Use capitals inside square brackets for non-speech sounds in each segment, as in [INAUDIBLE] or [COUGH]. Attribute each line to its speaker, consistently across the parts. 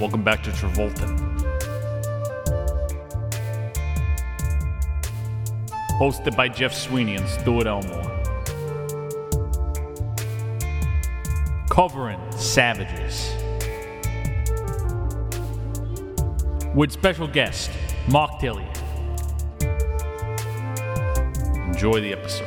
Speaker 1: Welcome back to Travolta. Hosted by Jeff Sweeney and Stuart Elmore. Covering Savages. With special guest, Mark Tillier. Enjoy the episode.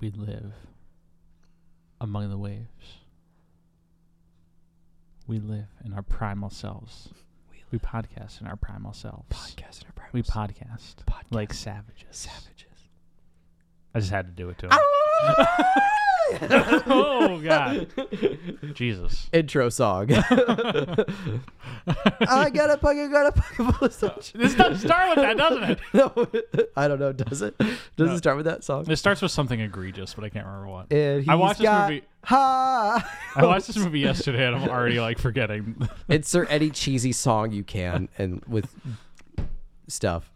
Speaker 2: we live among the waves. We live in our primal selves. We, podcast in our primal selves.
Speaker 3: Podcast in our private
Speaker 2: we podcast,
Speaker 3: Podcast.
Speaker 2: like savages.
Speaker 3: savages. Ah!
Speaker 1: I just had to do it to him. [LAUGHS] oh, God. Jesus. [LAUGHS]
Speaker 3: Intro song. I got a fucking got a fucking full of such-
Speaker 1: This does start with that, doesn't it?
Speaker 3: [LAUGHS] No, I don't know. Does it? Does
Speaker 1: No.
Speaker 3: it start with that song?
Speaker 1: It starts with something egregious, but I can't remember what.
Speaker 3: And
Speaker 1: I
Speaker 3: he's
Speaker 1: watched this
Speaker 3: got
Speaker 1: movie-
Speaker 3: high
Speaker 1: I watched this movie yesterday and I'm already like forgetting.
Speaker 3: [LAUGHS] Insert any cheesy song you can, and with stuff.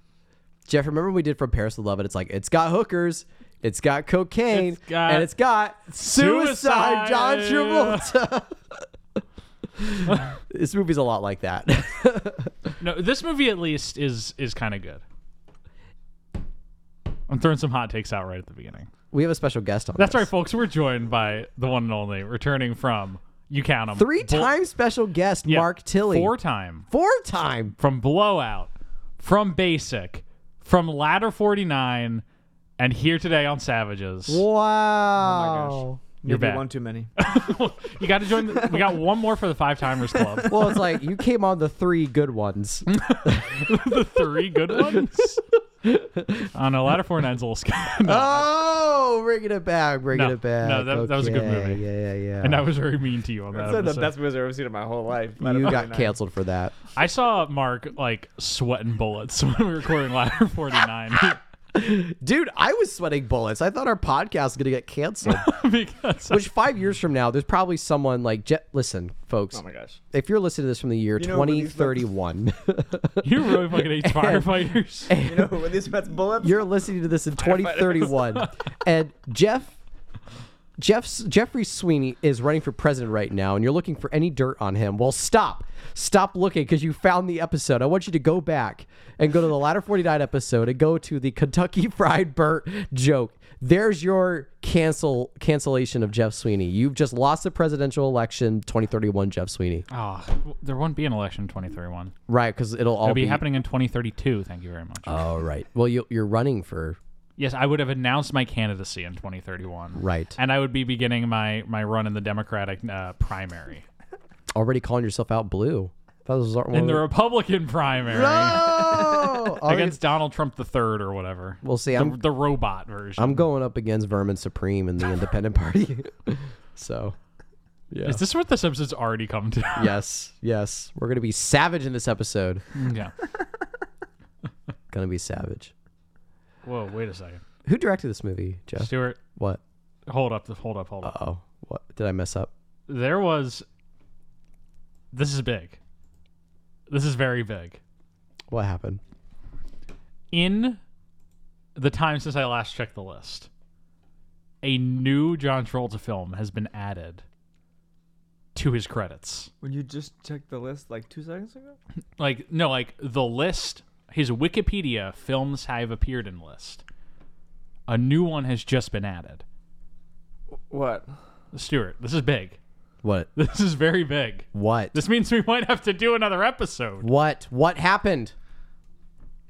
Speaker 3: Jeff, remember when we did from Paris to Love? It. It's like it's got hookers, it's got cocaine,
Speaker 1: It's got
Speaker 3: and it's got suicide. John
Speaker 1: suicide.
Speaker 3: Travolta. [LAUGHS] this movie's a lot like that. [LAUGHS]
Speaker 1: No, this movie at least is is kind of good. I'm throwing some hot takes out right at the beginning.
Speaker 3: we have a special guest on.
Speaker 1: That's
Speaker 3: this.
Speaker 1: right, folks. We're joined by the one and only returning from you count them
Speaker 3: Three time special guest Mark Tilly.
Speaker 1: four time
Speaker 3: Four time.
Speaker 1: from Blowout, from Basic, from Ladder 49, and here today on Savages.
Speaker 3: Wow.
Speaker 1: You're
Speaker 4: Maybe
Speaker 1: back.
Speaker 4: one too many.
Speaker 1: [LAUGHS] You got to join. The, we got one more for the Five Timers Club.
Speaker 3: [LAUGHS] Well, it's like you came on the three good ones.
Speaker 1: [LAUGHS] the three good ones. I know Ladder 49's a little [LAUGHS]
Speaker 3: Uh,
Speaker 1: scary. No,
Speaker 3: oh, bringing it back, bringing
Speaker 1: No,
Speaker 3: it back.
Speaker 1: no, that- that was a good
Speaker 3: Okay,
Speaker 1: movie.
Speaker 3: Yeah, yeah, yeah.
Speaker 1: And I was very mean to you on that.
Speaker 4: That's the
Speaker 1: episode.
Speaker 4: best movie I've ever seen in my whole life.
Speaker 1: [LAUGHS]
Speaker 4: Let
Speaker 3: you
Speaker 4: it
Speaker 3: got
Speaker 4: be
Speaker 3: canceled for that.
Speaker 1: I saw Mark like sweating bullets [LAUGHS] when we were recording Ladder
Speaker 3: [LAUGHS]
Speaker 1: 49
Speaker 3: Dude, I was sweating bullets. I thought our podcast was going to
Speaker 1: [LAUGHS]
Speaker 3: get canceled.
Speaker 1: [LAUGHS] because
Speaker 3: Which five years from now, there's probably someone like, Je- listen, folks,
Speaker 4: nice. Oh my gosh.
Speaker 3: if you're listening to this from the year
Speaker 4: You know when these-
Speaker 3: 2031,
Speaker 1: you really fucking hate
Speaker 3: [LAUGHS]
Speaker 1: firefighters.
Speaker 4: You know when these bets bullets?
Speaker 3: you're listening
Speaker 1: [LAUGHS]
Speaker 3: to this in 2031 and jeff Jeff's, Jeffrey Sweeney is running for president right now, and you're looking for any dirt on him. Well, stop. Stop looking because you found the episode. I want you to go back and go to the Ladder 49 episode and go to the Kentucky [LAUGHS] Fried Burt joke. There's your cancel cancellation of Jeff Sweeney. You've just lost the presidential election 2031, Jeff Sweeney.
Speaker 1: Ah, there won't be an election in 2031.
Speaker 3: Right, because it'll all
Speaker 1: It'll
Speaker 3: be, Uh,
Speaker 1: be happening in 2032. Thank you very much.
Speaker 3: All right. Well, you, you're running for
Speaker 1: Yes, I would have announced my candidacy in 2031.
Speaker 3: Right.
Speaker 1: And I would be beginning my, my run in the Democratic uh, primary.
Speaker 3: already calling yourself out blue. That was one
Speaker 1: In
Speaker 3: of
Speaker 1: the Republican primary.
Speaker 3: Oh,
Speaker 1: [LAUGHS] Against Donald Trump III or whatever.
Speaker 3: We'll see.
Speaker 1: The,
Speaker 3: I'm-
Speaker 1: the robot version.
Speaker 3: I'm going up against Vermin Supreme [LAUGHS] in the Independent Party. so, yeah.
Speaker 1: Is this what The Simpsons already come to?
Speaker 3: [LAUGHS] yes, yes. We're going to be savage in this episode.
Speaker 1: yeah.
Speaker 3: Going to be savage.
Speaker 1: Whoa, wait a second.
Speaker 3: Who directed this movie, Jeff?
Speaker 1: Stuart,
Speaker 3: What?
Speaker 1: hold up, hold up, hold up.
Speaker 3: Oh, what? Did I mess up?
Speaker 1: there was. This is big. This is very big.
Speaker 3: What happened?
Speaker 1: In the time since I last checked the list, a new John Travolta film has been added to his credits.
Speaker 4: When you just checked the list like two seconds ago?
Speaker 1: Like no, like the list, his Wikipedia films have appeared in list. A new one has just been added.
Speaker 4: What?
Speaker 1: Stuart, this is big. [LAUGHS]
Speaker 3: What?
Speaker 1: This is very big.
Speaker 3: What?
Speaker 1: This means we might have to do another episode.
Speaker 3: What? What happened?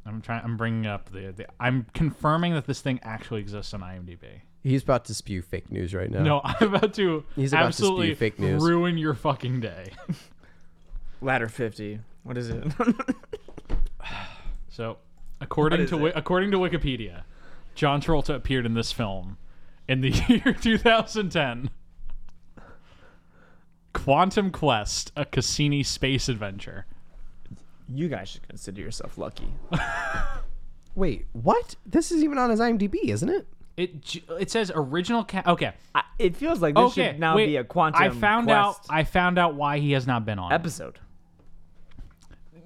Speaker 1: I'm trying. I'm bringing up the, the. I'm confirming that this thing actually exists on IMDb.
Speaker 3: He's about to spew fake news right now.
Speaker 1: No, [LAUGHS] I'm about to
Speaker 3: Oh. He's about to spew
Speaker 1: absolutely
Speaker 3: fake news.
Speaker 1: ruin your fucking day.
Speaker 4: Ladder 50. What is it? [LAUGHS]
Speaker 1: So, according
Speaker 4: is
Speaker 1: to Wi-
Speaker 4: it?
Speaker 1: according to Wikipedia, John Travolta appeared in this film in the [LAUGHS] year 2010. Quantum Quest: A Cassini Space Adventure.
Speaker 4: you guys should consider yourself lucky.
Speaker 3: Wait, what? This is even on his IMDb, isn't it?
Speaker 1: It j- it says original cast. Okay.
Speaker 4: I, it feels like this
Speaker 1: okay.
Speaker 4: should now
Speaker 1: wait,
Speaker 4: be a quantum.
Speaker 1: I found
Speaker 4: Quest
Speaker 1: out. I found out why he has not been on. it.
Speaker 4: episode.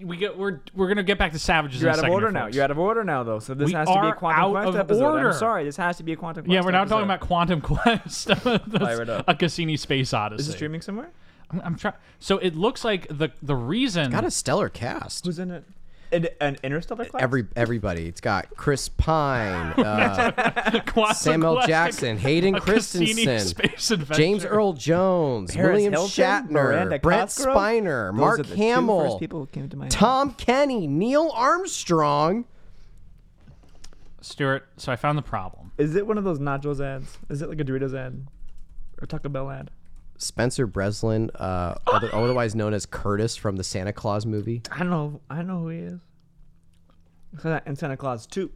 Speaker 1: we get. We're we're gonna get back to savages.
Speaker 4: You're
Speaker 1: in a
Speaker 4: out of
Speaker 1: second,
Speaker 4: order
Speaker 1: here,
Speaker 4: now.
Speaker 1: folks.
Speaker 4: You're out of order now, though. So this
Speaker 1: We
Speaker 4: has to be
Speaker 1: are
Speaker 4: a quantum
Speaker 1: out
Speaker 4: quest
Speaker 1: of
Speaker 4: episode.
Speaker 1: order.
Speaker 4: I'm sorry, this has to be a quantum quest.
Speaker 1: yeah, we're now talking
Speaker 4: episode.
Speaker 1: about Quantum [LAUGHS] Quest,
Speaker 4: Fire it up.
Speaker 1: a Cassini space odyssey.
Speaker 4: Is it streaming somewhere?
Speaker 1: I'm, I'm trying. So it looks like the the reason
Speaker 3: Got a stellar cast.
Speaker 4: Who's in it? An, an interstellar class.
Speaker 3: Every everybody. It's got Chris
Speaker 1: [LAUGHS]
Speaker 3: Pine, uh,
Speaker 1: [LAUGHS] Quantum
Speaker 3: Samuel
Speaker 1: Quest, a-
Speaker 3: Jackson, Hayden
Speaker 1: a [LAUGHS] Cassini
Speaker 3: Christensen,
Speaker 1: space adventure.
Speaker 3: James Earl Jones,
Speaker 4: Paris
Speaker 3: William
Speaker 4: Hilton,
Speaker 3: Shatner,
Speaker 4: Miranda
Speaker 3: Brent
Speaker 4: Cosgrove?
Speaker 3: Spiner,
Speaker 4: Those are
Speaker 3: Mark
Speaker 4: the two
Speaker 3: Hamill,
Speaker 4: first people who came to my
Speaker 3: Tom Kenny, Neil Armstrong.
Speaker 1: Stuart. So I found the problem.
Speaker 4: Is it one of those nachos ads? Is it like a Doritos ad or Taco Bell ad?
Speaker 3: Spencer Breslin, uh,
Speaker 4: [GASPS]
Speaker 3: other, otherwise known as Curtis from the Santa Claus movie.
Speaker 4: I know. I know who he is. He's in Santa Claus two.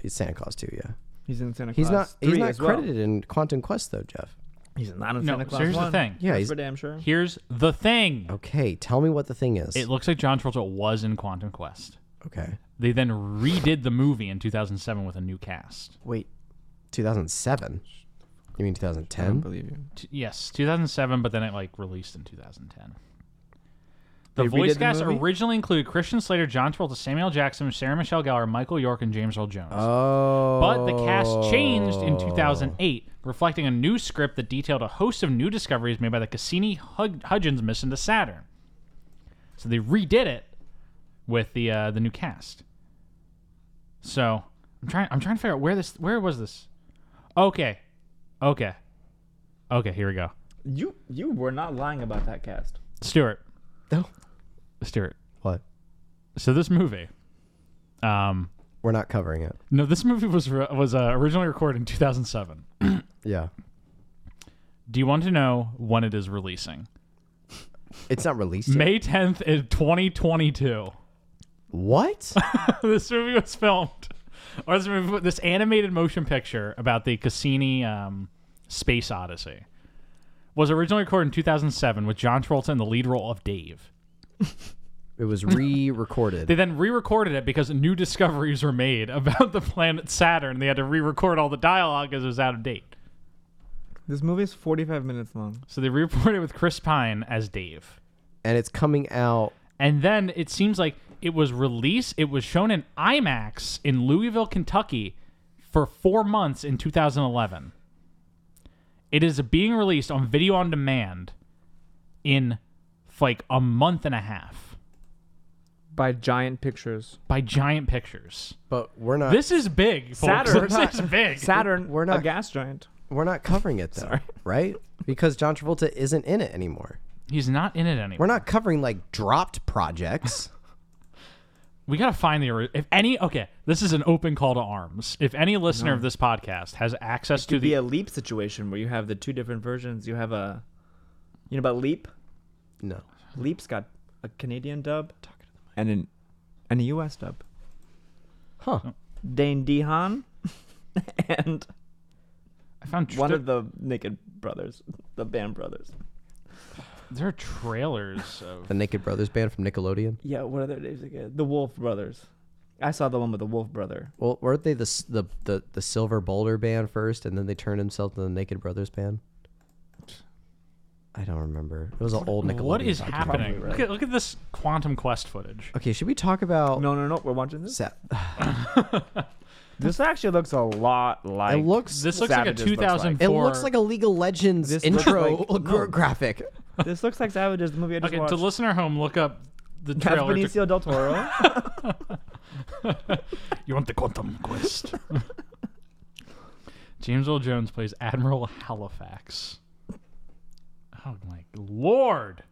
Speaker 3: He's Santa Claus too, yeah.
Speaker 4: He's in Santa
Speaker 3: He's not
Speaker 4: Claus.
Speaker 3: he's
Speaker 4: Uh, three
Speaker 3: not
Speaker 4: as well.
Speaker 3: credited in Quantum Quest though, Jeff.
Speaker 4: He's not in
Speaker 1: No,
Speaker 4: Santa
Speaker 1: so
Speaker 4: Claus
Speaker 1: here's the
Speaker 4: one.
Speaker 1: thing.
Speaker 3: Yeah,
Speaker 4: That's
Speaker 3: he's-
Speaker 4: for damn sure.
Speaker 1: Here's the thing.
Speaker 4: Oh,
Speaker 3: Okay, tell me what the thing is.
Speaker 1: It looks like John Travolta was in Quantum Quest.
Speaker 3: okay.
Speaker 1: They then redid the movie in 2007 with a new cast.
Speaker 3: Wait. 2007. You mean 2010?
Speaker 4: believe you.
Speaker 1: T- yes, 2007, but then it like released in 2010. The
Speaker 4: They redid
Speaker 1: voice
Speaker 4: the
Speaker 1: cast
Speaker 4: movie?
Speaker 1: originally included Christian Slater, John Travolta, Samuel Jackson, Sarah Michelle Gellar, Michael York, and James Earl Jones.
Speaker 3: Oh.
Speaker 1: but the cast changed in 2008, reflecting a new script that detailed a host of new discoveries made by the Cassini Hug- Hudgens mission to Saturn. So they redid it with the uh, the new cast. So I'm trying I'm trying to figure out where this where was this. Okay, okay, okay. Here we go.
Speaker 4: You you were not lying about that cast.
Speaker 1: Stuart,
Speaker 3: No.
Speaker 1: Stuart.
Speaker 3: What?
Speaker 1: So this movie, um,
Speaker 3: We're not covering it.
Speaker 1: no, this movie was re- was uh, originally recorded in 2007.
Speaker 3: Yeah.
Speaker 1: Do you want to know when it is releasing?
Speaker 3: It's not released.
Speaker 4: [LAUGHS]
Speaker 3: yet.
Speaker 1: May 10th in 2022.
Speaker 3: What?
Speaker 1: [LAUGHS] this movie was filmed, or this, movie, this animated motion picture about the Cassini um, space odyssey was originally recorded in 2007 with John Travolta in the lead role of Dave.
Speaker 3: it was re-recorded.
Speaker 1: They then re-recorded it because new [LAUGHS] discoveries were made about the planet Saturn. They had to re-record all the dialogue because it was out of date.
Speaker 4: This movie is 45 minutes long.
Speaker 1: So they re-recorded it with Chris Pine as Dave.
Speaker 3: and it's coming out
Speaker 1: And then it seems like it was released, it was shown in IMAX in Louisville, Kentucky for four months in 2011. It is being released on video on demand in like a month and a half
Speaker 4: By
Speaker 1: [LAUGHS]
Speaker 4: Giant Pictures.
Speaker 1: by Giant Pictures.
Speaker 3: but we're not
Speaker 1: This is big. Folks. [LAUGHS]
Speaker 4: Saturn.
Speaker 1: This is big.
Speaker 3: [LAUGHS]
Speaker 4: Saturn.
Speaker 3: We're not-
Speaker 4: a gas giant.
Speaker 3: we're not covering it though, [LAUGHS] right? Because John Travolta isn't in it anymore.
Speaker 1: He's not in it anymore.
Speaker 3: We're not covering like dropped
Speaker 1: [LAUGHS]
Speaker 3: projects.
Speaker 1: We gotta find the ori- if any. Okay, this is an open call to arms. If any listener of this podcast has access to
Speaker 4: Could be
Speaker 1: the
Speaker 4: a leap situation where you have the two different versions. You have a, you know about leap.
Speaker 3: no.
Speaker 4: Leap's got a Canadian dub and an and a US dub.
Speaker 3: Huh.
Speaker 4: Dane [LAUGHS] DeHaan and
Speaker 1: I found tr-
Speaker 4: one
Speaker 1: there,
Speaker 4: of the Naked Brothers, the band brothers.
Speaker 1: there are trailers of
Speaker 3: The Naked Brothers band from Nickelodeon.
Speaker 4: Yeah, what are their names again? The Wolf Brothers. I saw the one with the Wolf Brother.
Speaker 3: Well, weren't they the s- the the, the Silver Boulder band first, and then they turned themselves to the Naked Brothers band? I don't remember. It was an old Nickelodeon.
Speaker 1: What is
Speaker 3: documentary.
Speaker 1: happening?
Speaker 4: right.
Speaker 1: Look at, look at this Quantum Quest footage.
Speaker 3: Okay, should we talk about?
Speaker 4: No, no, no. We're watching this.
Speaker 3: Sa-
Speaker 4: This actually looks a lot like.
Speaker 3: it
Speaker 4: [LAUGHS]
Speaker 3: looks.
Speaker 1: This looks like a
Speaker 4: Savages looks like-
Speaker 1: 2004.
Speaker 3: it looks like a League of Legends
Speaker 4: This looks
Speaker 3: intro [LAUGHS]
Speaker 4: like- no.
Speaker 3: graphic.
Speaker 4: this looks like Savages, the movie I just
Speaker 1: okay,
Speaker 4: watched.
Speaker 1: to listener home, look up the
Speaker 4: That's
Speaker 1: trailer. to-
Speaker 4: Benicio del
Speaker 1: [LAUGHS]
Speaker 4: Toro.
Speaker 1: you want the Quantum Quest? [LAUGHS] James Earl Jones plays Admiral Halifax. Oh my lord!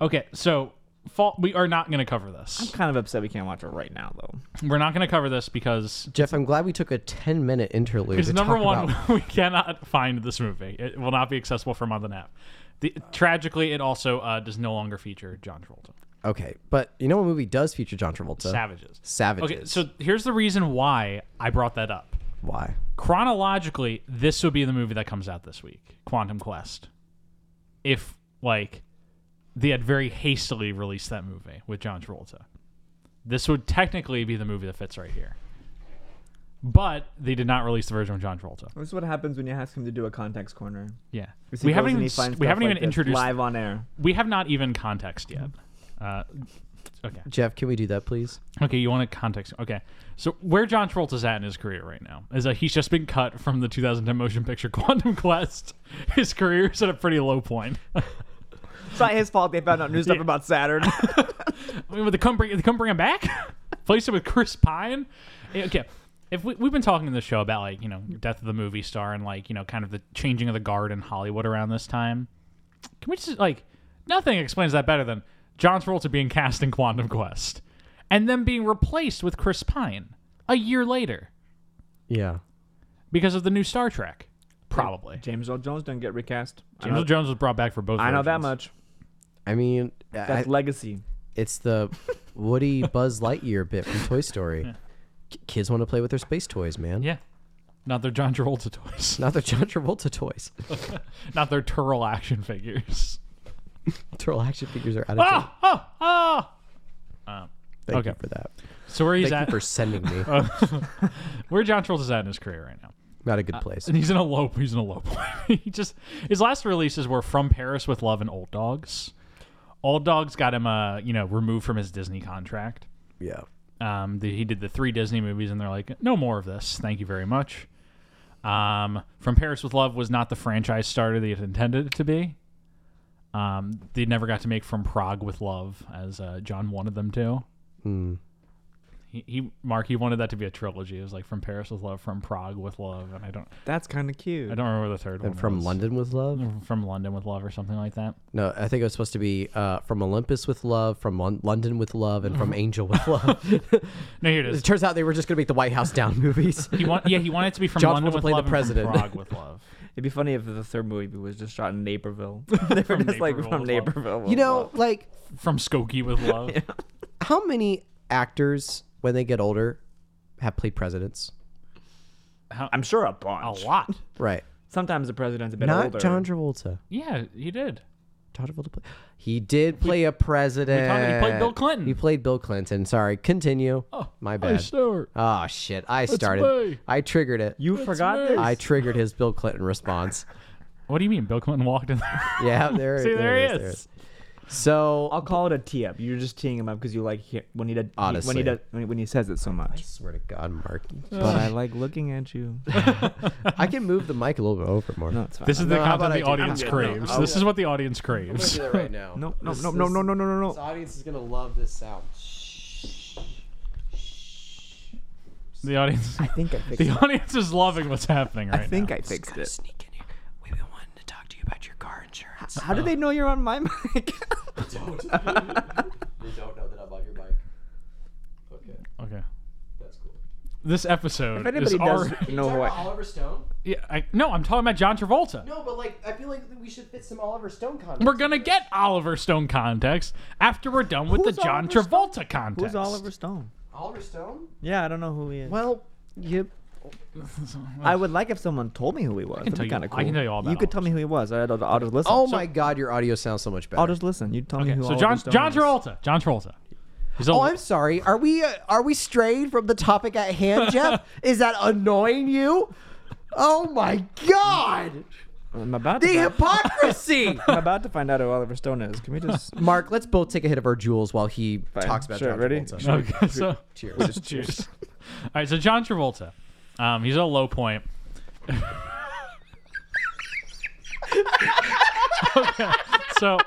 Speaker 1: Okay, so fall, we are not going to cover this.
Speaker 4: kind of upset we can't watch it right now though.
Speaker 1: We're not going to cover this because
Speaker 3: Jeff, I'm glad we took a 10 minute interlude.
Speaker 1: Because
Speaker 3: to
Speaker 1: number
Speaker 3: talk
Speaker 1: one, [LAUGHS]
Speaker 3: about-
Speaker 1: we cannot find this movie. It will not be accessible for a month and a half. The, tragically, it also uh, does no longer feature John Travolta.
Speaker 3: okay, but you know what movie does feature John Travolta?
Speaker 1: Savages.
Speaker 3: Uh, Savages.
Speaker 1: Okay, so here's the reason why I brought that up.
Speaker 3: why?
Speaker 1: Chronologically, this would be the movie that comes out this week, Quantum Quest. If like they had very hastily released that movie with John Travolta, this would technically be the movie that fits right here. But they did not release the version with John Travolta.
Speaker 4: This is what happens when you ask him to do a context corner.
Speaker 1: Yeah,
Speaker 4: You see
Speaker 1: we
Speaker 4: girls
Speaker 1: haven't
Speaker 4: and
Speaker 1: even
Speaker 4: he finds
Speaker 1: we
Speaker 4: stuff
Speaker 1: haven't
Speaker 4: like
Speaker 1: even
Speaker 4: this
Speaker 1: introduced
Speaker 4: live on air.
Speaker 1: we have not even context yet. Uh, okay.
Speaker 3: Jeff, can we do that, please?
Speaker 1: Okay, you want a context? Okay, so where John Travolta's at in his career right now is that he's just been cut from the 2010 motion picture [LAUGHS] Quantum Quest. His career's at a pretty low point.
Speaker 4: It's not his fault they found out
Speaker 1: [LAUGHS]
Speaker 4: new stuff about Saturn.
Speaker 1: I mean, would they come bring, they come bring him back? [LAUGHS] Place him with Chris Pine? Yeah, Okay. If we, we've been talking in the show about like you know death of the movie star and like you know kind of the changing of the guard in Hollywood around this time, can we just like nothing explains that better than John Travolta being cast in Quantum Quest and then being replaced with Chris Pine a year later
Speaker 3: Yeah.
Speaker 1: because of the new Star Trek, probably.
Speaker 4: James Earl Jones didn't get recast. I
Speaker 1: James Earl
Speaker 4: know,
Speaker 1: Jones was brought back for both.
Speaker 4: I know that
Speaker 1: versions.
Speaker 4: much.
Speaker 3: I mean, I-
Speaker 4: That's legacy.
Speaker 3: it's the Woody Buzz Lightyear bit from Toy Story. K- Kids want to play with their space toys, man.
Speaker 1: Yeah, not their John Travolta toys,
Speaker 3: Not their John Travolta toys.
Speaker 1: [LAUGHS]
Speaker 3: [LAUGHS]
Speaker 1: not their Turl action figures.
Speaker 3: Turtle action figures are out of date.
Speaker 1: Oh, oh.
Speaker 3: Thank you
Speaker 1: okay. Oh.
Speaker 3: for that.
Speaker 1: So where he's
Speaker 3: Thank
Speaker 1: at,
Speaker 3: you for
Speaker 1: [LAUGHS]
Speaker 3: sending me.
Speaker 1: where John Travolta's at in his career right now,
Speaker 3: Not a good place.
Speaker 1: and he's in a low, he's in a low point. [LAUGHS] he just his last releases were From Paris with Love and Old Dogs. Old Dogs got him, uh, you know, removed from his Disney contract.
Speaker 3: Yeah.
Speaker 1: Um, the, he did the three Disney movies, and they're like, no more of this. Thank you very much. Um, From Paris with Love was not the franchise starter they had intended it to be. Um, they never got to make From Prague with Love, as uh, John wanted them to.
Speaker 3: Hmm.
Speaker 1: He, he, Mark, he wanted that to be a trilogy. It was like From Paris with Love, From Prague with Love, and I don't,
Speaker 4: That's kind of cute.
Speaker 1: I don't remember the third one.
Speaker 3: And from
Speaker 1: was.
Speaker 3: London with love?
Speaker 1: From London with Love, or something like that.
Speaker 3: No, I think it was supposed to be uh, from Olympus with love, from Lon- London with love, and
Speaker 1: Uh-huh.
Speaker 3: from Angel
Speaker 1: [LAUGHS]
Speaker 3: with love.
Speaker 1: No, here it is.
Speaker 3: [LAUGHS] it turns out they were just going to make the White House down [LAUGHS] movies.
Speaker 1: He want, yeah, he wanted it to be from
Speaker 3: John
Speaker 1: London
Speaker 3: Travolta
Speaker 1: with
Speaker 3: played the
Speaker 1: Love,
Speaker 3: president.
Speaker 1: and from Prague with
Speaker 3: [LAUGHS]
Speaker 1: Love.
Speaker 4: It'd be funny if the third movie was just shot in [LAUGHS] Naperville. they were just like
Speaker 1: Naperville
Speaker 4: from
Speaker 1: as well.
Speaker 4: Naperville.
Speaker 3: you know, like
Speaker 1: From Skokie with Love.
Speaker 3: [LAUGHS] how many actors when they get older have played presidents?
Speaker 4: I'm sure a
Speaker 1: A
Speaker 4: bunch.
Speaker 1: lot.
Speaker 3: Right.
Speaker 4: Sometimes the president's a bit
Speaker 3: Not
Speaker 4: older.
Speaker 3: John Travolta.
Speaker 1: Yeah, he did.
Speaker 3: John Travolta play- He did play a president.
Speaker 1: he played Bill Clinton.
Speaker 3: He played Bill Clinton. Sorry. Continue. Oh, my bad.
Speaker 1: Stewart.
Speaker 3: oh shit. I started.
Speaker 1: me.
Speaker 3: I triggered it.
Speaker 4: You forgot this?
Speaker 3: I triggered his Bill
Speaker 1: [LAUGHS]
Speaker 3: Clinton response.
Speaker 1: What do you mean? Bill Clinton walked in
Speaker 3: [LAUGHS]
Speaker 1: there.
Speaker 3: Yeah, there,
Speaker 1: See, there
Speaker 3: it
Speaker 1: he
Speaker 3: There it
Speaker 1: is.
Speaker 3: So
Speaker 4: I'll call it a tee up. You're just teeing him up because you like hear, when he did he- when
Speaker 3: Honestly.
Speaker 4: he does when he, when he says it so much.
Speaker 3: swear to God, Mark.
Speaker 4: [LAUGHS] But I like looking at [LAUGHS] you.
Speaker 3: I can move the mic a little bit over, Mark.
Speaker 4: No, it's fine.
Speaker 1: This is the
Speaker 3: No, how
Speaker 1: content
Speaker 3: about I
Speaker 1: the
Speaker 3: do-
Speaker 1: audience
Speaker 4: I'm good. No,
Speaker 1: craves.
Speaker 4: I'll-
Speaker 1: this is what the audience
Speaker 3: [LAUGHS]
Speaker 1: craves.
Speaker 3: do that right now.
Speaker 4: No, no, no, no, no, no, no, no, no.
Speaker 3: This audience is gonna love this sound. Shh.
Speaker 1: The audience. [LAUGHS]
Speaker 4: I think I fixed
Speaker 1: The
Speaker 4: it.
Speaker 1: audience is loving what's happening right
Speaker 4: I think
Speaker 1: now.
Speaker 4: I fixed it.
Speaker 3: Sneak in here. We've been wanting to talk to you about your car insurance.
Speaker 4: How do they know you're on my [LAUGHS] mic?
Speaker 3: don't. they don't know that I'm on your mic. Okay,
Speaker 1: okay.
Speaker 3: that's cool.
Speaker 1: This episode
Speaker 4: if anybody
Speaker 1: is
Speaker 4: does
Speaker 1: already. [LAUGHS]
Speaker 4: know who I,
Speaker 3: Oliver Stone?
Speaker 1: Yeah, I, no, I'm talking about John Travolta.
Speaker 3: No, but like I feel like we should fit some Oliver Stone content.
Speaker 1: We're gonna get Oliver Stone context after we're done with
Speaker 4: Who's
Speaker 1: the John
Speaker 4: Oliver Stone?
Speaker 1: Travolta context.
Speaker 4: who's Oliver Stone?
Speaker 3: Oliver Stone?
Speaker 4: Yeah, I don't know who he is.
Speaker 3: Well, you.
Speaker 4: [LAUGHS] I would like if someone told me who he was. I
Speaker 1: can tell you-
Speaker 4: kind of cool.
Speaker 1: I can tell you all about
Speaker 4: You could tell me who he was. I'll, I'll just listen.
Speaker 3: Oh
Speaker 4: So-
Speaker 3: my God, your audio sounds so much better.
Speaker 4: I'll just listen. You tell me
Speaker 1: Okay,
Speaker 4: who
Speaker 1: so
Speaker 4: Oliver
Speaker 1: John
Speaker 4: Stone
Speaker 1: John
Speaker 4: is.
Speaker 1: Travolta. John Travolta. He's a- [LAUGHS]
Speaker 3: Oh, I'm sorry. Are we uh, are we straying from the topic at
Speaker 1: [LAUGHS]
Speaker 3: hand, Jeff? Is that annoying you? Oh my God!
Speaker 4: I'm about
Speaker 3: The
Speaker 4: to.
Speaker 1: [LAUGHS]
Speaker 4: Find,
Speaker 3: hypocrisy.
Speaker 4: I'm about to find out who Oliver Stone is. Can we just?
Speaker 3: Mark, let's both take a hit of our jewels while he
Speaker 4: Fine.
Speaker 3: talks about
Speaker 4: Sure,
Speaker 3: John
Speaker 4: ready?
Speaker 3: Travolta.
Speaker 4: Sure.
Speaker 1: okay, so
Speaker 3: Cheers.
Speaker 1: Cheers. All right, so John Travolta, um, he's at a low point. [LAUGHS] okay, so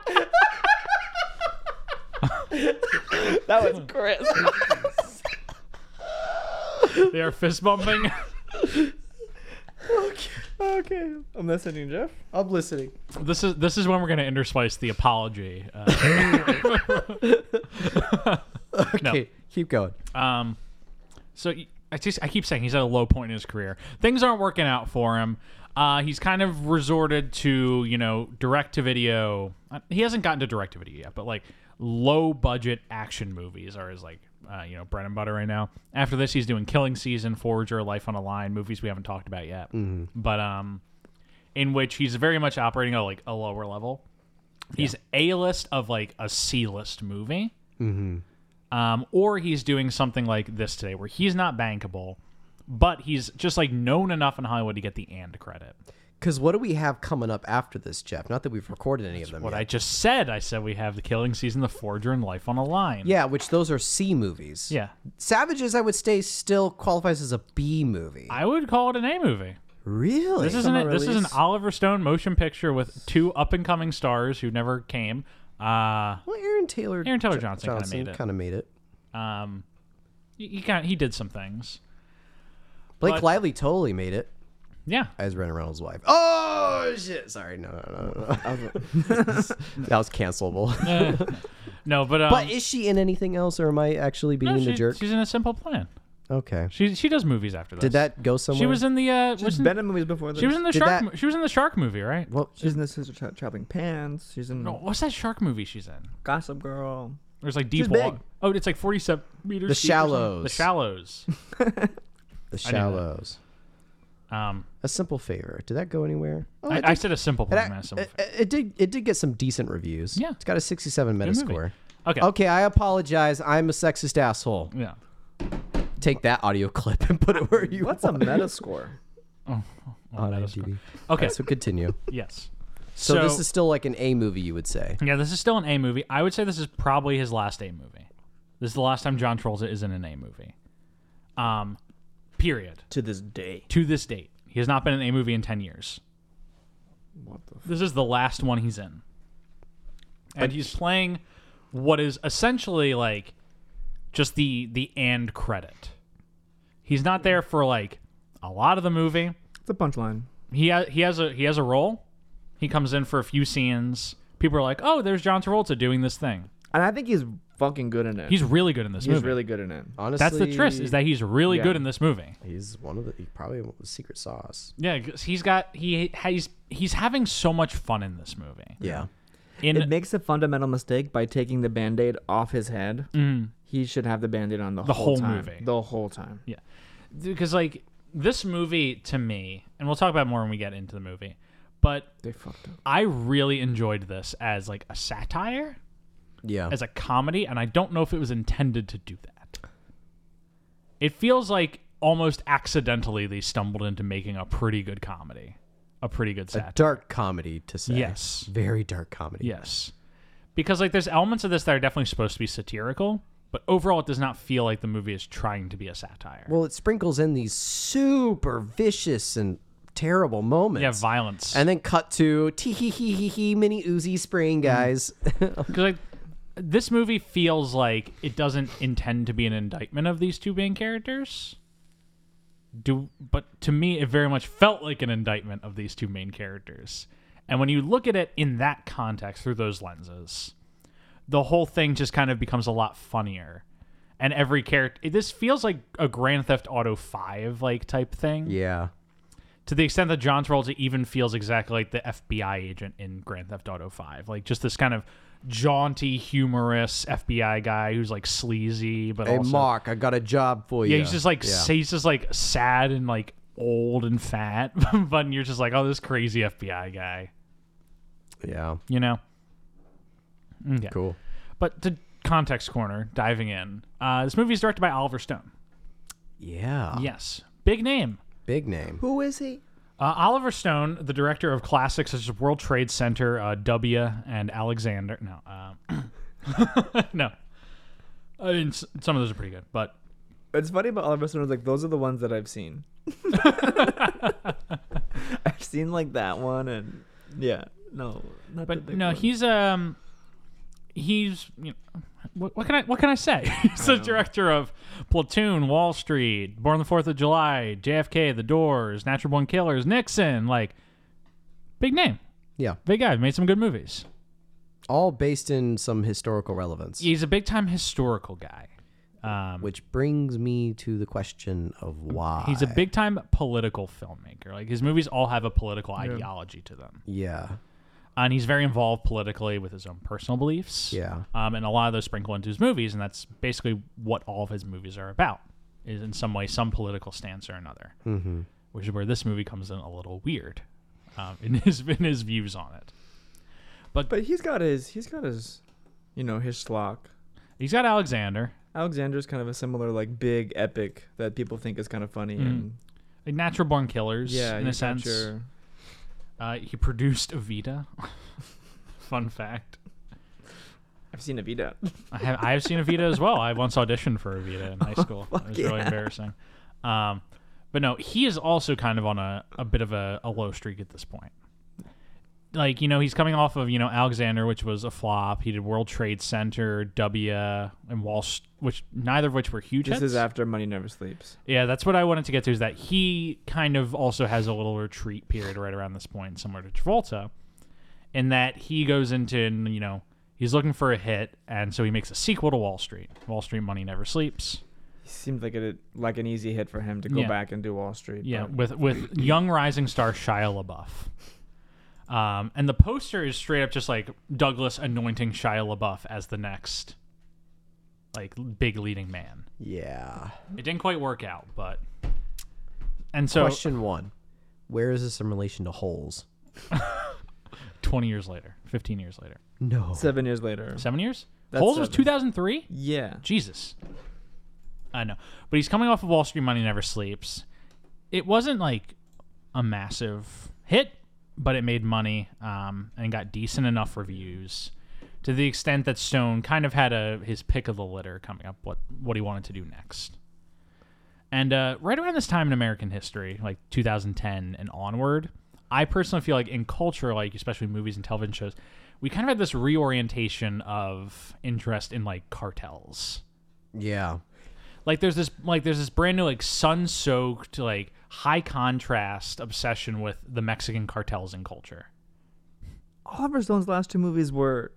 Speaker 4: that was Chris.
Speaker 1: they are fist bumping.
Speaker 4: [LAUGHS]
Speaker 1: [LAUGHS]
Speaker 4: okay, I'm listening, Jeff.
Speaker 3: I'm listening.
Speaker 1: this is this is when we're gonna intersplice the apology. Uh,
Speaker 3: Okay, keep going.
Speaker 1: um, so y- I just I keep saying he's at a low point in his career. Things aren't working out for him. Uh, he's kind of resorted to you know direct to video. He hasn't gotten to direct to video yet, but like low budget action movies are his like uh, you know bread and butter right now. After this, he's doing Killing Season, Forager, Life on a Line, movies we haven't talked about yet, but um, in which he's very much operating at like a lower level. He's a list of like a C list movie um, or he's doing something like this today, where he's not bankable, but he's just like known enough in Hollywood to get the and credit.
Speaker 3: Because what do we have coming up after this, Jeff? Not that we've recorded any of them
Speaker 1: What
Speaker 3: yet.
Speaker 1: I just said, I said we have the Killing Season, the Forger, and Life on a Line.
Speaker 3: yeah, which those are C movies.
Speaker 1: yeah.
Speaker 3: Savages, I would say, still qualifies as a B movie.
Speaker 1: I would call it an A movie.
Speaker 3: really?
Speaker 1: This is an
Speaker 4: summer
Speaker 1: this is an
Speaker 4: release.
Speaker 1: Oliver Stone motion picture with two up and coming stars who never came. Uh,
Speaker 3: well, Aaron Taylor.
Speaker 1: Aaron Taylor Johnson kinda made it.
Speaker 3: Kind of made it.
Speaker 1: um, he, he kind he did some things.
Speaker 3: Blake
Speaker 1: But-
Speaker 3: Lively totally made it
Speaker 1: Yeah,
Speaker 3: as Ryan Reynolds' wife. Oh shit! Sorry, no, no, no, no. [LAUGHS] that was cancelable.
Speaker 1: [LAUGHS] no, but um,
Speaker 3: but is she in anything else, or am I actually being
Speaker 1: no,
Speaker 3: the
Speaker 1: she-
Speaker 3: jerk?
Speaker 1: she's in a simple plan.
Speaker 3: Okay.
Speaker 1: She she does movies after this.
Speaker 3: Did that go somewhere?
Speaker 1: She was in the uh,
Speaker 4: She's
Speaker 1: wasn't-
Speaker 4: been in movies before this.
Speaker 1: she was in the
Speaker 3: Did
Speaker 1: shark.
Speaker 3: that-
Speaker 1: mo- She was in the shark movie, right?
Speaker 3: Well,
Speaker 4: She's in the Sister Tra- Traveling Pants. She's in
Speaker 1: No, what's that shark movie she's in?
Speaker 4: Gossip
Speaker 1: [LAUGHS]
Speaker 4: Girl.
Speaker 1: There's like deep
Speaker 3: She's
Speaker 1: water.
Speaker 3: big.
Speaker 1: Oh, it's like 47 meters.
Speaker 3: The
Speaker 1: deep or something.
Speaker 3: Shallows.
Speaker 1: The Shallows.
Speaker 3: [LAUGHS] The
Speaker 1: knew that.
Speaker 3: Shallows.
Speaker 1: Um,
Speaker 3: A simple favor. Did that go anywhere? Oh,
Speaker 1: I,
Speaker 3: it
Speaker 1: I
Speaker 3: did-
Speaker 1: said a simple
Speaker 3: it,
Speaker 1: plan. not a simple
Speaker 3: it-
Speaker 1: fa-
Speaker 3: it did. It did get some decent reviews.
Speaker 1: Yeah.
Speaker 3: it's got a 67
Speaker 1: Good movie.
Speaker 3: Metascore.
Speaker 1: Okay.
Speaker 3: Okay, I apologize. I'm a sexist asshole.
Speaker 1: Yeah.
Speaker 3: Take that audio [LAUGHS] clip and put it where you
Speaker 4: What's a
Speaker 3: want.
Speaker 4: meta score?
Speaker 3: on IMDb.
Speaker 1: Okay.
Speaker 3: So continue.
Speaker 1: yes.
Speaker 3: So, this is still like an A movie, you would say.
Speaker 1: Yeah, this is still an A movie. I would say this is probably his last A movie. This is the last time John Travolta is in an A movie. Um, period.
Speaker 4: To this day.
Speaker 1: To this date, he has not been in an A movie in ten years.
Speaker 4: What the f-
Speaker 1: This is the last one he's in, and he's playing what is essentially like just the the and credit. He's not there for like a lot of the movie.
Speaker 4: It's a punchline.
Speaker 1: he has he has a he has a role. He comes in for a few scenes. People are like, "Oh, there's John Travolta doing this thing."
Speaker 4: And I think he's fucking good in it.
Speaker 1: He's really good in this
Speaker 4: he's
Speaker 1: movie.
Speaker 4: really good in it.
Speaker 3: Honestly,
Speaker 1: That's the trick is that he's really
Speaker 4: Yeah.
Speaker 1: good in this movie.
Speaker 3: he's one of the he probably was secret sauce.
Speaker 1: Yeah, 'cause he's got he he's he's having so much fun in this movie.
Speaker 3: Yeah.
Speaker 1: In
Speaker 4: It makes a fundamental mistake by taking the band-aid off his head. He should have the band-aid on the,
Speaker 1: Mm-hmm. whole
Speaker 4: whole, time.
Speaker 1: movie.
Speaker 4: The whole time.
Speaker 1: Yeah. Because like this movie to me, and we'll talk about it more when we get into the movie, but
Speaker 4: They fucked up.
Speaker 1: I really enjoyed this as like a satire,
Speaker 3: Yeah.
Speaker 1: as a comedy, and I don't know if it was intended to do that. It feels like almost accidentally they stumbled into making a pretty good comedy, a pretty good
Speaker 3: a
Speaker 1: satire.
Speaker 3: dark comedy to say.
Speaker 1: Yes.
Speaker 3: Very dark comedy.
Speaker 1: yes, because like there's elements of this that are definitely supposed to be satirical, but overall it does not feel like the movie is trying to be a satire.
Speaker 3: Well, it sprinkles in these super vicious and terrible moments.
Speaker 1: yeah, violence.
Speaker 3: And then cut to tee hee hee hee hee mini Uzi
Speaker 1: Mm.
Speaker 3: spraying guys. [LAUGHS]
Speaker 1: Because like this movie feels like it doesn't intend to be an indictment of these two main characters. Do but to me it very much felt like an indictment of these two main characters. And when you look at it in that context through those lenses, the whole thing just kind of becomes a lot funnier. And every character this feels like a Grand Theft Auto 5 like type thing.
Speaker 3: yeah.
Speaker 1: To the extent that John Travolta even feels exactly like the FBI agent in Grand Theft Auto 5. Like just this kind of jaunty, humorous FBI guy who's like sleazy, but
Speaker 3: Hey
Speaker 1: also
Speaker 3: Mark, I got a job for
Speaker 1: yeah,
Speaker 3: you.
Speaker 1: he's just like sa- he's just like sad and like old and fat, [LAUGHS] but you're just like, oh, this crazy FBI guy,
Speaker 3: yeah.
Speaker 1: you know. Okay.
Speaker 3: Cool.
Speaker 1: But to context corner, diving in, uh, this movie is directed by Oliver Stone.
Speaker 3: Yeah.
Speaker 1: Yes, big name.
Speaker 3: Big name.
Speaker 4: Who is he?
Speaker 1: Uh, Oliver Stone, the director of classics such as World Trade Center, uh, W, and Alexander. No, um, [LAUGHS] no. I mean, s- some of those are pretty good, but
Speaker 4: It's funny about Oliver Stone is like those are the ones that
Speaker 1: [LAUGHS]
Speaker 4: I've seen. [LAUGHS] I've seen like that one and yeah, no, not the
Speaker 1: but
Speaker 4: big
Speaker 1: no,
Speaker 4: one.
Speaker 1: he's um, he's you know, what, what can I what can I say? [LAUGHS] he's the director of Platoon, Wall Street, Born on the Fourth of July, JFK, The Doors, Natural Born Killers, Nixon, like big name,
Speaker 3: Yeah.
Speaker 1: big guy, made some good movies.
Speaker 3: All based in some historical relevance.
Speaker 1: He's a big time historical guy. Um,
Speaker 3: Which brings me to the question of why.
Speaker 1: He's a big time political filmmaker. Like his movies all have a political ideology to them,
Speaker 3: Yeah.
Speaker 1: and he's very involved politically with his own personal beliefs.
Speaker 3: Yeah.
Speaker 1: um, and a lot of those sprinkle into his movies, and that's basically what all of his movies are about. Is in some way some political stance or another, mm-hmm. which is where this movie comes in a little weird um, in [LAUGHS] his in his views on it.
Speaker 4: but he's got his he's got his, you know, his schlock.
Speaker 1: He's got Alexander.
Speaker 4: Alexander's kind of a similar like big epic that people think is kind of funny and
Speaker 1: Like natural born killers,
Speaker 4: yeah,
Speaker 1: Mm. in
Speaker 4: you
Speaker 1: a sense.
Speaker 4: capture-
Speaker 1: Uh, he produced Evita. [LAUGHS] Fun fact.
Speaker 4: I've seen Evita.
Speaker 1: I have I have seen Evita as well. I once auditioned for Evita in high school. it was really
Speaker 4: yeah.
Speaker 1: embarrassing. Um, but no, he is also kind of on a, a bit of a, a low streak at this point. Like you know, he's coming off of you know Alexander, which was a flop. He did World Trade Center, W, and Wall, St- which neither of which were huge.
Speaker 4: This
Speaker 1: hits.
Speaker 4: is after Money Never Sleeps.
Speaker 1: Yeah, that's what I wanted to get to is that he kind of also has a little retreat period right around this point, similar to Travolta, in that he goes into, you know, he's looking for a hit, and so he makes a sequel to Wall Street. Wall Street Money Never Sleeps.
Speaker 4: He seemed like it like an easy hit for him to go
Speaker 1: Yeah.
Speaker 4: back and do Wall Street.
Speaker 1: Yeah, with
Speaker 4: but
Speaker 1: with young rising star Shia LaBeouf. Um, and the poster is straight up just like Douglas anointing Shia LaBeouf as the next like big leading man.
Speaker 3: Yeah.
Speaker 1: It didn't quite work out, but and so
Speaker 3: Question one: Where is this in relation to holes?
Speaker 1: 20 years later, 15 years later.
Speaker 3: No.
Speaker 4: seven years later.
Speaker 1: Seven years?
Speaker 4: That's
Speaker 1: Holes was
Speaker 4: seven.
Speaker 1: 2003?
Speaker 4: Yeah.
Speaker 1: Jesus. I know. But he's coming off of Wall Street Money Never Sleeps. It wasn't like a massive hit, but it made money um, and got decent enough reviews to the extent that Stone kind of had a his pick of the litter coming up, what, what he wanted to do next. And uh, right around this time in American history, like 2010 and onward, I personally feel like in culture, like especially movies and television shows, we kind of had this reorientation of interest in like cartels.
Speaker 3: Yeah.
Speaker 1: Like there's this like there's this brand new like sun-soaked like high contrast obsession with the Mexican cartels in culture.
Speaker 4: Oliver Stone's last two movies were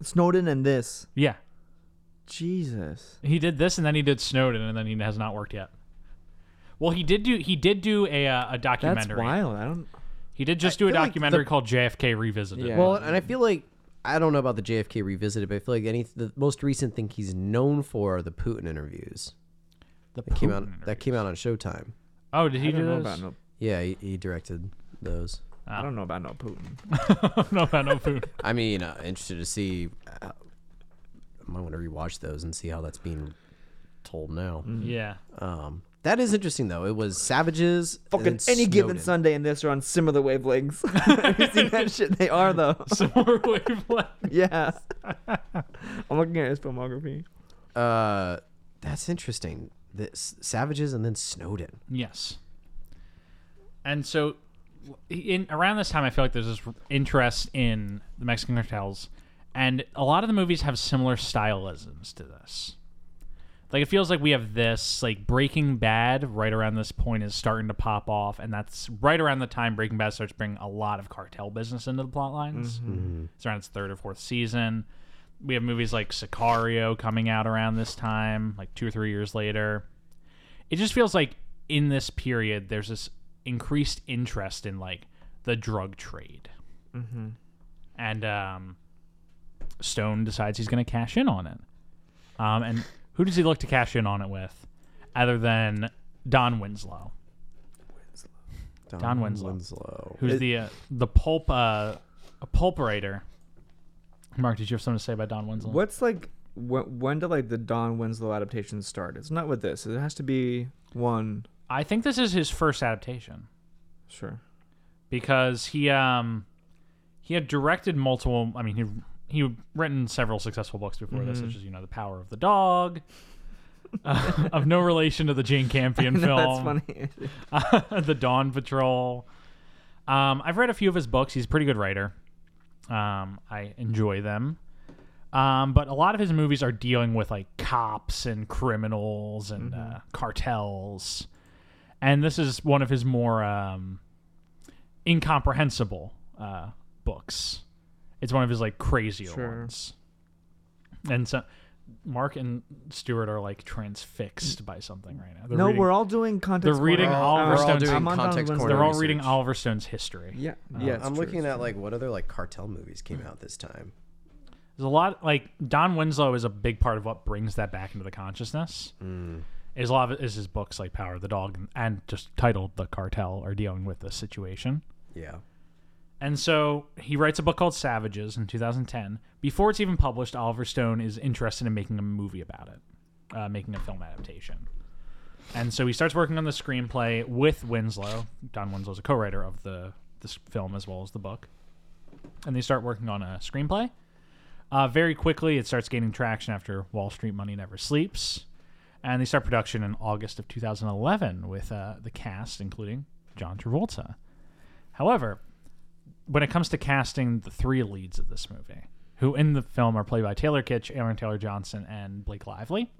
Speaker 4: Snowden and this.
Speaker 1: Yeah,
Speaker 4: Jesus.
Speaker 1: he did this and then he did Snowden and then he has not worked yet. Well, he did do he did do a uh, a
Speaker 4: That's
Speaker 1: documentary.
Speaker 4: wild. I don't
Speaker 1: He did just do a
Speaker 3: feel like
Speaker 1: documentary
Speaker 3: the-
Speaker 1: called JFK Revisited.
Speaker 4: Yeah.
Speaker 3: Well, and I feel like I don't know about the JFK revisited, but I feel like any the most recent thing he's known for are the Putin interviews
Speaker 1: The
Speaker 3: that came out
Speaker 1: Putin
Speaker 3: that came out on Showtime.
Speaker 1: Oh, did he
Speaker 4: I
Speaker 1: do
Speaker 4: don't know
Speaker 1: those? [LAUGHS]
Speaker 4: about no
Speaker 3: Yeah, he, he directed those.
Speaker 4: I
Speaker 1: ah.
Speaker 4: don't know about no Putin.
Speaker 1: no, about no food.
Speaker 3: I mean, uh, interested to see. Uh, I might want to rewatch those and see how that's being told now.
Speaker 4: Mm.
Speaker 1: [LAUGHS] yeah.
Speaker 3: Um, that is interesting though. It was Savages. and
Speaker 4: Fucking
Speaker 3: then
Speaker 4: any given
Speaker 3: Snowden.
Speaker 4: Sunday and this are on similar wavelengths. [LAUGHS] Have you
Speaker 1: [LAUGHS]
Speaker 4: seen that shit? They are though.
Speaker 1: Similar wavelength.
Speaker 4: yeah. I'm looking at his filmography.
Speaker 3: Uh, that's interesting. This, Savages and then Snowden.
Speaker 1: Yes. And so, in around this time, I feel like there's this interest in the Mexican cartels, and a lot of the movies have similar stylisms to this. Like it feels like we have this like Breaking Bad right around this point is starting to pop off, and that's right around the time Breaking Bad starts bringing a lot of cartel business into the plot lines. It's around its third or fourth season. We have movies like Sicario coming out around this time, like two or three years later it just feels like in this period there's this increased interest in like the drug trade and um, stone decides he's going to cash in on it um, and who does he look to cash in on it with other than don winslow
Speaker 3: Don,
Speaker 1: Winslow.
Speaker 3: Winslow.
Speaker 1: who's the uh, the pulp uh, a pulp writer mark did you have something to say about don winslow
Speaker 4: What's like when, when did like the Don Winslow adaptations start? It's not with this. It has to be one.
Speaker 1: i think this is his first adaptation
Speaker 4: Sure.
Speaker 1: because he um he had directed multiple I mean he he written several successful books before this
Speaker 4: Mm-hmm.
Speaker 1: such as you know The Power of the Dog [LAUGHS] uh, of no relation to the
Speaker 4: [LAUGHS]
Speaker 1: Jane Campion
Speaker 4: No, that's
Speaker 1: film
Speaker 4: funny.
Speaker 1: Um, [LAUGHS]
Speaker 4: [LAUGHS]
Speaker 1: The Dawn Patrol um I've read a few of his books he's a pretty good writer um I enjoy them um but a lot of his movies are dealing with like cops and criminals and
Speaker 4: Mm-hmm.
Speaker 1: uh, cartels and this is one of his more um incomprehensible uh, books. It's one of his like crazier
Speaker 4: Sure.
Speaker 1: ones. And so Mark and Stuart are like transfixed by something right now. They're
Speaker 4: no,
Speaker 1: reading,
Speaker 4: we're all doing context.
Speaker 1: They're reading
Speaker 4: corner.
Speaker 1: Oliver
Speaker 4: I'm
Speaker 1: Stone's-
Speaker 4: on-
Speaker 3: doing
Speaker 4: I'm on Don
Speaker 3: context
Speaker 4: Winslow.
Speaker 3: corner.
Speaker 1: they're all
Speaker 3: research.
Speaker 1: reading Oliver Stone's history.
Speaker 4: Yeah. yeah.
Speaker 3: I'm looking at like what other like cartel movies came out this time.
Speaker 1: There's a lot like Don Winslow is a big part of what brings that back into the consciousness. Is a lot of it is his books like Power of the Dog and, and just titled The Cartel are dealing with this situation.
Speaker 3: Yeah.
Speaker 1: And so he writes a book called Savages in 2010. Before it's even published, Oliver Stone is interested in making a movie about it. uh, making a film adaptation. And so he starts working on the screenplay with Winslow. Don Winslow's a co-writer of the this film as well as the book. And they start working on a screenplay. Uh, very quickly, it starts gaining traction after Wall Street Money Never Sleeps, and they start production in August of 2011 with uh, the cast, including John Travolta. However, when it comes to casting the three leads of this movie, who in the film are played by Taylor Kitsch, Aaron Taylor Johnson, and Blake Lively,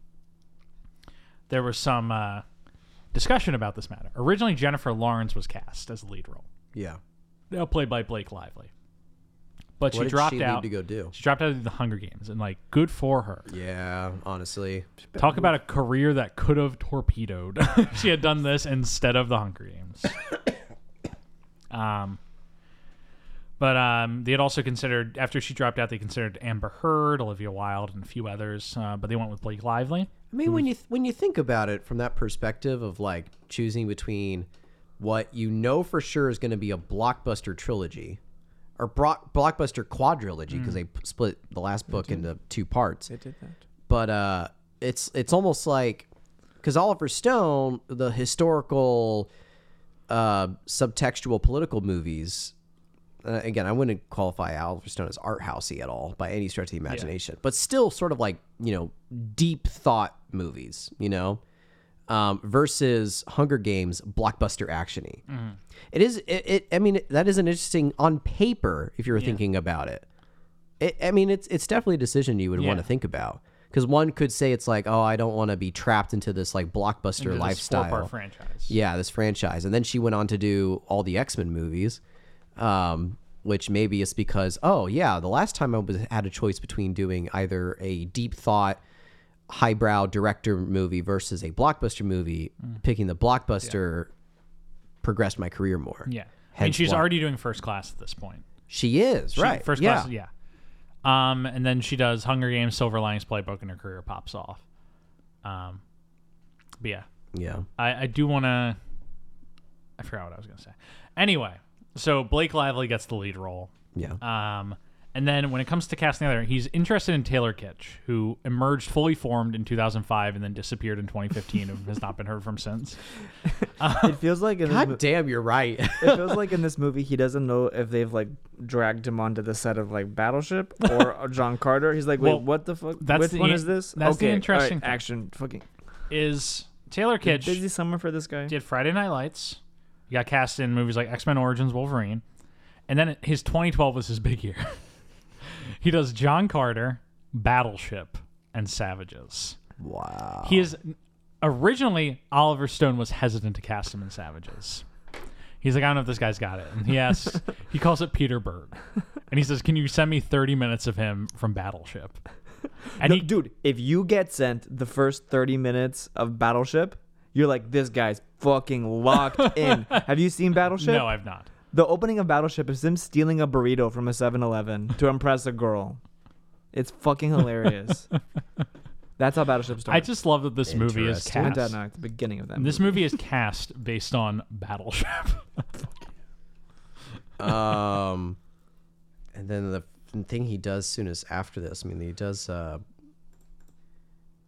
Speaker 1: there was some uh, discussion about this matter. Originally, Jennifer Lawrence was cast as the lead role,
Speaker 3: Yeah.
Speaker 1: now played by Blake Lively, but
Speaker 3: what
Speaker 1: she
Speaker 3: did
Speaker 1: dropped
Speaker 3: she leave
Speaker 1: out.
Speaker 3: to go do?
Speaker 1: She dropped out of the Hunger Games, and like, good for her.
Speaker 3: Yeah, honestly.
Speaker 1: Talk about a career that could have torpedoed. [LAUGHS] if she had done this instead of the Hunger Games. [COUGHS] um, but um, they had also considered after she dropped out, they considered Amber Heard, Olivia Wilde, and a few others. Uh, but they went with Blake Lively.
Speaker 3: I
Speaker 4: Hmm.
Speaker 3: mean, when you th- when you think about it from that perspective of like choosing between what you know for sure is going to be a blockbuster trilogy or bro- blockbuster quadrilogy because they p- split the last book into two parts,
Speaker 4: Hmm. They did that.
Speaker 3: but uh, it's it's almost like because Oliver Stone, the historical, uh, subtextual political movies. Uh, again, I wouldn't qualify Oliver Stone as art housey at all by any stretch of the imagination, but still sort of like you know deep thought movies, you know, um, versus Hunger Games blockbuster actiony.
Speaker 1: Mm-hmm.
Speaker 3: It is it, it. I mean, that is an interesting on paper if you were thinking about it it, I mean, it's it's definitely a decision you would want to think about because one could say it's like, oh, I don't want to be trapped into this like blockbuster
Speaker 1: Into this
Speaker 3: lifestyle.
Speaker 1: four-part franchise.
Speaker 3: yeah, this franchise, and then she went on to do all the X Men movies, um, which maybe it's because oh yeah, the last time I was had a choice between doing either a deep thought, highbrow director movie versus a blockbuster movie,
Speaker 1: Mm.
Speaker 3: picking the blockbuster progressed my career more.
Speaker 1: Yeah, and
Speaker 3: Hence
Speaker 1: she's
Speaker 3: why-
Speaker 1: already doing first class at this point.
Speaker 3: She is
Speaker 1: She-
Speaker 3: right.
Speaker 1: First
Speaker 3: yeah.
Speaker 1: class. Yeah. Um, and then she does Hunger Games, Silver Linings Playbook, and her career pops off. Um, but yeah,
Speaker 3: Yeah.
Speaker 1: I, I do want to. I forgot what I was going to say. Anyway, so Blake Lively gets the lead role.
Speaker 3: Yeah.
Speaker 1: Um, and then when it comes to casting the other, he's interested in Taylor Kitsch, who emerged fully formed in 2005 and then disappeared in 2015 and has not been heard from since.
Speaker 4: It feels like in this,
Speaker 3: God
Speaker 4: mo-
Speaker 3: damn, you're right. [LAUGHS]
Speaker 4: it feels like in this movie he doesn't know if they've like dragged him onto the set of
Speaker 1: [LAUGHS]
Speaker 4: like Battleship or uh, John Carter. He's like, wait,
Speaker 1: Well,
Speaker 4: what the fuck?
Speaker 1: that's
Speaker 4: Which
Speaker 1: the
Speaker 4: one
Speaker 1: in-
Speaker 4: is this?
Speaker 1: that's the
Speaker 4: okay, all right,
Speaker 1: interesting thing.
Speaker 4: action. Fucking
Speaker 1: Is Taylor Kitsch
Speaker 4: busy summer for this guy.
Speaker 1: did Friday Night Lights. He got cast in movies like X Men Origins Wolverine. And then his 2012 was his big year. [LAUGHS] he does John Carter, Battleship, and Savages.
Speaker 3: wow.
Speaker 1: He is originally Oliver Stone was hesitant to cast him in Savages. He's like, I don't know if this guy's got it. And he asks, he calls it Peter Berg, and he says, "Can you send me thirty minutes of him from Battleship?" And
Speaker 4: No,
Speaker 1: he,
Speaker 4: dude, if you get sent the first 30 minutes of Battleship, you're like, this guy's fucking
Speaker 1: [LAUGHS]
Speaker 4: locked in. Have you seen Battleship?
Speaker 1: no, I've not.
Speaker 4: the opening of Battleship is him stealing a burrito from a 7 Eleven to impress a girl. It's
Speaker 1: [LAUGHS]
Speaker 4: fucking hilarious. That's how Battleship starts.
Speaker 1: I just love that this movie is
Speaker 3: Interesting.
Speaker 4: Went
Speaker 1: cast.
Speaker 4: down now at the beginning of that.
Speaker 1: This
Speaker 4: movie.
Speaker 1: movie is cast based on Battleship.
Speaker 3: um, and then the thing he does soonest after this, I mean, he does uh,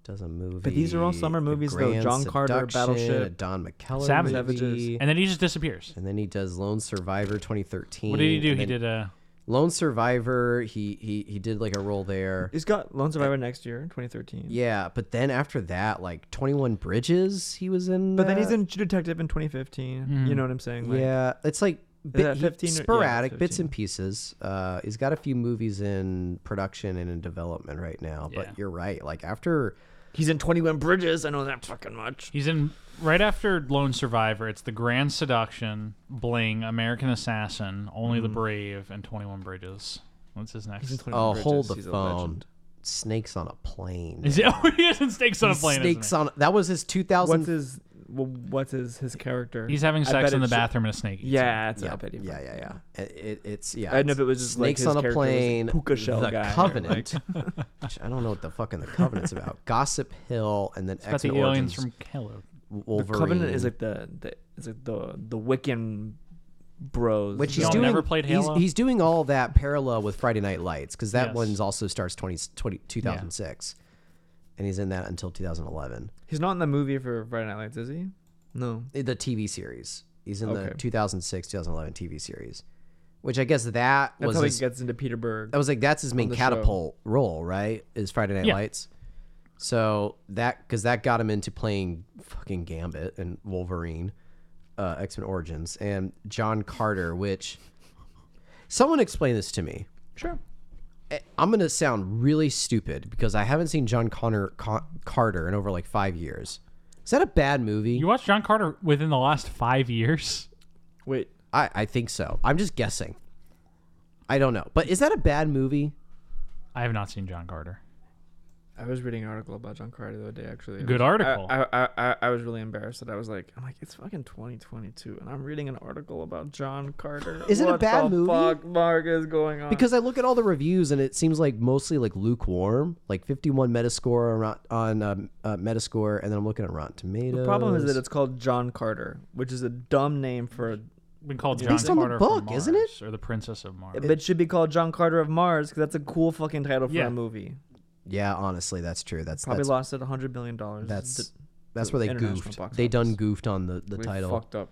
Speaker 3: does a movie.
Speaker 4: But these are all summer
Speaker 3: The
Speaker 4: movies, though.
Speaker 3: Grand
Speaker 4: John Carter,
Speaker 3: Seduction,
Speaker 4: Battleship,
Speaker 3: a Don McKellar,
Speaker 1: Savages.
Speaker 3: movie,
Speaker 1: and then he just disappears.
Speaker 3: and then he does Lone Survivor 2013.
Speaker 1: What did he do?
Speaker 3: and
Speaker 1: He
Speaker 3: then
Speaker 1: did a
Speaker 3: Lone Survivor. He he he did like a role
Speaker 4: [LAUGHS]
Speaker 3: there.
Speaker 4: He's got Lone Survivor next year, 2013.
Speaker 3: Yeah, but then after that, like 21 Bridges, he was in.
Speaker 4: But then
Speaker 3: that.
Speaker 4: he's in True Detective in 2015.
Speaker 1: Mm-hmm.
Speaker 4: You know what I'm saying? Like,
Speaker 3: Yeah, it's like bit,
Speaker 4: that
Speaker 3: he-
Speaker 4: 15 or- yeah,
Speaker 3: sporadic bits
Speaker 4: 15.
Speaker 3: and pieces. Uh, he's got a few movies in production and in development right now.
Speaker 1: Yeah.
Speaker 3: But you're right. Like after,
Speaker 4: He's in 21 Bridges. I know that fucking much.
Speaker 1: He's in right after Lone Survivor. It's The Grand Seduction, Bling, American Assassin, Only
Speaker 4: Mm-hmm.
Speaker 1: the Brave, and Twenty One Bridges. What's his next?
Speaker 4: He's in 21
Speaker 3: oh,
Speaker 4: Bridges.
Speaker 3: hold the
Speaker 4: He's a
Speaker 3: phone.
Speaker 4: legend.
Speaker 3: Snakes on a plane.
Speaker 1: [LAUGHS] Is it? Oh, he isn't snakes on a plane. isn't
Speaker 3: Snakes on. That was his
Speaker 4: What's
Speaker 3: 2000.
Speaker 4: his well, what's his his character?
Speaker 1: he? He's having
Speaker 4: I
Speaker 1: sex
Speaker 4: bet
Speaker 1: in the
Speaker 4: it's-
Speaker 1: bathroom and a snake. eats him.
Speaker 4: Yeah, it's
Speaker 3: yeah,
Speaker 4: I bet he-
Speaker 3: yeah, yeah, yeah. It, uh, it- it's yeah.
Speaker 4: I don't know
Speaker 3: it's
Speaker 4: if it was just like
Speaker 3: snakes
Speaker 4: his
Speaker 3: on a
Speaker 4: character was a
Speaker 3: plane.
Speaker 4: puka shell
Speaker 3: the
Speaker 4: guy or, [LAUGHS]
Speaker 3: Covenant. [LAUGHS] which I don't know what the fuck in the Covenant's about. Gossip Hill and then
Speaker 1: It's
Speaker 3: X
Speaker 1: got
Speaker 4: E
Speaker 3: Men
Speaker 1: the aliens
Speaker 3: Origins.
Speaker 1: from Hello.
Speaker 4: The
Speaker 3: Wolverine.
Speaker 4: Covenant is like the, the is like the the Wiccan bros.
Speaker 3: Which
Speaker 1: Y'all
Speaker 3: he's doing,
Speaker 1: never played
Speaker 3: he's-
Speaker 1: Halo?
Speaker 3: He's, doing all that parallel with Friday Night Lights because that
Speaker 1: Yes.
Speaker 3: one's also starts 20, 20 2006. and he's in that until 2011.
Speaker 4: He's not in the movie for Friday Night Lights, is he? No.
Speaker 3: Eh, The TV series. He's in the
Speaker 4: Okay.
Speaker 3: 2006 2011 TV series, which I guess that
Speaker 4: That's
Speaker 3: was
Speaker 4: how he
Speaker 3: his-
Speaker 4: gets into Peter Berg.
Speaker 3: that was like that's his main
Speaker 4: the show.
Speaker 3: catapult role, right? Is Friday Night
Speaker 1: Yeah.
Speaker 3: Lights. So that because that got him into playing fucking Gambit and Wolverine, uh, X Men Origins, and John Carter. Which someone explain this to me.
Speaker 4: Sure.
Speaker 3: I- I'm gonna sound really stupid because I haven't seen John Connor Con- Carter in over like five years. Is that a bad movie?
Speaker 1: You watched John Carter within the last five years? [LAUGHS]
Speaker 4: Wait.
Speaker 3: I, I think so. I'm just guessing. I don't know, but is that a bad movie?
Speaker 1: I have not seen John Carter.
Speaker 4: I was reading an article about John Carter the other day, actually. It
Speaker 1: Good
Speaker 4: was-
Speaker 1: article.
Speaker 4: I, I, I, I was really embarrassed that I was like, I'm like, it's fucking 2022, and I'm reading an article about John Carter.
Speaker 3: [LAUGHS] Is it a
Speaker 4: What
Speaker 3: bad
Speaker 4: the
Speaker 3: movie?
Speaker 4: Fuck, Mark is going on.
Speaker 3: Because I look at all the reviews and it seems like mostly like lukewarm, like 51 Metascore on, on um, uh, Metascore, and then I'm looking at Rotten Tomatoes.
Speaker 4: the problem is that it's called John Carter, which is a dumb name for. A,
Speaker 1: Been called John
Speaker 3: based on the
Speaker 1: Carter
Speaker 3: book,
Speaker 1: from Mars,
Speaker 3: isn't it?
Speaker 1: Or the Princess of Mars.
Speaker 4: it, it should be called John Carter of Mars because that's a cool fucking title for
Speaker 1: Yeah.
Speaker 4: a movie.
Speaker 3: yeah, honestly, that's true. That's
Speaker 4: Probably
Speaker 3: that's,
Speaker 4: lost it 100 billion dollars.
Speaker 3: that's that's where they
Speaker 4: international
Speaker 3: goofed.
Speaker 4: box
Speaker 3: They done
Speaker 4: office.
Speaker 3: goofed on the the
Speaker 4: we
Speaker 3: title.
Speaker 4: fucked up.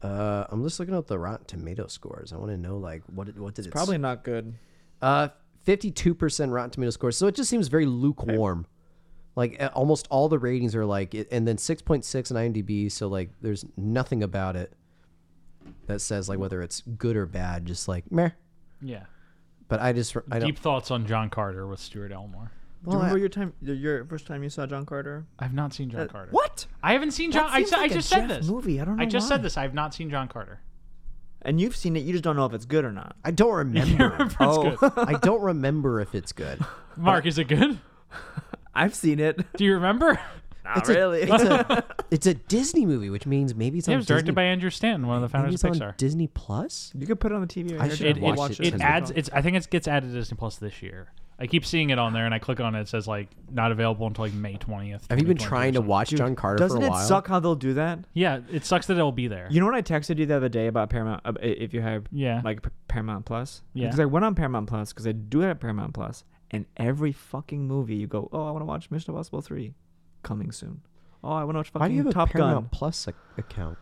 Speaker 3: Uh, I'm just looking up the Rotten Tomato scores. I want to know like what did, what did it
Speaker 4: Probably not good.
Speaker 3: Uh, fifty-two percent Rotten Tomato score. So it just seems very lukewarm. Like a- almost all the ratings are like, it- and then six point six on IMDb. So like, there's nothing about it that says like whether it's good or bad. Just like meh.
Speaker 1: yeah.
Speaker 3: But I just I don't.
Speaker 1: Deep thoughts on John Carter with Stuart Elmore.
Speaker 4: Do you
Speaker 3: well, I-
Speaker 4: remember your time, your- your first time you saw John Carter?
Speaker 1: I've not seen John Carter.
Speaker 4: Uh, What?
Speaker 1: I haven't seen John.
Speaker 4: That
Speaker 1: I,
Speaker 4: seems
Speaker 1: said- I
Speaker 4: like a
Speaker 1: just said
Speaker 4: Jeff
Speaker 1: this.
Speaker 4: movie. I don't
Speaker 1: I
Speaker 4: know
Speaker 1: just
Speaker 4: why.
Speaker 1: said this. I've not seen John Carter.
Speaker 4: And you've seen it, you just don't know if it's good or not.
Speaker 1: [LAUGHS]
Speaker 3: I don't remember.
Speaker 1: That's
Speaker 4: Oh.
Speaker 1: good.
Speaker 3: [LAUGHS] I don't remember if it's good.
Speaker 1: Mark, is it good?
Speaker 4: I've seen it.
Speaker 1: [LAUGHS] Do you remember?
Speaker 4: Not
Speaker 3: It's a-
Speaker 4: really.
Speaker 1: [LAUGHS]
Speaker 3: It's a, it's a Disney movie, which means maybe it's
Speaker 1: It
Speaker 3: on
Speaker 1: was
Speaker 3: Disney.
Speaker 1: directed by Andrew Stanton, one of the
Speaker 3: maybe
Speaker 1: founders
Speaker 3: it's on
Speaker 1: of Pixar.
Speaker 3: Disney Plus.
Speaker 4: you could put it on the TV.
Speaker 3: I
Speaker 4: Right
Speaker 3: should
Speaker 1: It,
Speaker 4: now.
Speaker 1: it,
Speaker 3: watch
Speaker 1: it
Speaker 3: tonight.
Speaker 1: adds. It's. I think it gets added to Disney Plus this year. I keep seeing it on there, and I click on it. It says like not available until like May twentieth.
Speaker 3: Have you been trying to watch John Carter
Speaker 4: Doesn't
Speaker 3: for a
Speaker 4: it
Speaker 3: while?
Speaker 4: suck how they'll do that?
Speaker 1: Yeah, it sucks that it'll be there.
Speaker 4: You know what I texted you the other day about Paramount? uh, i- If you have
Speaker 1: Yeah.
Speaker 4: like P- Paramount Plus,
Speaker 1: Yeah.
Speaker 4: Because I went on Paramount Plus because I do have Paramount Plus, and every fucking movie you go, oh, I want to watch Mission Impossible three, coming soon. Oh, I want to watch fucking
Speaker 3: Why do you have
Speaker 4: Top
Speaker 3: a Paramount
Speaker 4: Gun.
Speaker 3: Plus ac- account?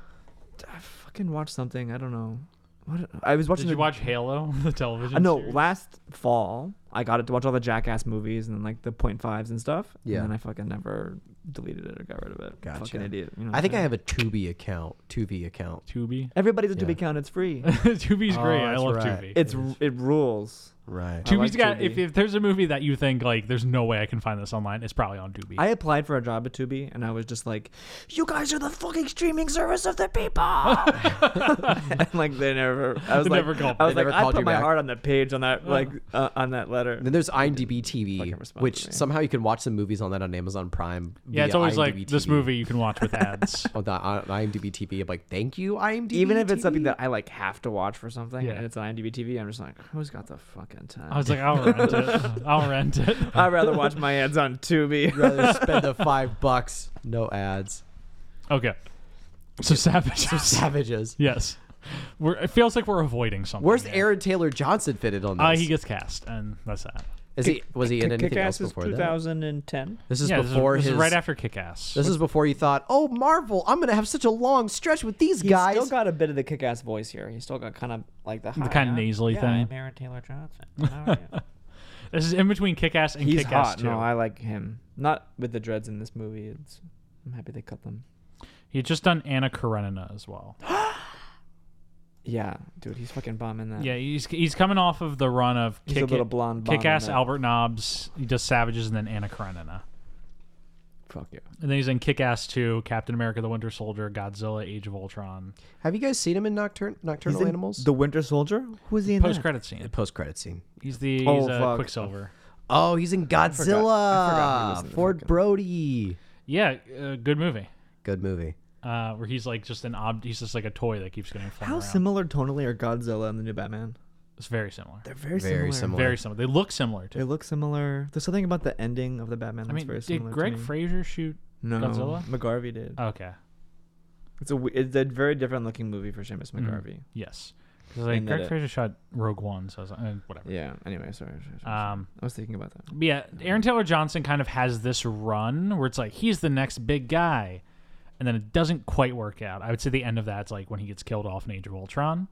Speaker 4: I fucking watched something. I don't know. What I was watching.
Speaker 1: Did
Speaker 4: the,
Speaker 1: you watch Halo, [LAUGHS] the television?
Speaker 4: I know.
Speaker 1: series?
Speaker 4: Last fall, I got it to watch all the Jackass movies and like the point fives and stuff.
Speaker 3: Yeah.
Speaker 4: And then I fucking never deleted it or got rid of it.
Speaker 3: Gotcha.
Speaker 4: Fucking idiot. You know what
Speaker 3: I
Speaker 4: I'm
Speaker 3: think I
Speaker 4: saying?
Speaker 3: have a Tubi account. Tubi account.
Speaker 1: Tubi. [LAUGHS]
Speaker 4: Everybody's a
Speaker 3: Yeah.
Speaker 4: Tubi count.
Speaker 3: [LAUGHS]
Speaker 4: It's free.
Speaker 1: Tubi's
Speaker 3: Oh,
Speaker 1: great. I
Speaker 3: that's
Speaker 1: love
Speaker 3: right.
Speaker 1: Tubi.
Speaker 4: it's it rules.
Speaker 3: Right.
Speaker 4: I
Speaker 1: Tubi's
Speaker 4: like
Speaker 1: got.
Speaker 4: Tubi.
Speaker 1: If, if there's a movie that you think like there's no way I can find this online, it's probably on Tubi.
Speaker 4: I applied for a job at Tubi and I was just like, "You guys are the fucking streaming service of
Speaker 1: [LAUGHS]
Speaker 4: the people." and like they never. I was
Speaker 1: They
Speaker 4: like,
Speaker 1: never called-
Speaker 4: I was
Speaker 3: they
Speaker 4: like,
Speaker 3: never
Speaker 4: I
Speaker 3: called
Speaker 4: put
Speaker 3: you
Speaker 4: my
Speaker 3: back.
Speaker 4: heart on the page on that like uh, on that letter.
Speaker 3: Then there's IMDb
Speaker 4: fucking
Speaker 3: TV,
Speaker 4: respond to
Speaker 3: which
Speaker 4: me.
Speaker 3: somehow you can watch the movies on that on Amazon Prime.
Speaker 1: yeah, it's
Speaker 3: via
Speaker 1: always
Speaker 3: IMDb
Speaker 1: like this
Speaker 3: TV.
Speaker 1: movie you can watch with ads.
Speaker 3: on, Oh, the, on IMDb TV. I'm like, thank you, IMDb.
Speaker 4: Even if it's something
Speaker 3: TV.
Speaker 4: that
Speaker 3: [LAUGHS]
Speaker 4: I like have to watch for something
Speaker 1: Yeah.
Speaker 4: and it's on IMDb TV, I'm just like, who's got the fucking time?
Speaker 1: I was like, I'll rent it. I'll rent it.
Speaker 4: [LAUGHS] I'd rather watch my ads on Tubi. [LAUGHS]
Speaker 3: I'd rather spend the five bucks, no ads.
Speaker 1: Okay. So savage. [LAUGHS]
Speaker 3: Savages.
Speaker 1: yes. We're, it feels like we're avoiding something.
Speaker 3: Where's
Speaker 1: here.
Speaker 3: Aaron Taylor Johnson fitted on this?
Speaker 1: Uh, he gets cast, and that's that.
Speaker 3: is he was he in anything else before that?
Speaker 4: 2010.
Speaker 3: This is
Speaker 1: yeah, this
Speaker 3: before
Speaker 1: this
Speaker 3: his.
Speaker 1: is right after Kick Ass.
Speaker 3: This is before you thought, oh Marvel, I'm gonna have such a long stretch with these
Speaker 4: He's
Speaker 3: guys.
Speaker 4: still got a bit of the kick-ass voice here. He's still got kind of like the,
Speaker 1: kind of nasally
Speaker 4: yeah,
Speaker 1: thing.
Speaker 4: I'm Aaron Taylor Johnson. How are
Speaker 1: [LAUGHS]
Speaker 4: you?"
Speaker 1: This is in between Kick Ass and
Speaker 4: He's
Speaker 1: Kick Ass
Speaker 4: hot.
Speaker 1: Two.
Speaker 4: No, I like him. Not with the dreads in this movie. It's I'm happy they cut them.
Speaker 1: He just done Anna Karenina as well.
Speaker 4: Yeah, dude, he's fucking bombing that.
Speaker 1: Yeah, he's he's coming off of the run of
Speaker 4: He's a
Speaker 1: Kick
Speaker 4: little blonde bomb in
Speaker 1: Kick Ass,
Speaker 4: that.
Speaker 1: Albert Nobbs. He does Savages and then Anna Karenina.
Speaker 4: Fuck yeah.
Speaker 1: And then he's in Kick Ass 2, Captain America the Winter Soldier, Godzilla, Age of Ultron.
Speaker 3: Have you guys seen him in Nocturne, Nocturnal Animals?
Speaker 4: The Winter Soldier? Who is he in?
Speaker 1: Post credit scene.
Speaker 3: post credit scene.
Speaker 1: He's the
Speaker 4: Oh,
Speaker 1: he's, uh,
Speaker 4: fuck.
Speaker 1: Quicksilver.
Speaker 3: Oh, he's in Godzilla.
Speaker 4: forgot he was in the
Speaker 3: Ford
Speaker 4: fucking-
Speaker 3: Brody.
Speaker 1: Yeah, uh, good movie.
Speaker 3: Good movie.
Speaker 1: Uh, where he's like just an ob- he's just like a toy that keeps getting flung
Speaker 4: How
Speaker 1: around.
Speaker 4: similar tonally are Godzilla and the new Batman?
Speaker 1: It's very similar.
Speaker 4: They're very,
Speaker 3: Very
Speaker 4: similar.
Speaker 3: similar.
Speaker 1: Very similar. They look similar
Speaker 4: They
Speaker 1: too.
Speaker 4: look similar. There's something about the ending of the Batman
Speaker 1: I
Speaker 4: that's
Speaker 1: mean,
Speaker 4: very
Speaker 1: did
Speaker 4: similar. to
Speaker 1: Greg
Speaker 4: me.
Speaker 1: Fraser shoot?
Speaker 4: no,
Speaker 1: Godzilla? Uh,
Speaker 4: McGarvey did.
Speaker 1: Okay. Mm.
Speaker 4: It's a w- it's a very different looking movie for Seamus McGarvey.
Speaker 1: Yes. Because like
Speaker 4: And that
Speaker 1: Greg
Speaker 4: it-
Speaker 1: Fraser shot Rogue One, so I was like, eh, whatever.
Speaker 4: Yeah. Anyway, sorry. sorry, sorry, sorry.
Speaker 1: Um,
Speaker 4: I was thinking about that.
Speaker 1: but yeah, Aaron Taylor Johnson kind of has this run where it's like he's the next big guy, and then it doesn't quite work out. I would say the end of that's like when he gets killed off in Age of Ultron,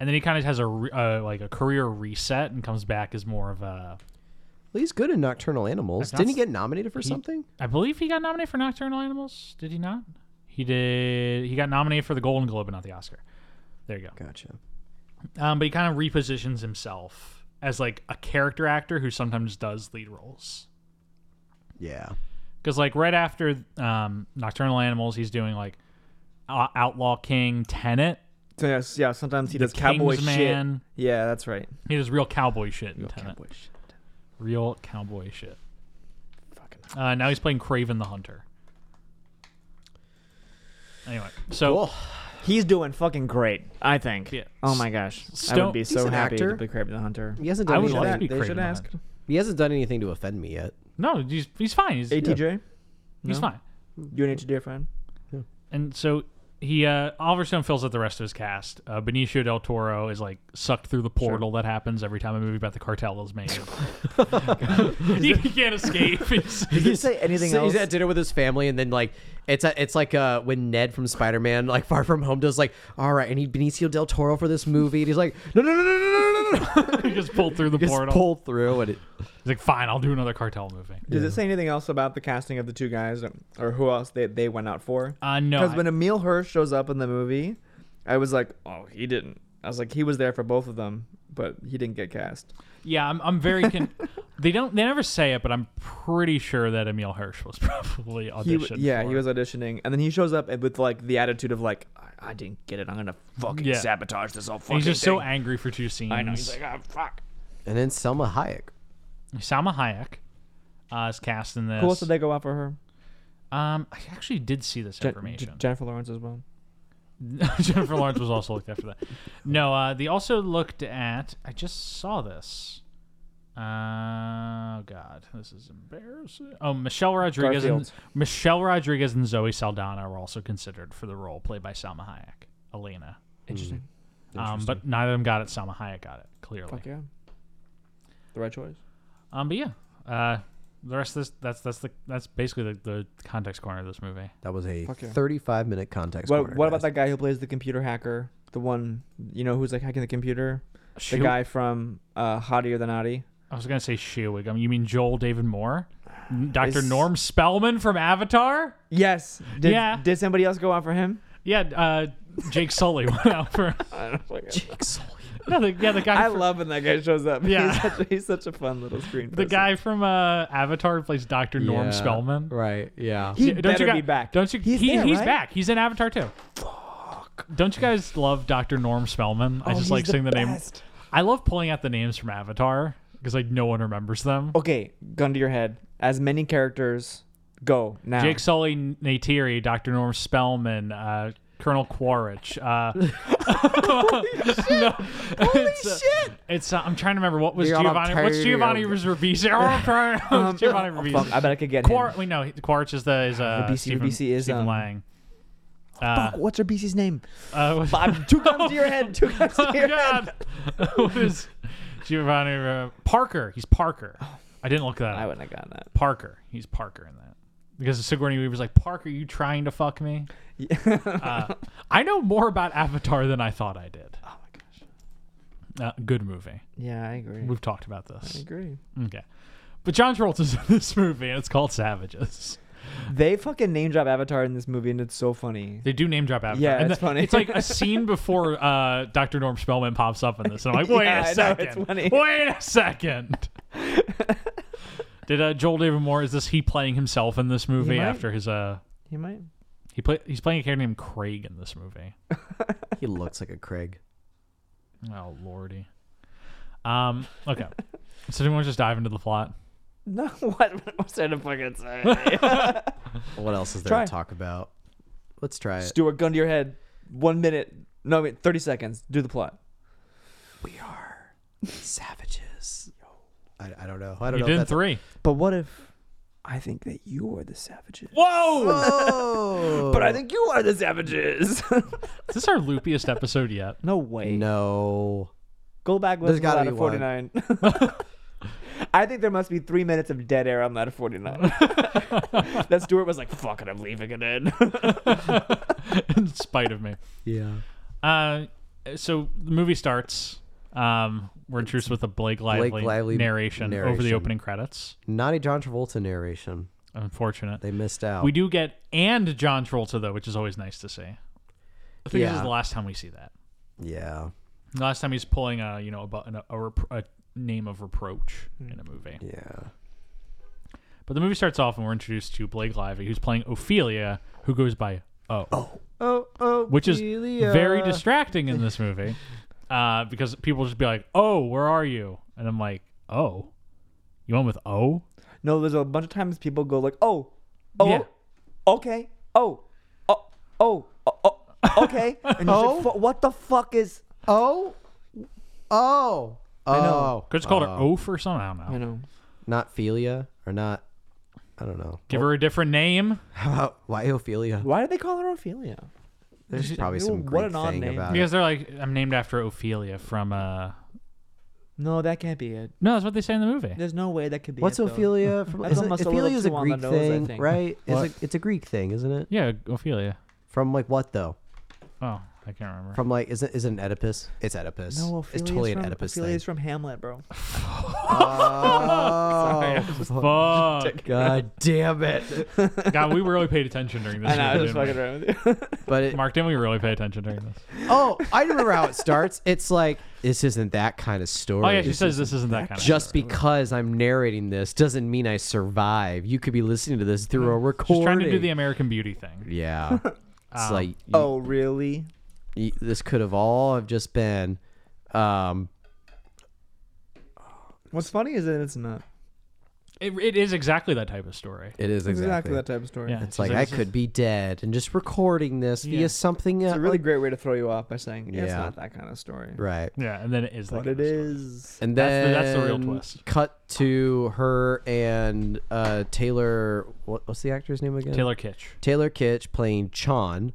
Speaker 1: and then he kind of has a re- uh, like a career reset and comes back as more of a.
Speaker 3: Well, he's good in Nocturnal Animals.
Speaker 1: That's
Speaker 3: Didn't he
Speaker 1: not-
Speaker 3: get nominated for something?
Speaker 1: I believe he got nominated for Nocturnal Animals. Did he not? He did. He got nominated for the Golden Globe, but not the Oscar. There you go.
Speaker 3: Gotcha.
Speaker 1: Um, but he kind of repositions himself as like a character actor who sometimes does lead roles.
Speaker 3: Yeah.
Speaker 1: because like right after um, Nocturnal Animals, he's doing like Ou- Outlaw King, Tenet.
Speaker 4: So yes, yeah. Sometimes he
Speaker 1: The
Speaker 4: does cowboy
Speaker 1: Kingsman.
Speaker 4: shit. Yeah, that's right.
Speaker 1: He does real cowboy shit in Tenet.
Speaker 4: Cowboy shit.
Speaker 1: Real cowboy shit.
Speaker 4: Fucking.
Speaker 1: Uh, now he's playing Craven the Hunter. Anyway, so
Speaker 3: Cool.
Speaker 4: He's doing fucking great. I think.
Speaker 1: Yeah.
Speaker 4: Oh my gosh. I
Speaker 1: Stone-
Speaker 4: would be
Speaker 3: He's
Speaker 4: so
Speaker 3: an
Speaker 4: happy
Speaker 3: actor.
Speaker 4: to be Kraven the Hunter.
Speaker 3: He hasn't
Speaker 1: I
Speaker 3: done
Speaker 1: would love to
Speaker 3: anything.
Speaker 1: be
Speaker 4: They
Speaker 1: Kraven
Speaker 4: should
Speaker 1: the
Speaker 4: ask.
Speaker 1: Hunter.
Speaker 3: He hasn't done anything to offend me [LAUGHS] yet.
Speaker 1: no, he's he's fine. He's
Speaker 4: ATJ.
Speaker 1: he's fine.
Speaker 4: You an ATJ fan?
Speaker 1: And so he uh, Oliver Stone fills out the rest of his cast. Uh, Benicio del Toro is like sucked through the portal that happens every time a movie about the cartel is
Speaker 4: [LAUGHS]
Speaker 1: made. [LAUGHS] he, he can't escape. He's-
Speaker 4: Did you say anything
Speaker 3: So [LAUGHS]
Speaker 4: else?
Speaker 3: he's at dinner with his family, and then like it's a, it's like uh, when Ned from Spider Man, like Far From Home, does like, all right, I need Benicio del Toro for this movie, and he's like, no, no, no, no, no, no, no, no.
Speaker 1: he just pulled through the
Speaker 3: Just
Speaker 1: portal.
Speaker 3: pull through, and it,
Speaker 1: He's like, fine, I'll do another cartel movie.
Speaker 4: Does it say anything else about the casting of the two guys um, or who else they, they went out for?
Speaker 1: Uh, no,
Speaker 4: Because
Speaker 1: I-
Speaker 4: when Emil Hirsch shows up in the movie, I was like, oh, he didn't. I was like, he was there for both of them, but he didn't get cast.
Speaker 1: yeah, I'm, I'm very. Con- [LAUGHS] they don't. They never say it, but I'm pretty sure that Emil Hirsch was [LAUGHS] probably
Speaker 4: He,
Speaker 1: auditioned.
Speaker 4: w- yeah,
Speaker 1: for
Speaker 4: he
Speaker 1: it.
Speaker 4: was auditioning, and then he shows up and with like the attitude of like, I, I didn't get it. I'm gonna fucking
Speaker 1: Yeah.
Speaker 4: sabotage this whole
Speaker 1: And
Speaker 4: fucking.
Speaker 1: He's just
Speaker 4: thing.
Speaker 1: so angry for two scenes.
Speaker 4: I know. He's like, ah, fuck.
Speaker 3: and then Selma Hayek.
Speaker 1: Salma Hayek uh, is cast in this.
Speaker 4: Who else did they go out for her?
Speaker 1: um, I actually did see this
Speaker 4: Je-
Speaker 1: information. Hmm.
Speaker 4: Je- Jennifer Lawrence as well.
Speaker 1: [LAUGHS] Jennifer Lawrence was also looked after that. No, uh, they also looked at. I just saw this. Uh, Oh God, this is embarrassing. Oh, Michelle Rodriguez and
Speaker 4: Garfield.
Speaker 1: Michelle Rodriguez and Zoe Saldana were also considered for the role played by Salma Hayek, Elena.
Speaker 4: Interesting.
Speaker 1: Um, but neither of them got it. Salma Hayek got it clearly.
Speaker 4: Fuck yeah. The right choice.
Speaker 1: Um, but yeah, uh, the rest of this that's that's the that's basically the, the context corner of this movie.
Speaker 3: That was a
Speaker 4: Fuck yeah.
Speaker 3: 35 minute context.
Speaker 4: What,
Speaker 3: corner,
Speaker 4: what about
Speaker 3: guys.
Speaker 4: that guy who plays the computer hacker? The one you know who's like hacking the computer?
Speaker 1: Shoe-
Speaker 4: The guy from uh, Hottie or the Naughty?
Speaker 1: I was gonna say Shewig. I mean, you mean Joel David Moore,
Speaker 4: [SIGHS]
Speaker 1: Doctor
Speaker 4: Is-
Speaker 1: Norm Spellman from Avatar?
Speaker 4: Yes. Did,
Speaker 1: Yeah.
Speaker 4: Did somebody else go out for him?
Speaker 1: Yeah, uh, Jake Sully [LAUGHS] went out for. [LAUGHS]
Speaker 4: I
Speaker 1: No, the, yeah, the guy. from,
Speaker 4: love when that guy shows up.
Speaker 1: Yeah.
Speaker 4: He's such, he's such a fun little screen.
Speaker 1: the guy from uh, Avatar who plays Doctor Norm
Speaker 3: Yeah,
Speaker 1: Spellman.
Speaker 3: Right. Yeah.
Speaker 4: He
Speaker 1: Yeah, don't
Speaker 4: better
Speaker 1: you guys,
Speaker 4: be back.
Speaker 1: Don't you?
Speaker 4: He's
Speaker 1: he,
Speaker 4: there,
Speaker 1: he's
Speaker 4: right?
Speaker 1: back. He's in Avatar too. Fuck. Don't you guys love Doctor Norm Spellman?
Speaker 4: Oh,
Speaker 1: I just like seeing Oh, the name. I love pulling out the names from Avatar because like no one remembers them.
Speaker 4: Okay, gun to your head. As many characters go now.
Speaker 1: Jake Sully, Neytiri, Doctor Norm Spellman, uh, Colonel Quaritch. Uh, [LAUGHS] no, it's, uh, It's uh, I'm trying to remember what was
Speaker 3: You're on a
Speaker 1: Giovanni. What's
Speaker 3: tidy
Speaker 1: Giovanni
Speaker 3: old-
Speaker 1: Ribisi? Oh, I'm
Speaker 4: [LAUGHS]
Speaker 1: trying- [LAUGHS] what's Giovanni
Speaker 4: Oh, fuck, I
Speaker 1: Ribisi.
Speaker 4: bet I could get
Speaker 1: Quar-
Speaker 4: him.
Speaker 1: we know he- Quaritch is the is uh,
Speaker 4: Ribisi-
Speaker 1: Stephen,
Speaker 4: Ribisi is,
Speaker 1: Stephen
Speaker 4: um,
Speaker 1: Lang.
Speaker 4: Fuck, what's her BC's name?
Speaker 1: Uh, [LAUGHS] what-
Speaker 4: Bob, two guns to your head. Two guns
Speaker 1: [LAUGHS]
Speaker 4: to
Speaker 1: oh
Speaker 4: your
Speaker 1: God! [LAUGHS]
Speaker 4: head.
Speaker 1: what is Giovanni Ri- Parker? He's Parker. I didn't look that.
Speaker 4: Oh. I
Speaker 1: Up.
Speaker 4: wouldn't have gotten that.
Speaker 1: Parker. He's Parker in that. Because Sigourney Weaver's like, Parker, you trying to fuck me? uh, I know more about Avatar than I thought I did.
Speaker 4: Oh my gosh.
Speaker 1: Uh, good movie.
Speaker 4: Yeah, I agree.
Speaker 1: We've talked about
Speaker 4: I
Speaker 1: this.
Speaker 4: agree.
Speaker 1: Okay. But John Travolta's [LAUGHS] in this movie, and it's called Savages.
Speaker 4: They fucking name drop Avatar in this movie, and it's so funny.
Speaker 1: They do name drop Avatar.
Speaker 4: Yeah,
Speaker 1: and
Speaker 4: it's
Speaker 1: the-
Speaker 4: funny.
Speaker 1: It's
Speaker 4: [LAUGHS]
Speaker 1: like a scene before uh, Dr. Norm Spellman pops up in this, and I'm like, wait
Speaker 4: [LAUGHS] Yeah, I know,
Speaker 1: a
Speaker 4: it's
Speaker 1: second.
Speaker 4: funny.
Speaker 1: Wait a
Speaker 4: [LAUGHS]
Speaker 1: second. Did uh, Joel David Moore? Is this he playing himself in this movie
Speaker 4: might.
Speaker 1: after his uh?
Speaker 4: You might.
Speaker 1: He play he's playing a character named Craig in this movie.
Speaker 3: He looks like a Craig.
Speaker 1: Oh lordy. Um.
Speaker 3: [LAUGHS]
Speaker 1: Okay. so do we want to just dive into the plot?
Speaker 4: No, [LAUGHS] what was I to fucking say?
Speaker 3: What else is there
Speaker 4: Try.
Speaker 3: to talk about? Let's try it.
Speaker 4: Stuart, gun to your head. One minute. No, wait, 30 seconds. Do the plot.
Speaker 3: we are savages. I, I don't know. I don't
Speaker 1: You did
Speaker 3: know. if
Speaker 1: in
Speaker 3: that's a-
Speaker 1: three.
Speaker 4: But what if I think that you are the savages.
Speaker 1: Whoa!
Speaker 3: [LAUGHS] Oh,
Speaker 4: But I think you are the savages. [LAUGHS]
Speaker 1: Is this our loopiest episode yet?
Speaker 3: [LAUGHS]
Speaker 4: no way.
Speaker 3: no.
Speaker 4: Go back
Speaker 3: There's
Speaker 4: with
Speaker 3: gotta
Speaker 4: Letter
Speaker 3: be one.
Speaker 4: 49.
Speaker 3: [LAUGHS]
Speaker 4: [LAUGHS] I think there must be three minutes of dead air on
Speaker 3: [LAUGHS]
Speaker 4: Letter 49. that Stuart was like, fuck it, I'm leaving it in.
Speaker 1: In spite of me.
Speaker 3: Yeah.
Speaker 1: Uh, so the movie starts. Um, we're introduced with a Blake Lively,
Speaker 3: Lively
Speaker 1: narration, over the
Speaker 3: narration.
Speaker 1: opening credits.
Speaker 3: Naughty John Travolta narration.
Speaker 1: Unfortunate.
Speaker 3: They missed out.
Speaker 1: We do get and John Travolta though, which is always nice to see. I think this
Speaker 3: Yeah.
Speaker 1: is the last time we see that.
Speaker 3: Yeah.
Speaker 1: The last time he's pulling a you know about an, a, rep- a name of reproach in a movie.
Speaker 3: Yeah.
Speaker 1: But the movie starts off and we're introduced to Blake Lively, who's playing Ophelia, who goes by O,
Speaker 3: Oh, oh.
Speaker 1: which is very distracting in this movie [LAUGHS] uh, because people just be like, "Oh, where are you?" And I'm like, "Oh, you went with O."
Speaker 4: no, there's a bunch of times people go like, oh, oh,
Speaker 1: Yeah.
Speaker 4: okay, oh, oh, oh, oh, oh, okay.
Speaker 3: [LAUGHS]
Speaker 4: And you're just like, "Fu- what the fuck is...
Speaker 3: Oh. Oh. Oh.
Speaker 1: Could just call her Oaf or something. I don't know.
Speaker 4: know.
Speaker 3: Not Philia or not. I don't know. [LAUGHS]
Speaker 1: Give her a different name.
Speaker 3: How about why Ophelia?
Speaker 4: Why did they call her Ophelia?
Speaker 3: There's probably some
Speaker 4: what
Speaker 3: Greek
Speaker 4: an odd
Speaker 3: thing
Speaker 4: name.
Speaker 3: about it.
Speaker 1: Because they're like, I'm named after Ophelia from. uh
Speaker 4: No, that can't be it.
Speaker 1: No, that's what they say in the movie.
Speaker 4: There's no way that could be
Speaker 3: What's
Speaker 4: it. though.
Speaker 3: Ophelia?
Speaker 4: [LAUGHS]
Speaker 3: From,
Speaker 4: That's
Speaker 3: is
Speaker 4: almost a little
Speaker 3: Ophelia is a
Speaker 4: too on the
Speaker 3: Greek
Speaker 4: nose, I
Speaker 3: thing,
Speaker 4: think.
Speaker 3: right?
Speaker 1: What?
Speaker 3: It's a, it's a Greek thing, isn't it?
Speaker 1: Yeah, Ophelia.
Speaker 3: From like what though?
Speaker 1: Oh, I can't remember.
Speaker 3: From like isn't is it an Oedipus? It's Oedipus.
Speaker 4: No,
Speaker 3: it's
Speaker 4: Ophelia's
Speaker 3: totally
Speaker 4: from,
Speaker 3: an Oedipus
Speaker 4: Ophelia's
Speaker 3: thing.
Speaker 4: from
Speaker 3: [LAUGHS]
Speaker 4: Hamlet, bro.
Speaker 1: [LAUGHS]
Speaker 3: Oh,
Speaker 1: Fuck.
Speaker 3: God damn it!
Speaker 1: God, we really paid attention during this.
Speaker 4: I know, I was [LAUGHS]
Speaker 1: movie,
Speaker 4: just
Speaker 1: didn't
Speaker 4: fucking around with you.
Speaker 3: But it,
Speaker 1: we? Mark, didn't we really pay attention during this?
Speaker 3: oh, I remember how it starts. It's like this isn't that kind of story.
Speaker 1: Oh yeah, she says this isn't that kind of.
Speaker 3: Just because I'm narrating this doesn't mean I survive. You could be listening to this through a recording.
Speaker 1: Mm-hmm. She's trying to do the Um, American Beauty thing. [LAUGHS]
Speaker 3: yeah. It's like you-
Speaker 4: oh, really?
Speaker 3: y- this could have all have just been um
Speaker 4: What's funny is that it's not
Speaker 1: It, it is exactly that type of story.
Speaker 3: it is
Speaker 4: exactly,
Speaker 3: exactly,
Speaker 4: that type of story.
Speaker 1: Yeah,
Speaker 4: It's
Speaker 3: it's like I could be dead and just recording this
Speaker 1: Yeah.
Speaker 3: via something
Speaker 4: a
Speaker 3: uh,
Speaker 4: really
Speaker 3: like-
Speaker 4: great way to throw you off by saying yeah, it's
Speaker 3: Yeah.
Speaker 4: not that kind of story.
Speaker 3: right.
Speaker 1: Yeah, and then it is. that
Speaker 4: But
Speaker 1: kind
Speaker 4: it
Speaker 1: of story.
Speaker 4: is.
Speaker 3: And
Speaker 1: That's
Speaker 3: then
Speaker 1: the- that's the real twist.
Speaker 3: Cut to her and uh, Taylor. What, what's the actor's name again?
Speaker 1: Taylor Kitsch.
Speaker 3: Taylor Kitsch playing Chon.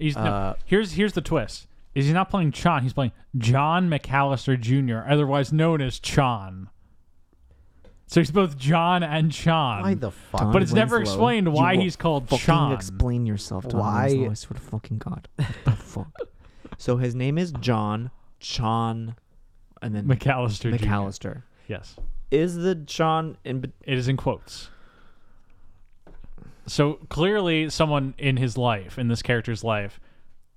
Speaker 1: He's no,
Speaker 3: Uh,
Speaker 1: here's here's the twist. Is he's not playing Chon? He's playing John McAllister Jr., otherwise known as Chon. So he's both John and Chon.
Speaker 3: Why the fuck?
Speaker 1: Um, but it's never explained why he's called Chon.
Speaker 4: yourself,
Speaker 3: Tom Why- Winslow, I
Speaker 4: swear to fucking God. [LAUGHS] What the fuck? So his name is John Chon, and then
Speaker 1: McAllister. Jr.. Yes,
Speaker 4: Is the John in? bet-
Speaker 1: it is in quotes. So clearly, someone in his life, in this character's life,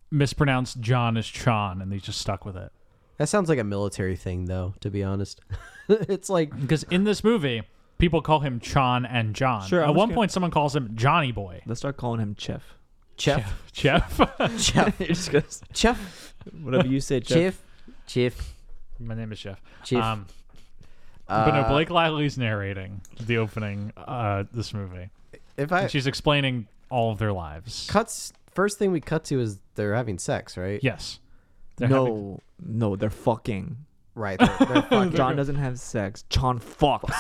Speaker 1: mispronounced John as Chon, and they just stuck with it.
Speaker 3: That sounds like a military thing, though. To be honest, [LAUGHS] it's like
Speaker 1: Because in this movie, people call him Chon and John.
Speaker 4: Sure, I'm
Speaker 1: At
Speaker 4: just
Speaker 1: one
Speaker 4: gonna-
Speaker 1: point, someone calls him Johnny
Speaker 3: [LAUGHS]
Speaker 1: Boy.
Speaker 4: Let's start calling him Chef.
Speaker 1: [LAUGHS]
Speaker 3: Chef,
Speaker 1: Jeff.
Speaker 3: [LAUGHS] Chef,
Speaker 4: You're just gonna,
Speaker 3: Chef,
Speaker 4: whatever you say, Chef.
Speaker 3: Chef, Chef,
Speaker 1: My name is Jeff.
Speaker 3: Chef.
Speaker 1: Um, but
Speaker 3: uh,
Speaker 1: no, Blake Lively's narrating the opening uh, this movie.
Speaker 3: Uh, If I
Speaker 1: And she's explaining all of their lives.
Speaker 3: cuts first thing we cut to is they're having sex, right?
Speaker 1: Yes. They're having-
Speaker 4: No, no, they're fucking.
Speaker 3: Right. They're,
Speaker 1: [LAUGHS]
Speaker 3: they're fucking-
Speaker 4: John doesn't have sex. John fucks.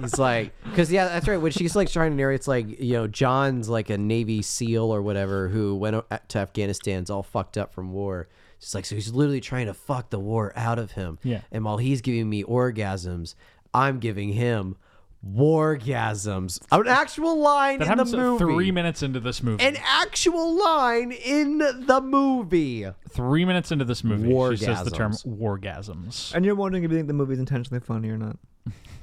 Speaker 3: He's like, because yeah, that's right. When she's like trying to narrate, it's like you know, John's like a Navy SEAL or whatever who went o- to Afghanistan's all fucked up from war. She's like, so he's literally trying to fuck the war out of him.
Speaker 1: Yeah.
Speaker 3: And while he's giving me orgasms, I'm giving him wargasms. An actual line
Speaker 1: that
Speaker 3: in the
Speaker 1: happens
Speaker 3: movie.
Speaker 1: three minutes into this movie.
Speaker 3: An actual line in the movie.
Speaker 1: three minutes into this movie, she says the term
Speaker 3: Wargasms.
Speaker 1: wargasms.
Speaker 4: and you're wondering if you think the movie's intentionally funny or not.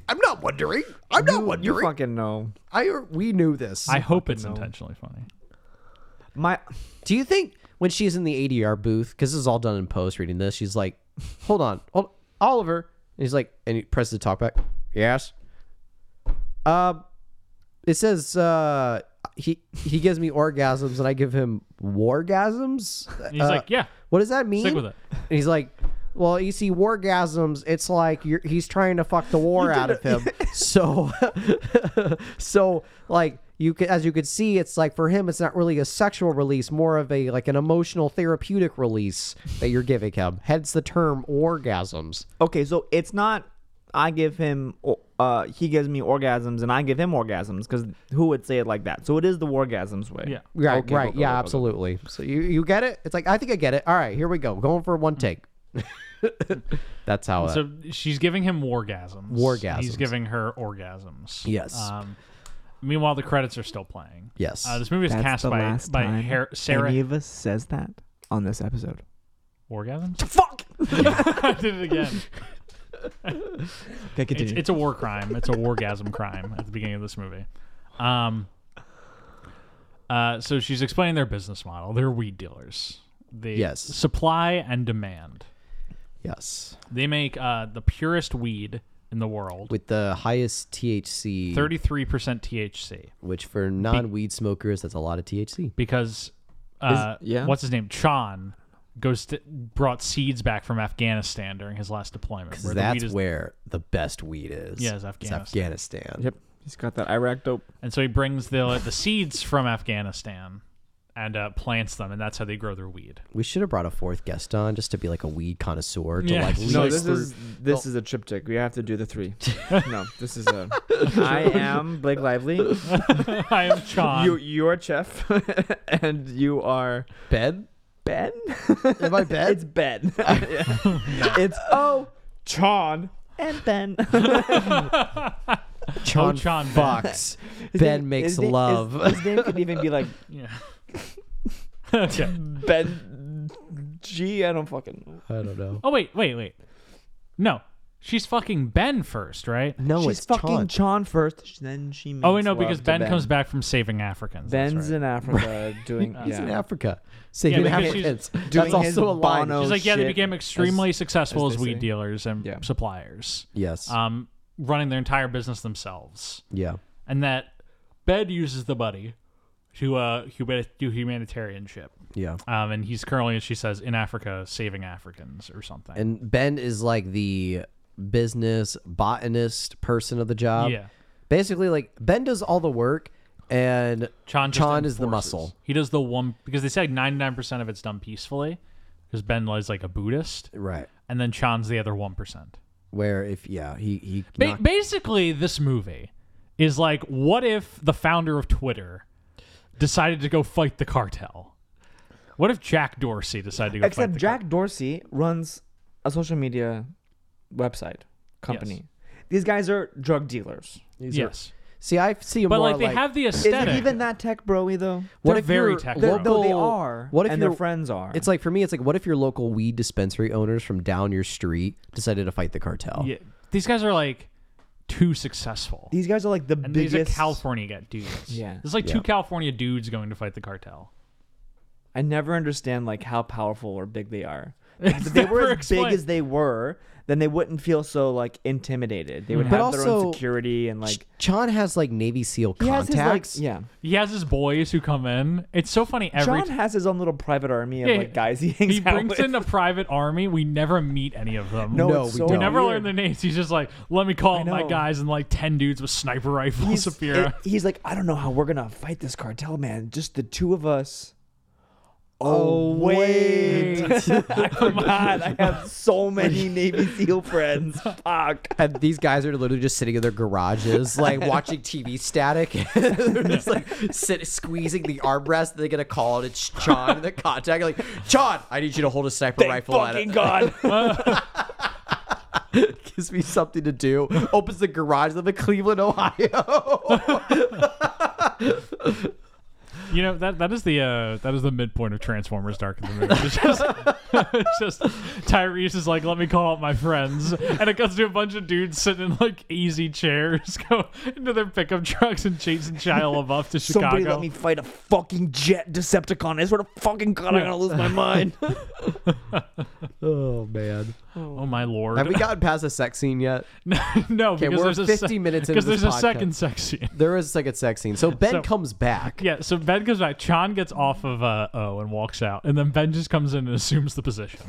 Speaker 3: I'm not wondering. I'm not
Speaker 4: You
Speaker 3: wondering.
Speaker 4: fucking know.
Speaker 3: I we knew this.
Speaker 1: I hope it's
Speaker 4: know.
Speaker 1: intentionally funny.
Speaker 4: My
Speaker 3: Do you think when she's in the ADR booth, because this is all done in post reading this, she's like, hold on, hold Oliver. And he's like, and he presses the talk back. Yes. Uh, it says, uh, he he gives me orgasms and I give him wargasms.
Speaker 1: And he's
Speaker 4: Uh,
Speaker 1: like, yeah,
Speaker 3: what does that mean?
Speaker 1: stick with it.
Speaker 3: And he's like, well, you see, wargasms. It's like you're, he's trying to [LAUGHS] fuck the war out of him. [LAUGHS] so, so like you could, as you could see, it's like for him, it's not really a sexual release, more of a like an emotional therapeutic release that you're giving him. Hence the term orgasms.
Speaker 4: okay, so it's not. I give him o- uh, uh, he gives me orgasms and I give him orgasms because who would say it like that? So it is the orgasms way.
Speaker 1: Yeah.
Speaker 3: Right,
Speaker 4: Okay,
Speaker 3: right.
Speaker 4: cool, cool,
Speaker 3: yeah,
Speaker 4: cool, cool.
Speaker 3: absolutely. So you, you get it? It's like, I think I get it. All right, here we go. Going for one take. [LAUGHS] That's how it.
Speaker 1: So she's giving him wargasms.
Speaker 3: Wargasms.
Speaker 1: He's giving her orgasms.
Speaker 3: Yes.
Speaker 1: Um, meanwhile, the credits are still playing.
Speaker 3: Yes.
Speaker 1: Uh, this movie is
Speaker 4: That's
Speaker 1: cast
Speaker 4: the
Speaker 1: by
Speaker 4: last
Speaker 1: by
Speaker 4: time
Speaker 1: Har- Sarah
Speaker 4: Any of us says that on this episode.
Speaker 1: orgasms.
Speaker 4: [LAUGHS] Fuck.
Speaker 1: [LAUGHS] I did it
Speaker 4: [LAUGHS]
Speaker 1: again.
Speaker 4: Okay,
Speaker 1: It's,
Speaker 4: continue.
Speaker 1: it's a war crime. It's a wargasm crime at the beginning of this movie. Um. Uh, so she's explaining their business model. They're weed dealers. They
Speaker 3: Yes.
Speaker 1: supply and demand.
Speaker 3: yes.
Speaker 1: They make uh, the purest weed in the world,
Speaker 3: With the highest THC,
Speaker 1: thirty-three percent THC.
Speaker 3: which for non weed smokers, that's a lot of THC.
Speaker 1: because uh,
Speaker 4: yeah.
Speaker 1: what's his name? Chan goes to, brought seeds back from Afghanistan during his last deployment.
Speaker 3: Because
Speaker 1: the
Speaker 3: that's
Speaker 1: weed is-
Speaker 3: where the best weed is.
Speaker 1: Yeah, it's
Speaker 3: It's
Speaker 1: Afghanistan.
Speaker 3: Afghanistan.
Speaker 4: [LAUGHS] yep. He's got that Iraq dope.
Speaker 1: And so he brings the the seeds from Afghanistan and uh, plants them, and that's how they grow their weed. [LAUGHS]
Speaker 3: We should have brought a fourth guest on just to be like a weed connoisseur to
Speaker 1: Yeah. [LAUGHS]
Speaker 3: like lead
Speaker 4: No,
Speaker 3: us
Speaker 4: this
Speaker 3: through-
Speaker 4: is this is a triptych. We have to do the three. no, this is a. [LAUGHS] I am
Speaker 1: [LAUGHS]
Speaker 4: Blake Lively.
Speaker 1: I am Chan.
Speaker 4: You you are Chef, [LAUGHS] and you are
Speaker 3: bed.
Speaker 4: Ben. [LAUGHS]
Speaker 3: Am I bed?
Speaker 4: It's Ben. [LAUGHS] Yeah.
Speaker 1: [LAUGHS]
Speaker 4: It's oh, Chon and Ben.
Speaker 1: Oh,
Speaker 3: John
Speaker 1: Chan Ben. [LAUGHS]
Speaker 3: Fox.
Speaker 4: His
Speaker 3: ben
Speaker 4: name-
Speaker 3: makes
Speaker 4: his name- his-
Speaker 3: love.
Speaker 4: His, name could even be like
Speaker 1: Yeah. [LAUGHS] Okay.
Speaker 4: Ben G. I don't fucking. know.
Speaker 3: I don't know.
Speaker 1: Oh wait, wait, wait. No, she's fucking Ben first, right?
Speaker 3: No,
Speaker 4: She's
Speaker 3: it's
Speaker 4: fucking
Speaker 3: Chan.
Speaker 4: Chon first. sh- Then she. Makes
Speaker 1: Oh wait, no,
Speaker 4: Mm, love
Speaker 1: because
Speaker 4: to
Speaker 1: Ben, comes back from saving Africans. that's
Speaker 4: Ben's
Speaker 1: right. [LAUGHS]
Speaker 4: in Africa doing.
Speaker 3: He's in
Speaker 4: yeah.
Speaker 3: Africa. Saving
Speaker 1: because she's
Speaker 3: Africans.
Speaker 4: doing
Speaker 3: That's
Speaker 4: his
Speaker 3: also a line.
Speaker 4: Bono
Speaker 1: She's like, yeah, they
Speaker 4: shit
Speaker 1: became
Speaker 4: as-
Speaker 1: extremely successful
Speaker 4: as
Speaker 1: as,
Speaker 4: they
Speaker 1: weed
Speaker 4: say.
Speaker 1: dealers and
Speaker 4: Yeah.
Speaker 1: suppliers.
Speaker 3: Yes.
Speaker 1: um, running their entire business themselves,
Speaker 3: yeah.
Speaker 1: and that Bed uses the buddy to uh, huma- do humanitarian ship.
Speaker 3: Yeah.
Speaker 1: Um, and he's currently, as she says, in Africa saving Africans or something.
Speaker 3: And Ben is like the business botanist person of the job.
Speaker 1: Yeah.
Speaker 3: Basically, like Ben does all the work, and
Speaker 1: Chan, just
Speaker 3: Chan is the
Speaker 1: enforces.
Speaker 3: muscle.
Speaker 1: He does the one because they said ninety nine percent of it's done peacefully, because Ben is like a Buddhist,
Speaker 3: Right.
Speaker 1: and then Chan's the other one percent.
Speaker 3: Where if yeah he he
Speaker 1: Ba-
Speaker 3: knocked-
Speaker 1: basically, this movie is like, what if the founder of Twitter decided to go fight the cartel? What if Jack Dorsey decided to go fight
Speaker 4: Except
Speaker 1: the
Speaker 4: Jack Dorsey runs a social media website company.
Speaker 1: Yes.
Speaker 4: These guys are drug dealers.
Speaker 3: these are-
Speaker 1: Yes,
Speaker 3: see I see him
Speaker 1: but
Speaker 3: more
Speaker 1: like they have the
Speaker 4: Is
Speaker 1: aesthetic.
Speaker 4: it even that tech broy though?
Speaker 3: what
Speaker 1: they're
Speaker 3: if
Speaker 1: very
Speaker 3: your
Speaker 1: tech
Speaker 3: local-
Speaker 1: bro.
Speaker 4: No, they are.
Speaker 3: What if
Speaker 4: and
Speaker 3: your-
Speaker 4: their friends are?
Speaker 3: It's like for me, it's like what if your local weed dispensary owners from down your street decided to fight the cartel?
Speaker 1: Yeah. These guys are like too successful.
Speaker 4: these guys are like the
Speaker 1: and
Speaker 4: biggest.
Speaker 1: these are California guy dudes.
Speaker 4: [LAUGHS] Yeah.
Speaker 1: it's like two California dudes going to fight the cartel.
Speaker 4: I never understand like how powerful or big they are. Like, if they
Speaker 1: [LAUGHS]
Speaker 4: were
Speaker 1: never
Speaker 4: as big
Speaker 1: explained.
Speaker 4: as they were, then they wouldn't feel so like intimidated. They would
Speaker 1: Mm-hmm.
Speaker 3: But
Speaker 4: have their
Speaker 3: also-
Speaker 4: own security and like.
Speaker 3: Chan has like Navy SEAL
Speaker 4: He has his, like-
Speaker 3: contacts.
Speaker 4: yeah.
Speaker 1: He has his boys who come in. It's so funny. Every
Speaker 4: John
Speaker 1: t-
Speaker 4: has his own little private army of
Speaker 1: Yeah,
Speaker 4: like guys he hangs
Speaker 1: he
Speaker 4: out
Speaker 1: brings
Speaker 4: with.
Speaker 1: in a private army. We never meet any of them.
Speaker 4: no,
Speaker 3: No,
Speaker 4: it's
Speaker 3: we
Speaker 4: so
Speaker 3: don't.
Speaker 1: We never
Speaker 4: weird.
Speaker 1: learned the names. He's just like, let me call
Speaker 4: I
Speaker 1: up my
Speaker 4: know.
Speaker 1: guys and like ten dudes with sniper rifles appear.
Speaker 4: it- he's like, I don't know how we're gonna fight this cartel, man. Just the two of us. Oh, wait.
Speaker 3: [LAUGHS]
Speaker 4: I forgot. I have so many Navy SEAL friends. Fuck.
Speaker 3: And these guys are literally just sitting in their garages, like watching TV static. [LAUGHS] They're just like sit, squeezing the armrest. They get a call and it's Chan in the contact. Like, Chan, I need you to hold a sniper
Speaker 4: Thank
Speaker 3: rifle at
Speaker 4: fucking
Speaker 3: it. [LAUGHS]
Speaker 4: God.
Speaker 1: [LAUGHS] Uh,
Speaker 3: Gives me something to do. Opens the garage. Live in Cleveland, Ohio.
Speaker 1: You know that that is the uh, that is the midpoint of Transformers: Dark of the Moon. It's just, [LAUGHS] it's just Tyrese is like, let me call up my friends, and it goes to a bunch of dudes sitting in like easy chairs, [LAUGHS] go into their pickup trucks and chasing
Speaker 3: [LAUGHS]
Speaker 1: Shia LaBeouf to Chicago.
Speaker 4: Somebody let me fight a fucking jet Decepticon. I swear to fucking God, I'm gonna lose
Speaker 3: [LAUGHS]
Speaker 4: my mind.
Speaker 3: oh man,
Speaker 1: oh my lord!
Speaker 3: have we gotten past the sex scene yet?
Speaker 1: [LAUGHS] no,
Speaker 3: Okay,
Speaker 1: because
Speaker 3: we're
Speaker 1: there's a
Speaker 3: 50 minutes into
Speaker 1: because
Speaker 3: this
Speaker 1: there's
Speaker 3: podcast.
Speaker 1: a second sex scene.
Speaker 3: There is a second sex scene. So Ben
Speaker 1: So-
Speaker 3: comes
Speaker 1: [LAUGHS]
Speaker 3: back.
Speaker 1: Yeah, so Ben goes back. Chan gets off of uh, O and walks out, and then Ben just comes in and assumes the position.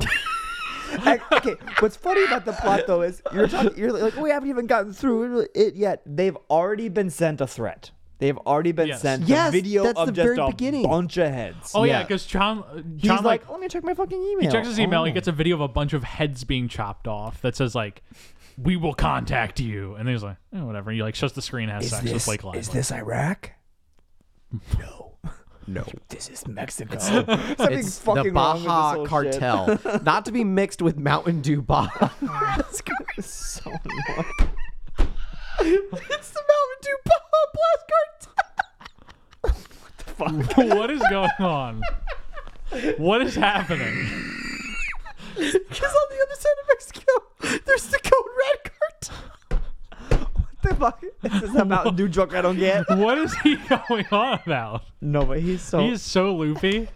Speaker 4: I- okay, what's funny about the plot though is you're talking, you're like, we haven't even gotten through it yet. They've already been sent a threat. They've already been
Speaker 1: Yes.
Speaker 4: sent
Speaker 3: Yes,
Speaker 4: a video
Speaker 3: that's
Speaker 4: of
Speaker 3: the
Speaker 4: just
Speaker 3: very
Speaker 4: a
Speaker 3: beginning.
Speaker 4: bunch of heads.
Speaker 1: Oh yeah,
Speaker 3: Yeah.
Speaker 1: because Chan
Speaker 4: He's
Speaker 1: Chan
Speaker 4: like, let me check my fucking email.
Speaker 1: He checks his email.
Speaker 4: Oh.
Speaker 1: He gets a video of a bunch of heads being chopped off that says like we will contact you. And he's like, eh, whatever. He like shuts the screen and has
Speaker 4: Is
Speaker 1: sex with
Speaker 4: this,
Speaker 1: Blake Lively.
Speaker 4: is this [LAUGHS] Iraq? No.
Speaker 3: No.
Speaker 4: [LAUGHS] This is Mexico. [LAUGHS] Something
Speaker 3: It's the
Speaker 4: fucking wrong with this
Speaker 3: Baja
Speaker 4: whole shit. [LAUGHS]
Speaker 3: Cartel, not to be mixed with Mountain Dew Baja.
Speaker 4: It's so annoying. [LAUGHS]
Speaker 3: it's the Mountain Dew Baja Blast Cartel.
Speaker 4: [LAUGHS]
Speaker 1: what is going on? What is happening?
Speaker 3: Because on the other side of Mexico, there's the code red cartel.
Speaker 4: the fuck? Is this a [LAUGHS] Mountain Dew joke I don't get?
Speaker 1: What is he [LAUGHS] going on about?
Speaker 4: No, but he's so.
Speaker 1: He is so loopy.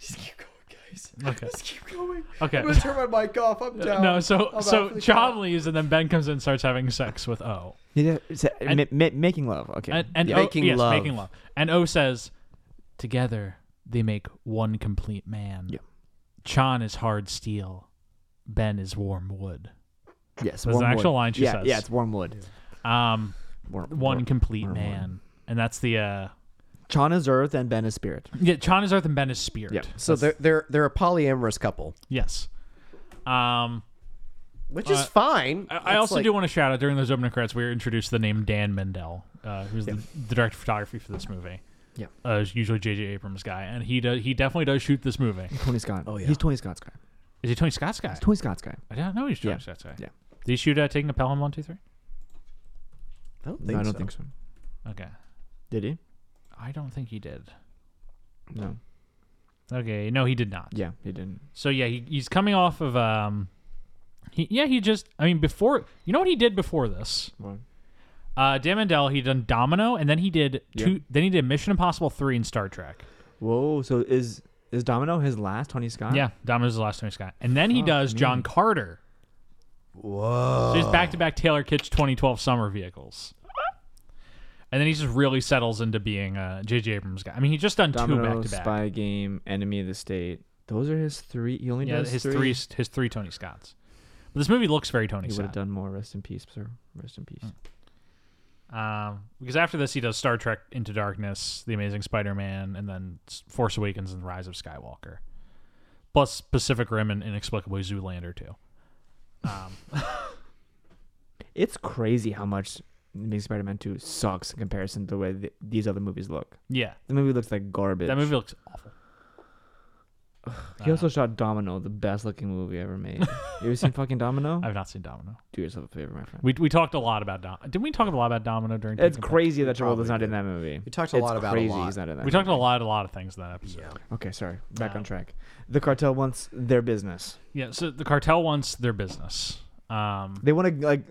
Speaker 3: Just keep going, guys.
Speaker 1: Okay.
Speaker 3: Keep going.
Speaker 1: Okay.
Speaker 3: I'm gonna turn my mic off. I'm down.
Speaker 1: No, so
Speaker 3: I'm out
Speaker 1: so
Speaker 3: for the
Speaker 1: John
Speaker 3: count.
Speaker 1: leaves and then Ben comes in and starts having sex with O.
Speaker 4: Yeah, it's a- ma- ma- making love. Okay.
Speaker 1: And, and
Speaker 3: Yeah.
Speaker 1: O,
Speaker 3: Making
Speaker 1: yes,
Speaker 3: love.
Speaker 1: making love. And O says, Together they make one complete man.
Speaker 4: Yep.
Speaker 1: Chan is hard steel. Ben is warm wood.
Speaker 4: yes,
Speaker 1: That's
Speaker 4: warm
Speaker 1: an actual
Speaker 4: wood.
Speaker 1: line she
Speaker 4: yeah,
Speaker 1: says.
Speaker 4: Yeah, it's warm wood.
Speaker 1: Um
Speaker 4: Warm,
Speaker 1: one
Speaker 4: warm.
Speaker 1: complete
Speaker 4: warm wood.
Speaker 1: man. And that's the uh
Speaker 4: Chan is earth and Ben is spirit.
Speaker 1: Yeah, Chan is earth and Ben is spirit.
Speaker 4: Yep.
Speaker 3: So they're they're they're a polyamorous couple,
Speaker 1: Yes. Um
Speaker 3: which is fine.
Speaker 1: Uh, I, I
Speaker 3: It's
Speaker 1: also
Speaker 3: like-
Speaker 1: do want to shout out during those opening credits, we were introduced to the name Dan Mendel, uh, who's the director of photography for this movie.
Speaker 4: Yeah.
Speaker 1: uh, is usually J.J. Abrams guy, and he does he definitely does shoot this movie.
Speaker 4: Tony Scott. Oh yeah. He's Tony Scott's guy.
Speaker 1: Is he Tony Scott's guy?
Speaker 4: Tony Scott's guy.
Speaker 1: I didn't know he's Tony
Speaker 4: Yeah.
Speaker 1: Scott's guy.
Speaker 4: Yeah.
Speaker 1: Did he shoot uh, Taking a Pelham one two three?
Speaker 3: I don't
Speaker 4: No,
Speaker 3: think
Speaker 4: I don't
Speaker 3: so.
Speaker 4: think so.
Speaker 1: Okay,
Speaker 4: Did he?
Speaker 1: I don't think he did.
Speaker 4: No.
Speaker 1: Okay, no, he did not.
Speaker 4: Yeah, he didn't.
Speaker 1: So yeah, he, he's coming off of um, he yeah he just I mean before you know what he did before this.
Speaker 4: What?
Speaker 1: Uh, Dan Mendel he done Domino, and then he did two. Then he did Mission Impossible three and Star Trek.
Speaker 4: Whoa. So is is Domino his last Tony Scott?
Speaker 1: Yeah, Domino's the last Tony Scott. And then he does John Carter. Whoa. So he's back to back Taylor Kitsch 2012 summer vehicles. And then he just really settles into being a J.J. Abrams guy. I mean, he's just done
Speaker 4: Domino,
Speaker 1: two back to back.
Speaker 4: Spy Game, Enemy of the State. Those are his three. He only
Speaker 1: Yeah,
Speaker 4: does
Speaker 1: his
Speaker 4: three.
Speaker 1: three his three Tony Scotts. But this movie looks very Tony
Speaker 4: He would have
Speaker 1: Scott. Mm.
Speaker 4: done more. Rest in peace, sir. Rest in peace.
Speaker 1: Um, because after this, he does Star Trek Into Darkness, The Amazing Spider Man, and then S- Force Awakens and Rise of Skywalker. Plus Pacific Rim and inexplicably Zoolander, too. Um,
Speaker 4: It's crazy how much Amazing Spider-Man 2 sucks in comparison to the way th- these other movies look.
Speaker 1: Yeah,
Speaker 4: The movie looks like garbage.
Speaker 1: that movie looks awful.
Speaker 4: He also shot Domino, the best looking movie
Speaker 1: [LAUGHS]
Speaker 4: ever made. you ever seen fucking Domino?
Speaker 1: I've not seen Domino.
Speaker 4: Do yourself a favor, my friend.
Speaker 1: We, we talked a lot about Dom. Didn't we talk a lot about Domino during?
Speaker 4: it's
Speaker 1: Taken Back?
Speaker 4: crazy that Travolta's
Speaker 3: Probably
Speaker 4: not in that movie.
Speaker 3: We talked a
Speaker 4: It's
Speaker 3: lot about a
Speaker 4: crazy
Speaker 3: lot.
Speaker 4: He's not in that.
Speaker 1: We talked a lot, a lot of things in that episode. Yeah.
Speaker 4: Okay, sorry. Back on track. The cartel wants their business.
Speaker 1: So the cartel wants their business. Um,
Speaker 4: They want to like,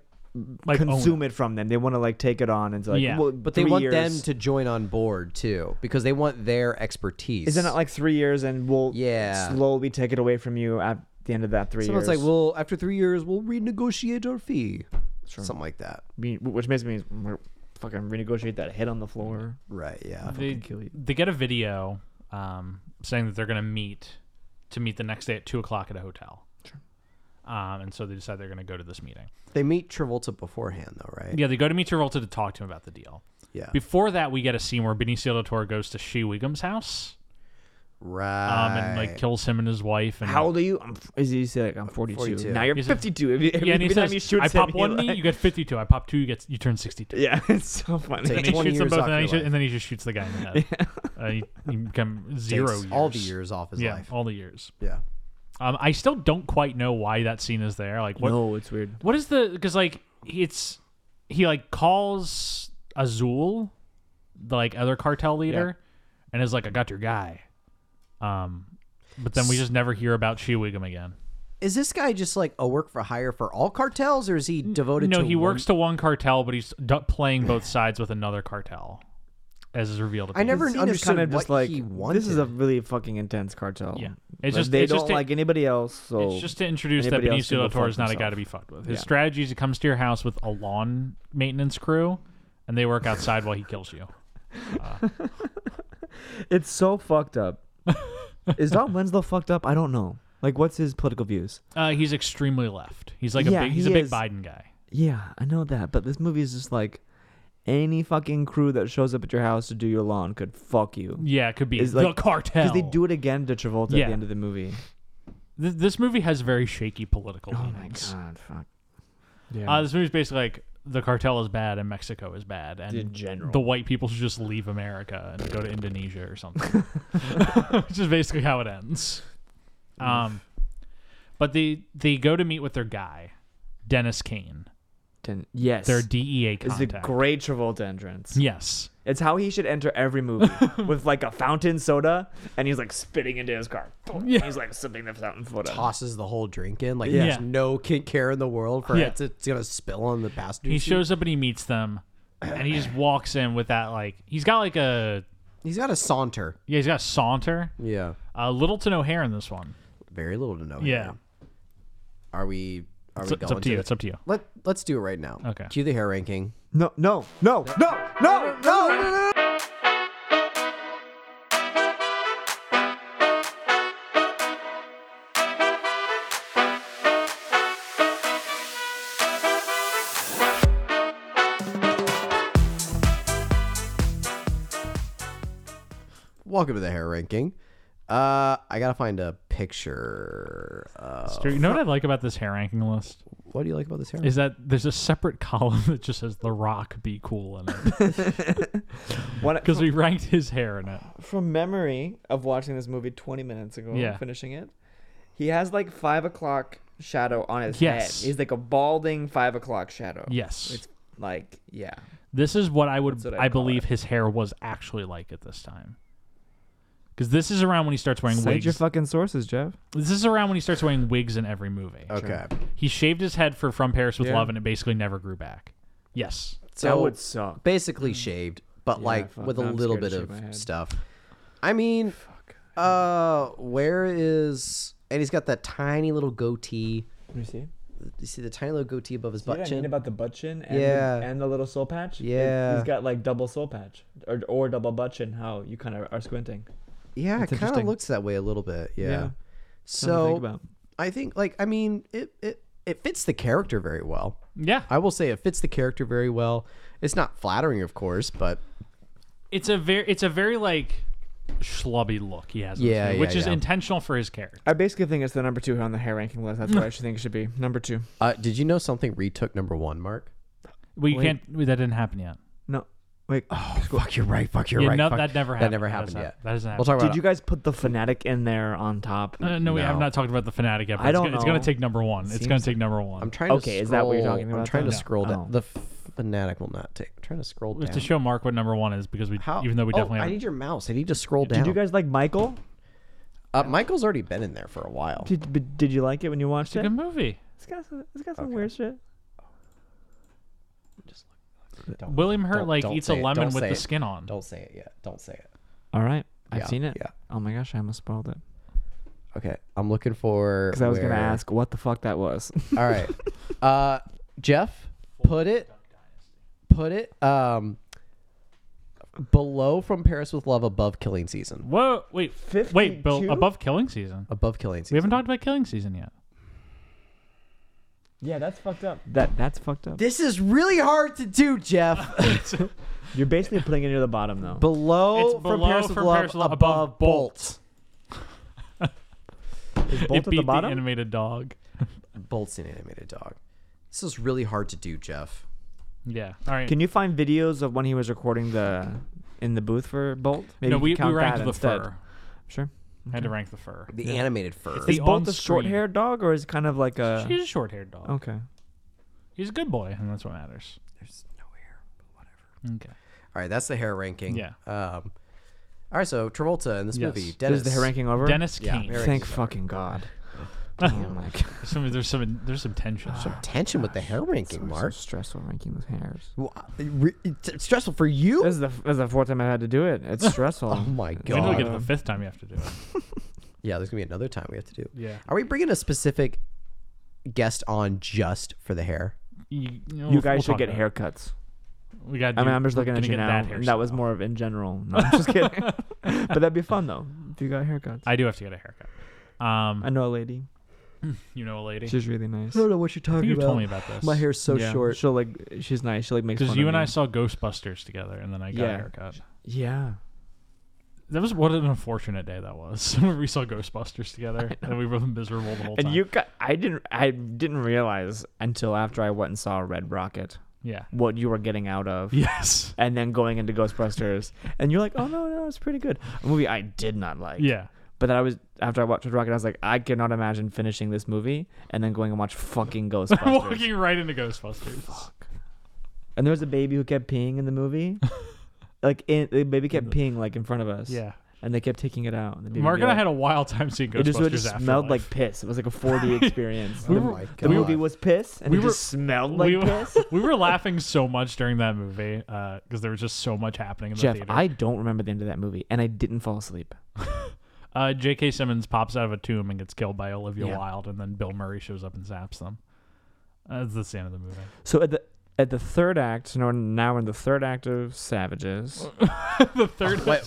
Speaker 1: Like, own
Speaker 4: consume it from them. They want to like take it on and it's like.
Speaker 1: Yeah.
Speaker 4: Well,
Speaker 3: But they
Speaker 4: three
Speaker 3: want
Speaker 4: years.
Speaker 3: them to join on board too, because they want their expertise.
Speaker 4: Isn't it like three years and we'll
Speaker 3: Yeah.
Speaker 4: slowly take it away from you at the end of that three
Speaker 3: Someone's
Speaker 4: years?
Speaker 3: like, well, after three years, we'll renegotiate our fee, something like that.
Speaker 4: Me- which makes me re- fucking renegotiate that hit on the floor.
Speaker 3: Right? Yeah.
Speaker 1: they,
Speaker 4: kill you.
Speaker 1: they get a video um, saying that they're going to meet to meet the next day at two o'clock at a hotel.
Speaker 4: Sure.
Speaker 1: Um, and so they decide they're going to go to this meeting.
Speaker 3: They meet Travolta beforehand, though, right?
Speaker 1: Yeah, they go to meet Travolta to talk to him about the deal.
Speaker 3: Yeah.
Speaker 1: Before that, we get a scene where Benicio del Toro goes to Shea Wiggum's house um,
Speaker 3: right.
Speaker 1: and like kills him and his wife. And
Speaker 4: How old are you? I'm, f- is he say like I'm 42.
Speaker 3: 42.
Speaker 4: Now you're
Speaker 1: He's a-
Speaker 4: 52. Every, every
Speaker 1: Yeah, and he
Speaker 4: time
Speaker 1: says,
Speaker 4: he shoots
Speaker 1: "I pop
Speaker 4: him, he,
Speaker 1: one knee,
Speaker 4: like-
Speaker 1: you get fifty-two. I pop two, you get you turn sixty-two.
Speaker 4: [LAUGHS] Yeah, it's so funny.
Speaker 1: and he
Speaker 3: 20
Speaker 1: shoots them
Speaker 3: years
Speaker 1: both,
Speaker 3: off
Speaker 1: and then, he
Speaker 3: your
Speaker 1: shoots,
Speaker 3: life.
Speaker 1: and then he just shoots the guy in the
Speaker 3: [LAUGHS]
Speaker 1: head. uh, he, he become zero
Speaker 3: Takes
Speaker 1: years.
Speaker 3: all the years off his
Speaker 1: yeah,
Speaker 3: life.
Speaker 1: all the years.
Speaker 3: yeah.
Speaker 1: Um, I still don't quite know why that scene is there. Like, what?
Speaker 4: No, it's weird.
Speaker 1: What is the? Because like, it's he like calls Azul, the like other cartel leader, and is like, "I got your guy." Um, but then we just never hear about Shiwigum again.
Speaker 3: Is this guy just like a work for hire for all cartels, or is he devoted?
Speaker 1: no,
Speaker 3: to
Speaker 1: he
Speaker 3: one-
Speaker 1: works to one cartel, but he's d- playing both sides with another cartel, as is revealed. At the
Speaker 3: I
Speaker 1: end.
Speaker 3: never
Speaker 4: Scene is
Speaker 3: understood
Speaker 4: kinda
Speaker 3: what
Speaker 4: like,
Speaker 3: he wanted.
Speaker 4: This is a really fucking intense cartel.
Speaker 1: Yeah. It's
Speaker 4: Like,
Speaker 1: just-
Speaker 4: they
Speaker 1: it's
Speaker 4: don't
Speaker 1: just a-
Speaker 4: like anybody else. So
Speaker 1: It's just to introduce that
Speaker 4: anybody else
Speaker 1: Benicio
Speaker 4: can go
Speaker 1: del Toro
Speaker 4: fuck
Speaker 1: is not a guy
Speaker 4: himself.
Speaker 1: to be fucked with. His
Speaker 4: Yeah.
Speaker 1: strategy is he comes to your house with a lawn maintenance crew, and they work outside while he kills you.
Speaker 4: it's so fucked [LAUGHS] up. is Don Winslow fucked up? I don't know. Like, what's his political views?
Speaker 1: Uh, he's extremely left. He's like
Speaker 4: Yeah,
Speaker 1: a big. He's
Speaker 4: he
Speaker 1: a big
Speaker 4: is.
Speaker 1: Biden guy.
Speaker 4: Yeah, I know that, but this movie is just like any fucking crew that shows up at your house to do your lawn could fuck you.
Speaker 1: Yeah, it could be
Speaker 4: It's
Speaker 1: the
Speaker 4: like-
Speaker 1: cartel.
Speaker 4: Because they do it again to Travolta at
Speaker 1: Yeah.
Speaker 4: the end of the movie. Oh
Speaker 1: th- this movie has very shaky political leanings.
Speaker 4: God, fuck.
Speaker 2: Yeah.
Speaker 1: Uh, this movie's basically like the cartel is bad and Mexico is bad, and
Speaker 4: In general.
Speaker 1: the white people should just leave America and go to Indonesia or something, [LAUGHS] which is basically how it ends. Um, but they they go to meet with their guy, Dennis Kane,
Speaker 4: Ten- yes.
Speaker 1: their DEA
Speaker 4: It's the
Speaker 1: contact.
Speaker 4: great Travolta entrance.
Speaker 1: yes,
Speaker 4: It's how he should enter every movie with like a fountain soda, and he's like spitting into his car.
Speaker 1: Yeah.
Speaker 4: He's like sipping the fountain soda.
Speaker 3: tosses the whole drink in. Like
Speaker 1: Yeah.
Speaker 3: there's no kid care in the world for
Speaker 1: Yeah.
Speaker 3: it. to- It's gonna spill on the passenger.
Speaker 1: he
Speaker 3: seat.
Speaker 1: shows up and he meets them, and he just walks in with that like he's got like a
Speaker 3: He's got a saunter.
Speaker 1: yeah he's got a saunter,
Speaker 3: Yeah,
Speaker 1: uh, little to no hair in this one.
Speaker 3: very little to no.
Speaker 1: Yeah,
Speaker 3: hair. Are we? Are
Speaker 1: it's,
Speaker 3: we
Speaker 1: it's
Speaker 3: going
Speaker 1: up to
Speaker 3: to
Speaker 1: you.
Speaker 3: the-
Speaker 1: It's up to you.
Speaker 3: Let Let's do it right now.
Speaker 1: Okay.
Speaker 3: Cue the hair ranking.
Speaker 4: No, no, no, no, no, no.
Speaker 3: Welcome to the hair ranking. Uh, I gotta find a picture. Uh,
Speaker 1: Stu, you know what I like about this hair ranking list
Speaker 3: what do you like about this hair?
Speaker 1: is that there's a separate [LAUGHS] column that just says "The Rock be cool" in it
Speaker 4: What,
Speaker 1: because we ranked his hair in it.
Speaker 4: from memory of watching this movie 20 minutes ago,
Speaker 1: Yeah.
Speaker 4: finishing it, he has like five o'clock shadow on his
Speaker 1: Yes.
Speaker 4: head. He's like a balding five o'clock shadow.
Speaker 1: Yes,
Speaker 4: It's like, yeah.
Speaker 1: this is what I would
Speaker 4: what I'd
Speaker 1: I
Speaker 4: call
Speaker 1: believe his hair was actually like at this time. Because this is around when he starts wearing wigs.
Speaker 4: fucking sources, Jeff.
Speaker 1: this is around when he starts wearing wigs in every movie.
Speaker 3: okay.
Speaker 1: He shaved his head for From Paris with
Speaker 4: Yeah.
Speaker 1: Love, and it basically never grew back. Yes.
Speaker 3: So
Speaker 4: that would suck.
Speaker 3: basically shaved, but like
Speaker 4: Mm. fuck,
Speaker 3: with a
Speaker 4: now I'm
Speaker 3: little
Speaker 4: scared
Speaker 3: bit
Speaker 4: to shave my
Speaker 3: of
Speaker 4: head.
Speaker 3: stuff. I mean, uh, where is and he's got that tiny little goatee.
Speaker 4: Let me see.
Speaker 3: You see the tiny little goatee above his
Speaker 4: See what
Speaker 3: butt
Speaker 4: I mean
Speaker 3: chin.
Speaker 4: about the butt chin and,
Speaker 3: Yeah.
Speaker 4: the, and the little soul patch? It-
Speaker 3: Yeah.
Speaker 4: he's got like double soul patch or, or double butt chin, how you kind of are squinting.
Speaker 3: yeah, it kind of
Speaker 4: interesting.
Speaker 3: looks that way a little bit. Yeah.
Speaker 4: Yeah. Something to think
Speaker 3: So
Speaker 4: about.
Speaker 3: I think like I mean it it it fits the character very well.
Speaker 1: Yeah.
Speaker 3: I will say it fits the character very well. It's not flattering, of course, but
Speaker 1: It's a very it's a very like schlubby look he has, in this
Speaker 3: Yeah,
Speaker 1: movie,
Speaker 3: yeah,
Speaker 1: which is
Speaker 3: yeah.
Speaker 1: intentional for his character.
Speaker 4: I basically think it's the number two on the hair ranking list. That's what I should think it should be. Number two.
Speaker 3: uh, did you know something retook number one, Mark?
Speaker 1: Well, you
Speaker 4: Wait.
Speaker 1: can't. That didn't happen yet.
Speaker 4: No. Oh. Wait.
Speaker 3: [LAUGHS] Fuck, you're right. Fuck, you're
Speaker 1: Yeah,
Speaker 3: right.
Speaker 1: no,
Speaker 3: fuck.
Speaker 1: Oh, that never
Speaker 3: That
Speaker 1: happened.
Speaker 3: never
Speaker 1: That
Speaker 3: happened
Speaker 1: doesn't-
Speaker 3: yet.
Speaker 1: that doesn't
Speaker 3: We'll talk about
Speaker 4: Did you guys put the fanatic in there on top?
Speaker 1: Uh, no, we have
Speaker 3: No.
Speaker 1: not talked about the fanatic yet. but
Speaker 4: I
Speaker 1: it's,
Speaker 4: don't
Speaker 1: gonna- It's going
Speaker 4: know.
Speaker 1: to take number one. It's going to take number one.
Speaker 3: I'm trying to
Speaker 4: Okay, is that what you're
Speaker 3: scroll-
Speaker 4: talking
Speaker 3: I'm
Speaker 4: about
Speaker 3: trying
Speaker 4: then?
Speaker 3: to
Speaker 4: No.
Speaker 3: scroll down.
Speaker 4: Oh.
Speaker 3: The fanatic will not take. I'm trying to scroll
Speaker 1: We
Speaker 3: down.
Speaker 1: have to show Mark what number one is because we,
Speaker 3: How?
Speaker 1: even though we
Speaker 3: Oh,
Speaker 1: definitely,
Speaker 3: I
Speaker 1: haven't-
Speaker 3: need your mouse. I need to scroll down.
Speaker 4: Did you guys like Michael?
Speaker 3: uh, Michael's already been in there for a while.
Speaker 4: Did, but did you like it when you
Speaker 1: it's
Speaker 4: watched
Speaker 1: a
Speaker 4: it?
Speaker 1: good movie.
Speaker 4: It's got some, it's got some weird shit.
Speaker 1: William Hurt
Speaker 3: Don't-
Speaker 1: like
Speaker 3: don't
Speaker 1: eats
Speaker 3: say
Speaker 1: a
Speaker 3: it.
Speaker 1: lemon
Speaker 3: Don't
Speaker 1: with
Speaker 3: say
Speaker 1: the
Speaker 3: it.
Speaker 1: skin on.
Speaker 3: Don't say it yet. Don't say it.
Speaker 4: All right,
Speaker 3: Yeah,
Speaker 4: I've seen it.
Speaker 3: yeah.
Speaker 4: Oh my gosh, I almost spoiled it.
Speaker 3: Okay, I'm looking for.
Speaker 4: Because I was gonna
Speaker 3: where-
Speaker 4: ask what the fuck that [LAUGHS] was.
Speaker 3: All [LAUGHS] right, uh, Jeff, put it, put it um, below from Paris with Love, above Killing Season,
Speaker 1: Whoa! Wait, wait, Bill.
Speaker 4: 52?
Speaker 1: Above Killing Season.
Speaker 3: above Killing Season.
Speaker 1: We haven't talked about Killing Season yet.
Speaker 4: yeah, that's fucked up. That that's fucked up.
Speaker 3: This is really hard to
Speaker 1: [LAUGHS]
Speaker 3: do, Jeff.
Speaker 4: You're basically putting it near the bottom though.
Speaker 3: below,
Speaker 1: It's
Speaker 3: from
Speaker 1: below
Speaker 3: Paris with
Speaker 1: From
Speaker 3: Love,
Speaker 1: Paris with Love,
Speaker 3: above,
Speaker 1: above
Speaker 3: Bolt.
Speaker 4: Is
Speaker 1: it
Speaker 4: bolt at
Speaker 1: beat
Speaker 4: the bottom.
Speaker 1: animated dog.
Speaker 3: Bolt's an animated dog. This is really hard to do, Jeff.
Speaker 1: Yeah. All right.
Speaker 4: Can you find videos of when he was recording the in the booth for Bolt? Maybe
Speaker 1: no,
Speaker 4: you
Speaker 1: we,
Speaker 4: could
Speaker 1: we
Speaker 4: count
Speaker 1: ranked
Speaker 4: that
Speaker 1: the
Speaker 4: instead.
Speaker 1: fur.
Speaker 4: Sure.
Speaker 1: Had to rank the fur.
Speaker 3: The animated fur.
Speaker 1: the
Speaker 4: Is Bolt a
Speaker 1: on-screen-
Speaker 4: short-haired dog or is it kind of like a?
Speaker 1: He's a short-haired dog.
Speaker 4: Okay.
Speaker 1: He's a good boy, and that's what matters.
Speaker 3: There's no hair.
Speaker 1: Okay.
Speaker 3: All right, that's the hair ranking.
Speaker 1: Yeah.
Speaker 3: Um, all right, so Travolta in this
Speaker 1: Yes.
Speaker 3: movie.
Speaker 4: Is
Speaker 3: Dennis.
Speaker 4: the hair ranking over?
Speaker 1: Dennis
Speaker 3: Yeah,
Speaker 1: Kane.
Speaker 3: very-
Speaker 4: Thank fucking God. [LAUGHS] oh my God.
Speaker 1: [LAUGHS] Some- there's some there's some tension.
Speaker 4: Oh,
Speaker 3: Tension with the hair ranking, Mark.
Speaker 4: So stressful ranking those hairs.
Speaker 3: Wha- re- It's stressful for you.
Speaker 4: This is the this is the fourth time I've had to do it. [LAUGHS] It's stressful.
Speaker 3: oh my
Speaker 1: Maybe we'll
Speaker 3: god.
Speaker 1: get to the fifth time you have to do it.
Speaker 3: yeah, there's gonna be another time we have to do.
Speaker 1: Yeah.
Speaker 3: Are we bringing a specific guest on just for the hair?
Speaker 1: You, you know,
Speaker 4: you
Speaker 1: we'll-
Speaker 4: guys
Speaker 1: we'll
Speaker 4: should
Speaker 1: talk
Speaker 4: get
Speaker 1: about it.
Speaker 4: haircuts.
Speaker 1: We got.
Speaker 4: I mean, I'm just looking at you now.
Speaker 1: That,
Speaker 4: and that was more of in general. No, I'm just kidding. [LAUGHS] but that'd be fun though. If you got haircuts. I,
Speaker 1: I do have to get a haircut. Um,
Speaker 4: know a lady.
Speaker 1: you know, a lady.
Speaker 4: She's really nice.
Speaker 3: know what you're
Speaker 1: I
Speaker 3: talking
Speaker 1: think you told me about this.
Speaker 3: My hair's so
Speaker 4: Yeah,
Speaker 3: short.
Speaker 4: She'll like. She's nice. She like makes.
Speaker 1: Because
Speaker 4: fun
Speaker 1: you
Speaker 4: of
Speaker 1: and
Speaker 4: me.
Speaker 1: I saw Ghostbusters together, and then I got a
Speaker 4: Yeah.
Speaker 1: haircut.
Speaker 4: Yeah.
Speaker 1: that was what an unfortunate day that was. [LAUGHS] we saw Ghostbusters together, and we were both miserable the whole time.
Speaker 4: And you, got, I didn't, I didn't realize until after I went and saw Red Rocket [LAUGHS]
Speaker 1: yeah.
Speaker 4: what you were getting out of,
Speaker 1: Yes.
Speaker 4: and then going into Ghostbusters, and you're like, oh no, no, it's pretty good. A movie I did not like.
Speaker 1: Yeah. [LAUGHS]
Speaker 4: But then I was after I watched Red Rocket, I was like, I cannot imagine finishing this movie and then going and
Speaker 1: [LAUGHS]
Speaker 4: watch fucking Ghostbusters.
Speaker 1: Walking right into Ghostbusters.
Speaker 4: and there was a baby who kept peeing in
Speaker 1: [LAUGHS]
Speaker 4: the movie. Like in, the baby kept peeing like in front of us.
Speaker 1: Yeah.
Speaker 4: And they kept taking it out. And the baby
Speaker 1: Mark
Speaker 4: would be
Speaker 1: and I
Speaker 4: like-
Speaker 1: had a wild time seeing Ghostbusters.
Speaker 4: It just, it just
Speaker 1: Afterlife.
Speaker 4: smelled like piss. It was like a 4D experience.
Speaker 1: [LAUGHS] We
Speaker 4: the,
Speaker 1: were-
Speaker 3: Oh my
Speaker 4: the movie
Speaker 3: God.
Speaker 4: was piss, and
Speaker 1: we
Speaker 4: it
Speaker 1: were-
Speaker 4: just smelled
Speaker 1: [LAUGHS]
Speaker 4: like
Speaker 1: we, were,
Speaker 4: piss.
Speaker 1: we were laughing so much during that movie because there was just so much happening in the
Speaker 4: Jeff,
Speaker 1: theater.
Speaker 4: I don't remember the end of that movie, and I didn't fall asleep.
Speaker 1: Uh, J.K. Simmons pops out of a tomb and gets killed by Olivia
Speaker 4: Yeah.
Speaker 1: Wilde, and then Bill Murray shows up and zaps them. Uh, That's the end of the movie. [LAUGHS]
Speaker 4: So at the at the third act, so now we're- now we're in the third act of Savages.
Speaker 1: the third.
Speaker 3: Wait,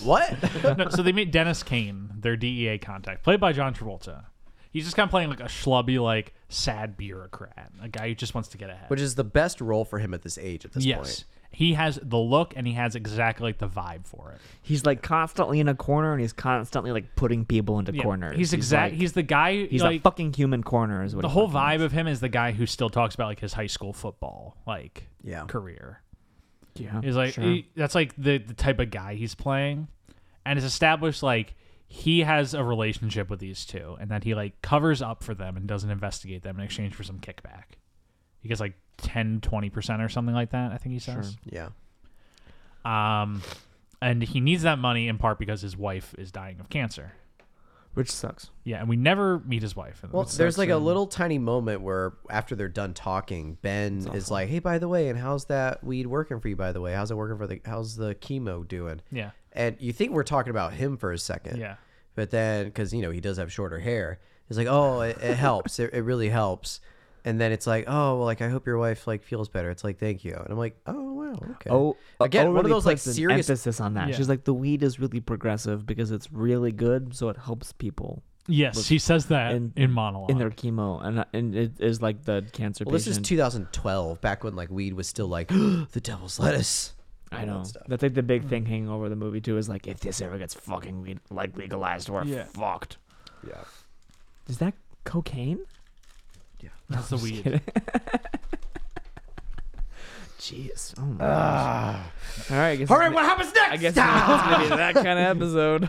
Speaker 1: [LAUGHS]
Speaker 3: what?
Speaker 1: no, so they meet Dennis Kane, their DEA contact, played by John Travolta. He's just kind of playing like a schlubby, like sad bureaucrat, a guy who just wants to get ahead.
Speaker 3: Which is the best role for him at this age at this
Speaker 1: yes,
Speaker 3: point.
Speaker 1: he has the look and he has exactly like the vibe for it.
Speaker 4: He's like constantly in a corner, and he's constantly like putting people into
Speaker 1: Yeah,
Speaker 4: corners.
Speaker 1: He's exact.
Speaker 4: like-
Speaker 1: He's, the guy.
Speaker 4: he's
Speaker 1: like,
Speaker 4: a fucking human corner. Is what
Speaker 1: the
Speaker 4: he
Speaker 1: whole
Speaker 4: fucking
Speaker 1: vibe
Speaker 4: is.
Speaker 1: of him is the guy who still talks about like his high school football like
Speaker 3: Yeah.
Speaker 1: career.
Speaker 4: Yeah,
Speaker 1: He's like
Speaker 4: sure.
Speaker 1: he- that's like the the type of guy he's playing, and it's established like he has a relationship with these two, and that he like covers up for them and doesn't investigate them in exchange for some kickback. He gets like 10 20 percent or something like that. I think he says.
Speaker 3: Yeah.
Speaker 1: Um, and he needs that money in part because his wife is dying of cancer.
Speaker 4: which sucks.
Speaker 1: Yeah, and we never meet his wife. in the
Speaker 3: Well,
Speaker 1: movie.
Speaker 3: there's like a little tiny moment where after they're done talking, Ben is like, "Hey, by the way, and how's that weed working for you? By the way, how's it working for the how's the chemo doing?"
Speaker 1: yeah,
Speaker 3: And you think we're talking about him for a second,
Speaker 1: yeah.
Speaker 3: But then, because you know he does have shorter hair, he's like, "Oh, it, it helps. It, it really helps." And then it's like, "Oh, well, like I hope your wife like feels better." It's like, "Thank you," and I'm like, "Oh, wow, okay."
Speaker 4: Oh,
Speaker 3: again,
Speaker 4: oh,
Speaker 3: one of
Speaker 4: really
Speaker 3: those like
Speaker 4: puts an
Speaker 3: serious.
Speaker 4: emphasis on that.
Speaker 1: Yeah.
Speaker 4: She's like, the weed is really progressive because it's really good, so it helps people
Speaker 1: Yes, he says that in,
Speaker 4: in-
Speaker 1: monologue.
Speaker 4: in their chemo, and uh, and it is like the cancer.
Speaker 3: Well, this is
Speaker 4: patient.
Speaker 3: 2012, back when like weed was still like [GASPS] the devil's lettuce.
Speaker 4: I know. That's like the
Speaker 1: Hmm.
Speaker 4: big thing hanging over the movie too. Is like if this ever gets fucking le- like legalized, we're
Speaker 1: Yeah.
Speaker 4: fucked.
Speaker 3: Yeah.
Speaker 4: Is that cocaine? [LAUGHS]
Speaker 1: That's the weed.
Speaker 4: Jeez. Oh my gosh. All right. I guess
Speaker 3: All right,
Speaker 4: it's gonna-
Speaker 3: what happens next?
Speaker 4: I guess it's gonna be that kind of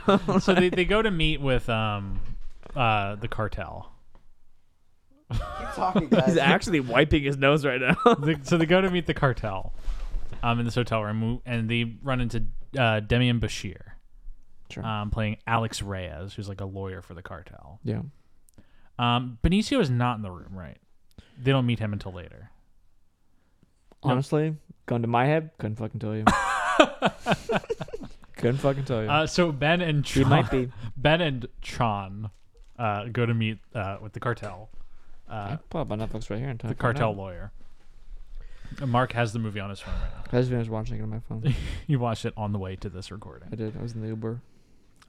Speaker 4: episode. [LAUGHS]
Speaker 1: so they, they go to meet with um uh the cartel.
Speaker 3: talking, guys.
Speaker 4: [LAUGHS] He's actually wiping his nose right now.
Speaker 1: They- so they go to meet the cartel, um in this hotel room, and they run into uh, Demian Bashir,
Speaker 4: Sure.
Speaker 1: um playing Alex Reyes, who's like a lawyer for the cartel.
Speaker 4: [LAUGHS] yeah.
Speaker 1: Um, Benicio is not in the room, right? They don't meet him until later.
Speaker 4: Honestly, going to my head, couldn't fucking tell [LAUGHS] you. couldn't fucking tell you.
Speaker 1: Uh, so Ben and
Speaker 4: he
Speaker 1: Tron,
Speaker 4: might [LAUGHS] be.
Speaker 1: Ben and Tron, uh, go to meet uh with the cartel,
Speaker 4: I
Speaker 1: uh,
Speaker 4: pull up on Netflix right here.
Speaker 1: the cartel lawyer. And Mark has the movie on his phone right now. [LAUGHS]
Speaker 4: I just finished watching it on my [LAUGHS] phone.
Speaker 1: You watched it on the way to this recording.
Speaker 4: I did. I was in the Uber.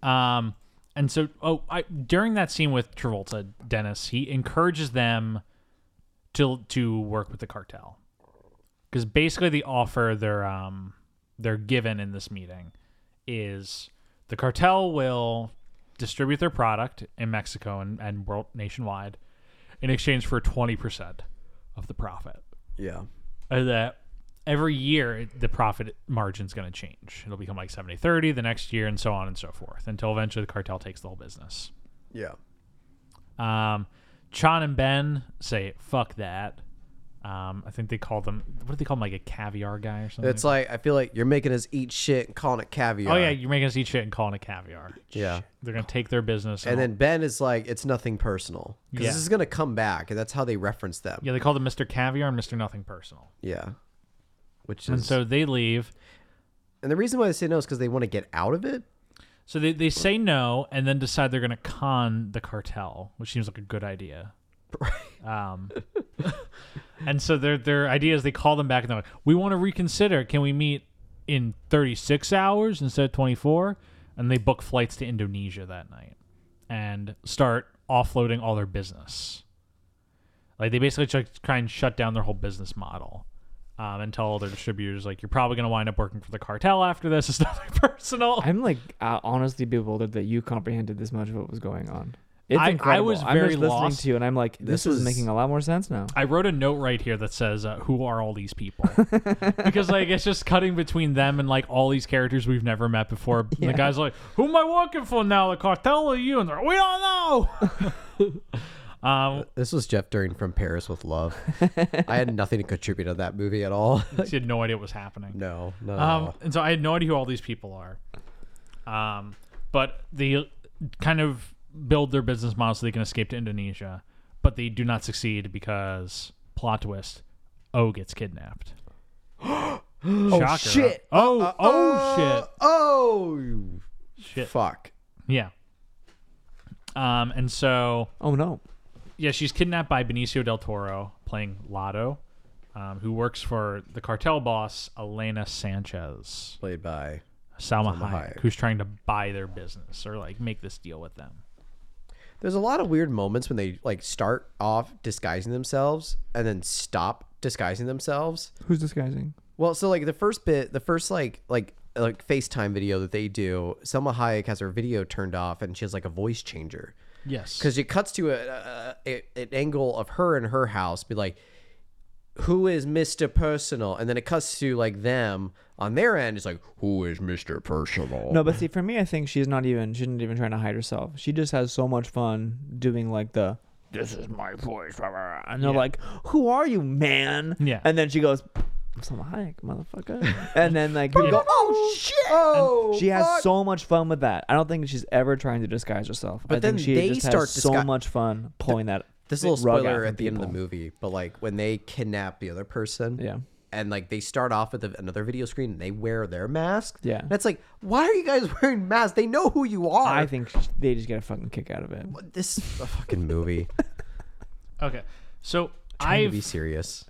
Speaker 1: Um, and so, oh, I, during that scene with Travolta, Dennis, he encourages them to to work with the cartel because basically the offer they're um they're given in this meeting is the cartel will distribute their product in Mexico and and world nationwide in exchange for twenty percent of the profit.
Speaker 3: Yeah.
Speaker 1: Uh, that every year it- the profit margin's going to change. It'll become like 70 30 the next year and so on and so forth until eventually the cartel takes the whole business.
Speaker 3: Yeah.
Speaker 1: Um, Chan and Ben say, fuck that. Um, I think they call them, what do they call them, like a caviar guy or something?
Speaker 3: It's like I feel like you're making us eat shit and calling it caviar.
Speaker 1: oh, yeah, you're making us eat shit and calling it caviar.
Speaker 3: Yeah.
Speaker 1: They're going to take their business.
Speaker 3: And then Ben is like, it's nothing personal. Because
Speaker 1: Yeah.
Speaker 3: this is gonna come back, and that's how they reference them.
Speaker 1: yeah, they call them Mr. Caviar and Mr. Nothing Personal.
Speaker 3: Yeah. Which
Speaker 1: And
Speaker 3: is
Speaker 1: so they leave.
Speaker 3: and the reason why they say no is because they want to get out of it.
Speaker 1: So they, they say no and then decide they're going to con the cartel, which seems like a good idea. Um, [LAUGHS] and so their their idea is they call them back and they're like, "We want to reconsider. Can we meet in 36 hours instead of 24?" And they book flights to Indonesia that night and start offloading all their business. Like they basically try, try and shut down their whole business model um, and tell their distributors like you're probably going to wind up working for the cartel after this. [LAUGHS] It's nothing [LAUGHS] personal.
Speaker 4: I'm like uh, honestly bewildered that you comprehended this much of what was going on. It's
Speaker 1: I- I
Speaker 4: incredible.
Speaker 1: was
Speaker 4: I'm
Speaker 1: very
Speaker 4: just listening
Speaker 1: lost.
Speaker 4: to you, and I'm like, this,
Speaker 3: This
Speaker 4: is,
Speaker 3: is-
Speaker 4: making a lot more sense now.
Speaker 1: I wrote a note right here that says, uh, "Who are all these people?" [LAUGHS] because like it's just cutting between them and like all these characters we've never met before. And the guys like, "Who am I working for now? The cartel or you?" And they're, like, "We don't know." [LAUGHS] um,
Speaker 3: This was Jeff Durin from Paris
Speaker 1: [LAUGHS]
Speaker 3: with Love. I had nothing to contribute to that movie at all. [LAUGHS]
Speaker 1: she had no idea what was happening.
Speaker 3: no, no.
Speaker 1: Um, and so I had no idea who all these people are. Um, but they kind of build their business model so they can escape to Indonesia, but they do not succeed because plot twist: O gets kidnapped. oh
Speaker 3: shit.
Speaker 1: Oh oh shit!
Speaker 3: oh,
Speaker 1: Shit.
Speaker 3: Fuck.
Speaker 1: Yeah. Um, and so
Speaker 4: Oh no,
Speaker 1: yeah, she's kidnapped by Benicio del Toro, playing Lotto, um, who works for the cartel boss Elena Sanchez.
Speaker 3: Played by.
Speaker 1: Salma, Hayek,
Speaker 3: Hayek.
Speaker 1: who's trying to buy their business or like make this deal with them.
Speaker 3: There's a lot of weird moments when they like start off disguising themselves and then stop disguising themselves.
Speaker 4: who's disguising?
Speaker 3: Well, so like the first bit, the first like like like FaceTime video that they do, Selma Hayek has her video turned off and she has like a voice changer.
Speaker 1: Yes,
Speaker 3: because it cuts to a, a, a an angle of her in her house, be like, "Who is Mister Personal?" And then it cuts to like them on their end. It's like, "Who is Mister Personal?"
Speaker 4: No, but see, for me, I think she's not even. She's not even trying to hide herself. She just has so much fun doing like the. This is my voice, rah, rah, rah," and they're like, "Who are you, man?"
Speaker 1: Yeah.
Speaker 4: and then she goes, "Some Hayek,
Speaker 1: [LAUGHS]
Speaker 4: motherfucker," and then like you go, "Oh shit!"
Speaker 3: oh,
Speaker 4: She has
Speaker 3: fuck.
Speaker 4: so much fun with that. I don't think she's ever trying to disguise herself.
Speaker 3: But
Speaker 4: I think
Speaker 3: then
Speaker 4: she
Speaker 3: they
Speaker 4: just
Speaker 3: start
Speaker 4: has so
Speaker 3: disgu-
Speaker 4: much fun pulling that.
Speaker 3: This little
Speaker 4: rug out
Speaker 3: spoiler
Speaker 4: from
Speaker 3: at the end of the
Speaker 4: people.
Speaker 3: movie, but like when they kidnap the other person,
Speaker 4: Yeah.
Speaker 3: and like they start off with a, another video screen and they wear their mask,
Speaker 4: Yeah.
Speaker 3: and it's like, why are you guys [LAUGHS] wearing masks? They know who you are.
Speaker 4: I think sh- they just get a fucking kick out of it.
Speaker 3: this is a fucking
Speaker 4: [LAUGHS]
Speaker 3: movie.
Speaker 1: Okay. So
Speaker 3: Trying to be
Speaker 1: I've
Speaker 4: [LAUGHS]
Speaker 3: serious.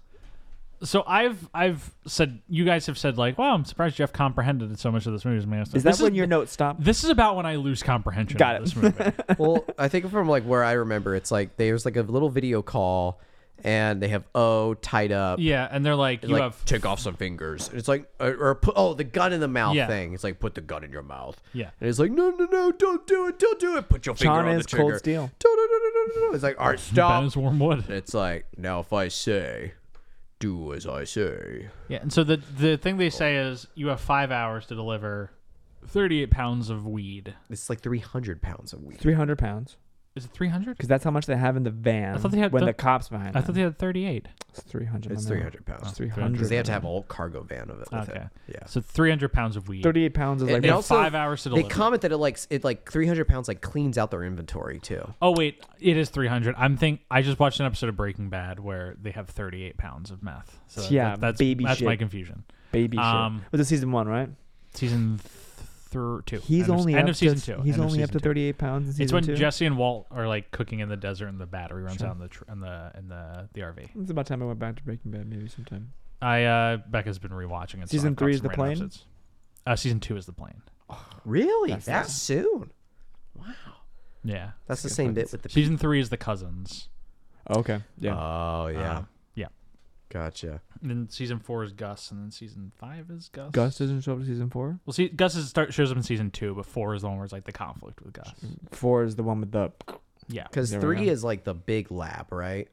Speaker 1: so I've I've said you guys have said like, wow, I'm surprised Jeff comprehended so much of this movie. Is
Speaker 4: Is that when your note stopped?
Speaker 1: This is about when I lose comprehension.
Speaker 4: Got
Speaker 1: of
Speaker 4: it.
Speaker 1: This movie.
Speaker 3: well, I think from like where I remember, it's like there's like a little video call, and they have O tied up.
Speaker 1: yeah, and they're like, you
Speaker 3: like,
Speaker 1: have
Speaker 3: take off some fingers. And it's like or, or put oh the gun in the mouth
Speaker 1: Yeah.
Speaker 3: thing. It's like put the gun in your mouth.
Speaker 1: Yeah.
Speaker 3: and it's like no no no don't do it don't do it. Put your finger
Speaker 4: Sean
Speaker 3: on
Speaker 4: is
Speaker 3: the trigger.
Speaker 4: cold steel.
Speaker 3: No no no no no no. It's like all right
Speaker 1: Ben
Speaker 3: stop.
Speaker 1: is warm wood.
Speaker 3: [LAUGHS] And it's like now if I say, do as I say.
Speaker 1: Yeah, and so the the thing they say is you have five hours to deliver thirty eight pounds of weed.
Speaker 3: It's like three hundred pounds a week.
Speaker 4: Three hundred pounds,
Speaker 1: Is it three hundred?
Speaker 4: because that's how much they have in the van. I
Speaker 1: thought they had
Speaker 4: when
Speaker 1: the-
Speaker 4: the cops behind.
Speaker 1: I thought they had thirty eight.
Speaker 4: three hundred.
Speaker 3: It's three hundred pounds.
Speaker 4: Three
Speaker 3: Because
Speaker 4: hundred.
Speaker 3: they have to have a whole cargo van of it. With
Speaker 1: Okay.
Speaker 3: It. Yeah.
Speaker 1: So three hundred pounds of weed.
Speaker 4: Thirty-eight pounds is
Speaker 3: It-
Speaker 4: like.
Speaker 3: it
Speaker 1: have five hours to
Speaker 3: They
Speaker 1: deliver.
Speaker 3: comment that it like it like 300 pounds like cleans out their inventory too.
Speaker 1: Oh wait, it is three hundred. I'm think I just watched an episode of Breaking Bad where they have thirty eight pounds of meth. So that-
Speaker 4: Yeah,
Speaker 1: that- that's
Speaker 4: baby
Speaker 1: that's
Speaker 4: shit.
Speaker 1: my confusion.
Speaker 4: baby
Speaker 1: Um,
Speaker 4: shit. Was it season one, right?
Speaker 1: Season th- two.
Speaker 4: He's
Speaker 1: end
Speaker 4: only
Speaker 1: of, end
Speaker 4: up
Speaker 1: of season
Speaker 4: to,
Speaker 1: two.
Speaker 4: He's
Speaker 1: End of
Speaker 4: only up
Speaker 1: season
Speaker 4: to
Speaker 1: two.
Speaker 4: thirty-eight pounds in season
Speaker 1: It's when
Speaker 4: two.
Speaker 1: Jesse and Walt are like cooking in the desert, and the battery runs out in the tr- in the in the the RV.
Speaker 4: It's about time I went back to Breaking Bad, maybe sometime.
Speaker 1: I uh Becca's been rewatching it. so
Speaker 4: Season
Speaker 1: I've caught
Speaker 4: three is
Speaker 1: some
Speaker 4: the
Speaker 1: random
Speaker 4: plane?
Speaker 1: episodes. Uh, season two is the plane.
Speaker 3: Really?
Speaker 4: That's
Speaker 3: that
Speaker 4: nice.
Speaker 3: soon?
Speaker 1: Yeah.
Speaker 3: That's the same bit with the
Speaker 1: Season three is the cousins.
Speaker 4: Okay. Yeah.
Speaker 3: Oh yeah.
Speaker 1: Um, yeah.
Speaker 3: gotcha.
Speaker 1: And then season four is Gus, and then season five is Gus.
Speaker 4: Gus doesn't show up to season four.
Speaker 1: Well, see, Gus is start shows up in season two, but four is the one where it's like the conflict with Gus.
Speaker 4: Four is the one with the.
Speaker 1: Yeah.
Speaker 3: Because
Speaker 4: There we
Speaker 3: three
Speaker 4: go.
Speaker 3: is like the big lab, right?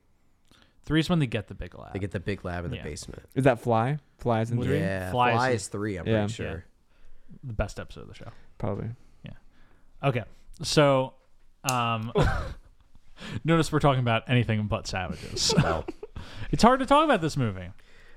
Speaker 1: Three is when they get the big laugh.
Speaker 3: They get the big lab in the
Speaker 1: Yeah.
Speaker 3: basement.
Speaker 4: Is that fly? Flies in three.
Speaker 3: Yeah,
Speaker 1: Fly
Speaker 3: fly,
Speaker 1: is-
Speaker 3: is three. I'm
Speaker 4: Yeah.
Speaker 3: pretty sure.
Speaker 1: the best episode of the show.
Speaker 4: Probably.
Speaker 1: Okay, so um,
Speaker 3: Oh.
Speaker 1: [LAUGHS] notice we're talking about anything but savages.
Speaker 3: [LAUGHS] Well,
Speaker 1: [LAUGHS] it's hard to talk about this movie.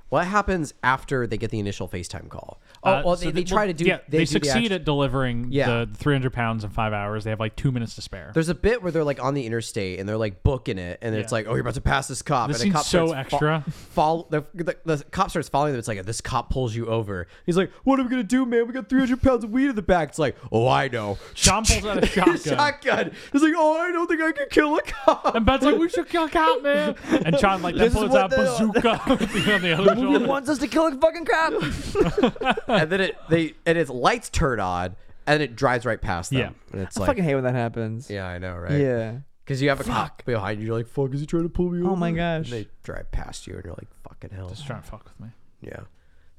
Speaker 3: what happens after they get the initial FaceTime call? Oh,
Speaker 1: Uh,
Speaker 3: well,
Speaker 1: so
Speaker 3: they, they try
Speaker 1: well,
Speaker 3: to do.
Speaker 1: Yeah, they,
Speaker 3: do the
Speaker 1: succeed
Speaker 3: act-
Speaker 1: at delivering
Speaker 3: Yeah.
Speaker 1: the 300 pounds in five hours. They have like two minutes to spare.
Speaker 3: There's a bit where they're like on the interstate and they're like booking it, and it's
Speaker 1: Yeah.
Speaker 3: like, oh, you're about to pass this cop.
Speaker 1: This
Speaker 3: and
Speaker 1: seems
Speaker 3: the cop
Speaker 1: so
Speaker 3: starts fo-
Speaker 1: extra.
Speaker 3: follow the, the, the cop starts following them. It's like this cop pulls you over. He's like, "What are we gonna do, man? We got 300 pounds of weed in the back." It's like, "Oh, I know."
Speaker 1: John pulls
Speaker 3: [LAUGHS]
Speaker 1: out a shotgun.
Speaker 3: shotgun. He's like, "Oh, I don't think I can kill a cop."
Speaker 1: And Ben's like, we should kill a cop,
Speaker 3: [LAUGHS]
Speaker 1: man. And John like then
Speaker 3: This is
Speaker 1: pulls
Speaker 3: what
Speaker 1: out
Speaker 3: they-
Speaker 1: bazooka [LAUGHS] with the- on the other shoulder.
Speaker 4: wants us to kill a fucking cop.
Speaker 3: [LAUGHS] and then it they and its lights turn on, and it drives right past them.
Speaker 1: Yeah.
Speaker 3: and it's
Speaker 4: I
Speaker 3: like,
Speaker 4: fucking hate when that happens.
Speaker 3: yeah, I know, right?
Speaker 4: Yeah.
Speaker 3: because you have a cop behind you. You're like, "Fuck, is he trying to pull me over?"
Speaker 4: Oh my gosh.
Speaker 3: And they drive past you, and you're like, "Fucking hell."
Speaker 1: Just trying to fuck with me.
Speaker 3: Yeah.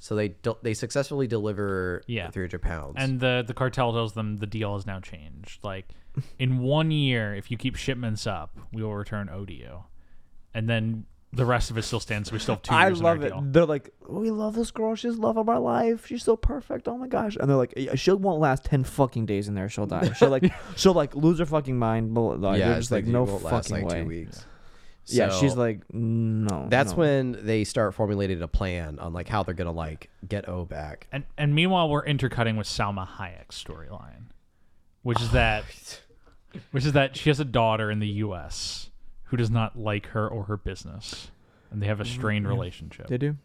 Speaker 3: So they del- they successfully deliver
Speaker 1: Yeah.
Speaker 3: 300 pounds.
Speaker 1: And the the cartel tells them the deal has now changed.
Speaker 4: [LAUGHS]
Speaker 1: Like in one year, if you keep shipments up, we will return ODU. And then the rest of it still stands. So we still have two
Speaker 4: I
Speaker 1: years in our
Speaker 4: love it.
Speaker 1: deal.
Speaker 4: They're like, we love this girl. She's the love of our life. She's so perfect. Oh my gosh. And they're like, "Yeah, she won't last ten fucking days in there. She'll die.
Speaker 3: [LAUGHS]
Speaker 4: She'll like, she'll like lose her fucking mind. Blah, blah.
Speaker 3: yeah,
Speaker 4: They're
Speaker 3: it's
Speaker 4: just like,
Speaker 3: you
Speaker 4: no
Speaker 3: won't
Speaker 4: fucking
Speaker 3: last, like,
Speaker 4: way.
Speaker 3: two weeks.
Speaker 4: yeah, she's
Speaker 3: So
Speaker 4: like, no.
Speaker 3: that's
Speaker 4: no.
Speaker 3: when they start formulating a plan on like how they're gonna like get O back.
Speaker 1: And and meanwhile, we're intercutting with Salma Hayek's storyline, which
Speaker 4: Oh,
Speaker 1: is
Speaker 4: [LAUGHS]
Speaker 1: that, which is that she has a daughter in the U.S. who does not like her or her business, and they have a strained
Speaker 4: Mm-hmm.
Speaker 1: relationship.
Speaker 4: they do.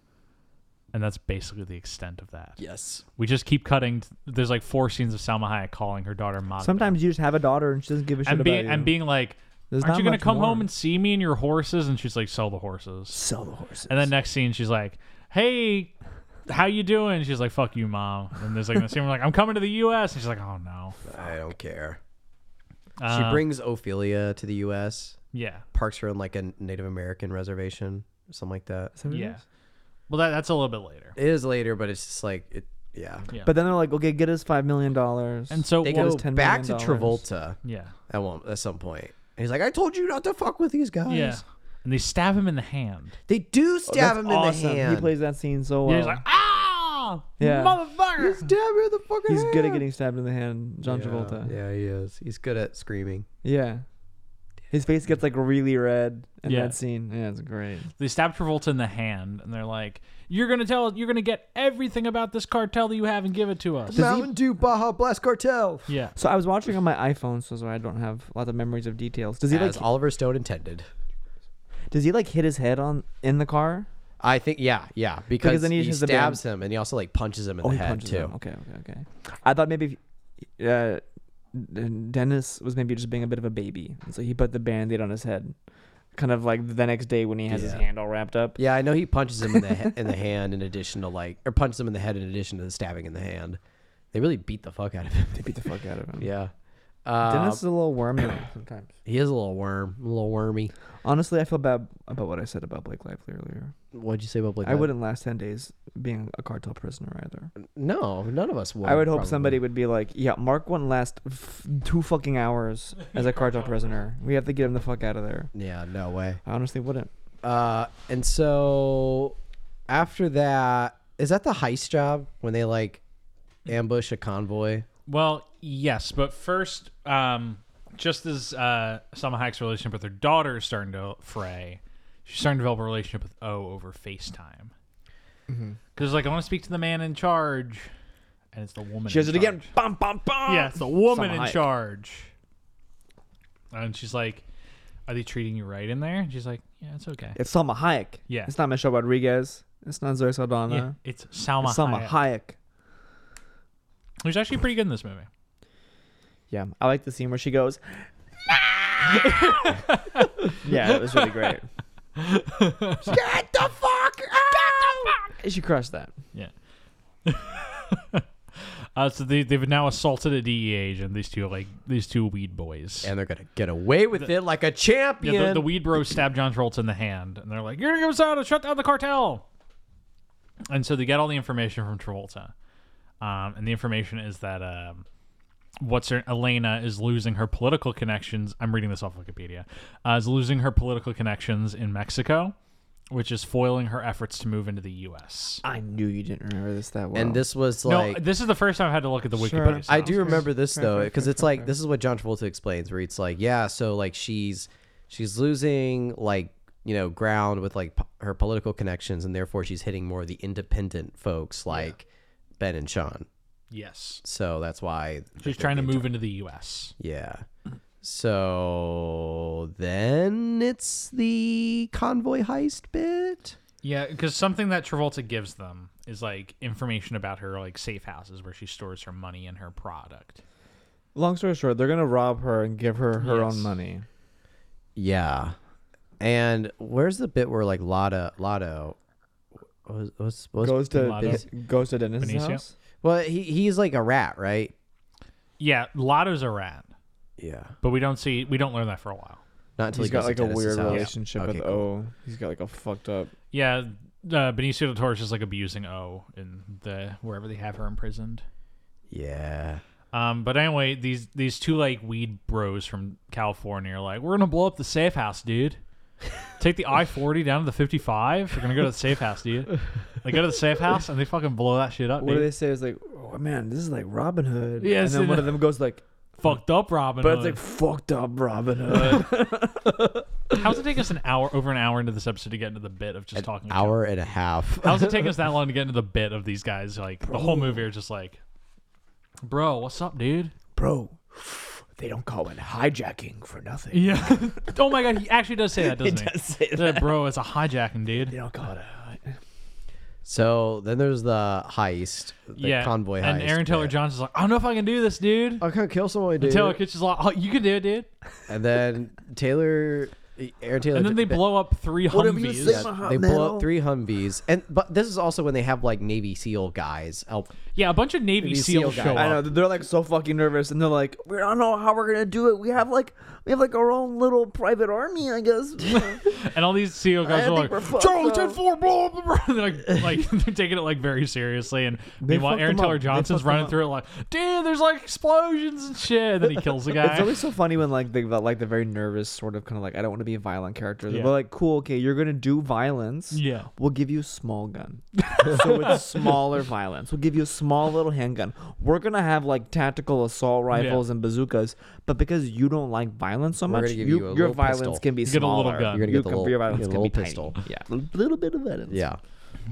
Speaker 1: And that's basically the extent of that.
Speaker 3: Yes.
Speaker 1: We just keep cutting. t- There's like four scenes of Salma Hayek calling her daughter Magda.
Speaker 4: Sometimes you just have a daughter and she doesn't give a shit
Speaker 1: and being
Speaker 4: about you.
Speaker 1: and being like,
Speaker 4: There's
Speaker 1: aren't
Speaker 4: not
Speaker 1: you gonna
Speaker 4: much
Speaker 1: come
Speaker 4: more.
Speaker 1: home and see me and your horses? And she's like, sell the horses.
Speaker 4: sell the horses.
Speaker 1: And then next scene, she's like, hey, how you doing? She's like, fuck you, mom. And there's like the scene where like, I'm coming to the U.S. And she's like, oh no.
Speaker 3: I don't care.
Speaker 1: Uh,
Speaker 3: she brings Ophelia to the U.S.
Speaker 1: Yeah,
Speaker 3: Parks her in like a Native American reservation, or something like that.
Speaker 1: yeah. Well, that, that's a little bit later.
Speaker 3: It is later, but it's just like it. Yeah.
Speaker 1: Yeah.
Speaker 4: But then they're like, okay, get us five million dollars.
Speaker 1: And so
Speaker 3: They
Speaker 1: well,
Speaker 3: go
Speaker 4: $10
Speaker 3: back to
Speaker 4: million.
Speaker 3: Travolta
Speaker 1: yeah,
Speaker 3: at one at some point. And he's like, I told you not to fuck with these guys.
Speaker 1: yeah. And they stab him in the hand.
Speaker 3: They do stab him in the hand.
Speaker 4: Oh, He plays that scene so well.
Speaker 1: Yeah, he's like, ah,
Speaker 4: Yeah.
Speaker 1: motherfucker.
Speaker 3: Stab him in the fucking
Speaker 4: He's good at
Speaker 1: "Ah!"
Speaker 3: hand.
Speaker 4: getting stabbed in the hand, John Travolta. Yeah.
Speaker 3: Yeah, he is. He's good at screaming.
Speaker 4: His face gets like really red in
Speaker 1: Yeah.
Speaker 4: that scene. Yeah, it's great.
Speaker 1: they stab Travolta in the hand, and they're like, "You're gonna tell, you're gonna get everything about this cartel that you have, and give it to us."
Speaker 3: Mountain Dew Baja Blast Cartel.
Speaker 1: Yeah.
Speaker 4: So I was watching on my iPhone, so that's why I don't have a lot of memories of details. Does he
Speaker 3: As
Speaker 4: like
Speaker 3: Oliver Stone intended.
Speaker 4: does he like hit his head on in the car?
Speaker 3: I think, yeah, yeah, because,
Speaker 4: then he
Speaker 3: he,
Speaker 4: just has the
Speaker 3: stabs him and he also like punches him in
Speaker 4: Oh,
Speaker 3: the
Speaker 4: he
Speaker 3: head
Speaker 4: punches
Speaker 3: too.
Speaker 4: him. Okay, okay, okay. I thought maybe if, uh, Dennis was maybe just being a bit of a baby, and so he put the band-aid on his head, kind of like the next day when he has his
Speaker 3: Yeah.
Speaker 4: hand all wrapped up.
Speaker 3: Yeah, I know he punches him in the he- in the [LAUGHS] hand in addition to like, or punches him in the head in addition to the stabbing in the hand. They really beat the fuck out of him.
Speaker 4: They beat the fuck out of him. Um,
Speaker 3: yeah, uh,
Speaker 4: Dennis is a little wormy sometimes.
Speaker 3: he is a little worm, a little wormy.
Speaker 4: Honestly, I feel bad about what I said about Blake Lively earlier.
Speaker 3: What'd you say about Blake?
Speaker 4: I
Speaker 3: Lively?
Speaker 4: wouldn't last ten days being a cartel prisoner either.
Speaker 3: No, none of us would.
Speaker 4: I would hope
Speaker 3: probably.
Speaker 4: somebody would be like, "Yeah, Mark wouldn't last f- two fucking hours as
Speaker 1: [LAUGHS]
Speaker 4: a cartel prisoner. We have to get him the fuck out of there."
Speaker 3: Yeah, no way.
Speaker 4: I honestly wouldn't.
Speaker 3: Uh, and so after that, is that the heist job when they like ambush a convoy?
Speaker 1: Well, yes, but first, um, just as uh, Salma Hayek's relationship with her daughter is starting to fray, she's starting to develop a relationship with O over FaceTime.
Speaker 3: Mm-hmm.
Speaker 1: Because like, I want to speak to the man in charge, and it's the woman.
Speaker 4: She does
Speaker 1: in
Speaker 4: it again.
Speaker 1: charge.
Speaker 4: Bum bum bum.
Speaker 1: Yeah, it's the woman
Speaker 4: Salma
Speaker 1: in
Speaker 4: Hayek.
Speaker 1: charge. And she's like, "Are they treating you right in there?" And she's like, "Yeah, it's okay."
Speaker 4: It's Salma Hayek.
Speaker 1: Yeah.
Speaker 4: It's not Michelle Rodriguez. It's not Zoe Saldana.
Speaker 1: Yeah, it's Salma,
Speaker 4: It's Salma
Speaker 1: Hayek,
Speaker 4: Hayek.
Speaker 1: who's actually pretty good in this movie.
Speaker 4: Yeah, I like the scene where
Speaker 1: [LAUGHS]
Speaker 4: she goes. [LAUGHS] yeah, it was
Speaker 1: [LAUGHS]
Speaker 4: really great. Get the fuck out! She crushed that.
Speaker 1: Yeah. uh, so they, they've now assaulted a DEA agent. These two, like these two weed boys.
Speaker 3: And they're gonna get away with it like a champion.
Speaker 1: yeah, the, the weed bros stab John Travolta in the hand, and they're like, "You're gonna go out and shut down the cartel." And so they get all the information from Travolta, um, and the information is that um, what's her Elena is losing her political connections. I'm reading this off Wikipedia. Uh, is losing her political connections in Mexico, which is foiling her efforts to move into the U.S.
Speaker 4: I knew you didn't remember this that well.
Speaker 3: and this was like
Speaker 1: no, this is the first time I had to look at the Wikipedia.
Speaker 4: Sure.
Speaker 1: synopsis.
Speaker 3: I do remember this
Speaker 4: Fair,
Speaker 3: though,
Speaker 4: fair,
Speaker 3: because
Speaker 4: fair,
Speaker 3: it's
Speaker 4: fair,
Speaker 3: like
Speaker 4: fair.
Speaker 3: this is what John Travolta explains, where it's like, yeah, so like she's she's losing like you know ground with like p- her political connections, and therefore she's hitting more of the independent folks like Ben and Sean.
Speaker 1: Yes.
Speaker 3: So that's why
Speaker 1: She's trying to move into the U.S.
Speaker 3: Yeah. So then it's the convoy heist bit.
Speaker 1: Yeah, because something that Travolta gives them is like information about her like safe houses where she stores her money and her product.
Speaker 4: Long story short, they're gonna rob her and give her her
Speaker 1: Yes.
Speaker 4: own money.
Speaker 3: Yeah. And where's the bit where like Lotto Lotto was was, was
Speaker 4: Goes to
Speaker 1: Lotto.
Speaker 4: his, goes to Dennis's
Speaker 1: Benicio?
Speaker 4: house.
Speaker 3: well he he's like a rat, right?
Speaker 1: Yeah, Lotto's a rat,
Speaker 3: Yeah.
Speaker 1: but we don't see we don't learn that for a while.
Speaker 3: Not until
Speaker 4: He's
Speaker 3: he
Speaker 4: got
Speaker 3: goes
Speaker 4: like
Speaker 3: to
Speaker 4: a
Speaker 3: Dennis's
Speaker 4: weird
Speaker 3: house.
Speaker 4: relationship
Speaker 3: Okay,
Speaker 4: with
Speaker 3: cool.
Speaker 4: O. He's got like a fucked up.
Speaker 1: Yeah, uh, Benicio del Toro is just like abusing O in the wherever they have her imprisoned.
Speaker 3: Yeah.
Speaker 1: Um, but anyway, these these two like weed bros from California are like, we're gonna blow up the safe house, dude. Take the I forty down to the fifty five. We're gonna go to the safe house, dude. They go to the safe house and they fucking blow that shit up,
Speaker 4: What do
Speaker 1: dude.
Speaker 4: they say? It's like, oh man, this is like Robin Hood.
Speaker 1: Yeah,
Speaker 4: and
Speaker 1: so
Speaker 4: then one
Speaker 1: the-
Speaker 4: of them goes like,
Speaker 1: Fucked up, Robin.
Speaker 4: but it's
Speaker 1: Hood.
Speaker 4: like fucked up Robin Hood.
Speaker 1: How's it take us an hour, over an hour into this episode to get into the bit of just talking? to each
Speaker 3: Hour and a half.
Speaker 1: How's it taking us that long to get into the bit of these guys? Like the whole movie are just like, bro, what's up, dude?
Speaker 4: Bro, they don't call it hijacking for nothing.
Speaker 1: Yeah. [LAUGHS] oh my god, he actually does say that, doesn't he?
Speaker 4: does say
Speaker 1: He's like, bro, it's a hijacking, dude.
Speaker 4: They don't call it a
Speaker 3: So then there's the heist, the
Speaker 1: yeah.
Speaker 3: convoy heist. Oh,
Speaker 1: and Aaron Taylor Johnson's like, I don't know if I can do this, dude.
Speaker 3: I can't kill somebody, dude.
Speaker 1: Taylor Kitsch is like, oh, you can do it, dude.
Speaker 3: and then Taylor, Aaron Taylor.
Speaker 1: And then they blow up three
Speaker 4: Whatever you
Speaker 1: Humvees.
Speaker 4: say.
Speaker 1: Yeah.
Speaker 4: My hot
Speaker 3: they blow
Speaker 4: metal.
Speaker 3: up three Humvees, and but this is also when they have like Navy SEAL guys help.
Speaker 1: a bunch of Navy,
Speaker 3: Navy
Speaker 1: SEALs
Speaker 3: SEAL
Speaker 1: show
Speaker 3: guy.
Speaker 1: up.
Speaker 4: I know they're like so fucking nervous, and they're like, "We don't know how we're gonna do it. We have like, we have like our own little private army, I guess."
Speaker 1: And all these SEAL guys
Speaker 4: think
Speaker 1: are like,
Speaker 4: we're fucked
Speaker 1: Charlie
Speaker 4: up."
Speaker 1: 10 4, blah, blah, [LAUGHS] blah. They're like, like, they're taking it like very seriously. And meanwhile,
Speaker 4: fucked
Speaker 1: Aaron
Speaker 4: them
Speaker 1: Taylor
Speaker 4: up. They
Speaker 1: Johnson's
Speaker 4: fucked them
Speaker 1: running
Speaker 4: up.
Speaker 1: through it like, dude, there's like explosions and shit. And then he kills the guy.
Speaker 4: [LAUGHS] It's always so funny when like the like the very nervous sort of kind of like I don't want to be a violent character.
Speaker 1: Yeah.
Speaker 4: But like, cool, okay, you're gonna do violence.
Speaker 1: Yeah.
Speaker 4: We'll give you a
Speaker 1: [LAUGHS]
Speaker 4: small gun. so it's smaller violence. We'll give you a small little handgun. We're gonna have like tactical assault rifles and bazookas, but because you don't like violence so
Speaker 3: We're
Speaker 4: much,
Speaker 3: gonna give
Speaker 4: you-
Speaker 3: you a
Speaker 4: your
Speaker 3: little
Speaker 4: violence
Speaker 3: pistol.
Speaker 4: can be
Speaker 1: get a little
Speaker 4: smaller.
Speaker 1: gun.
Speaker 3: You're gonna
Speaker 4: You
Speaker 3: get the
Speaker 4: can-
Speaker 3: little-
Speaker 4: your
Speaker 3: you
Speaker 4: violence
Speaker 3: get a
Speaker 4: can be
Speaker 3: little
Speaker 4: tiny.
Speaker 3: pistol.
Speaker 4: Yeah, a little bit of violence.
Speaker 3: Yeah.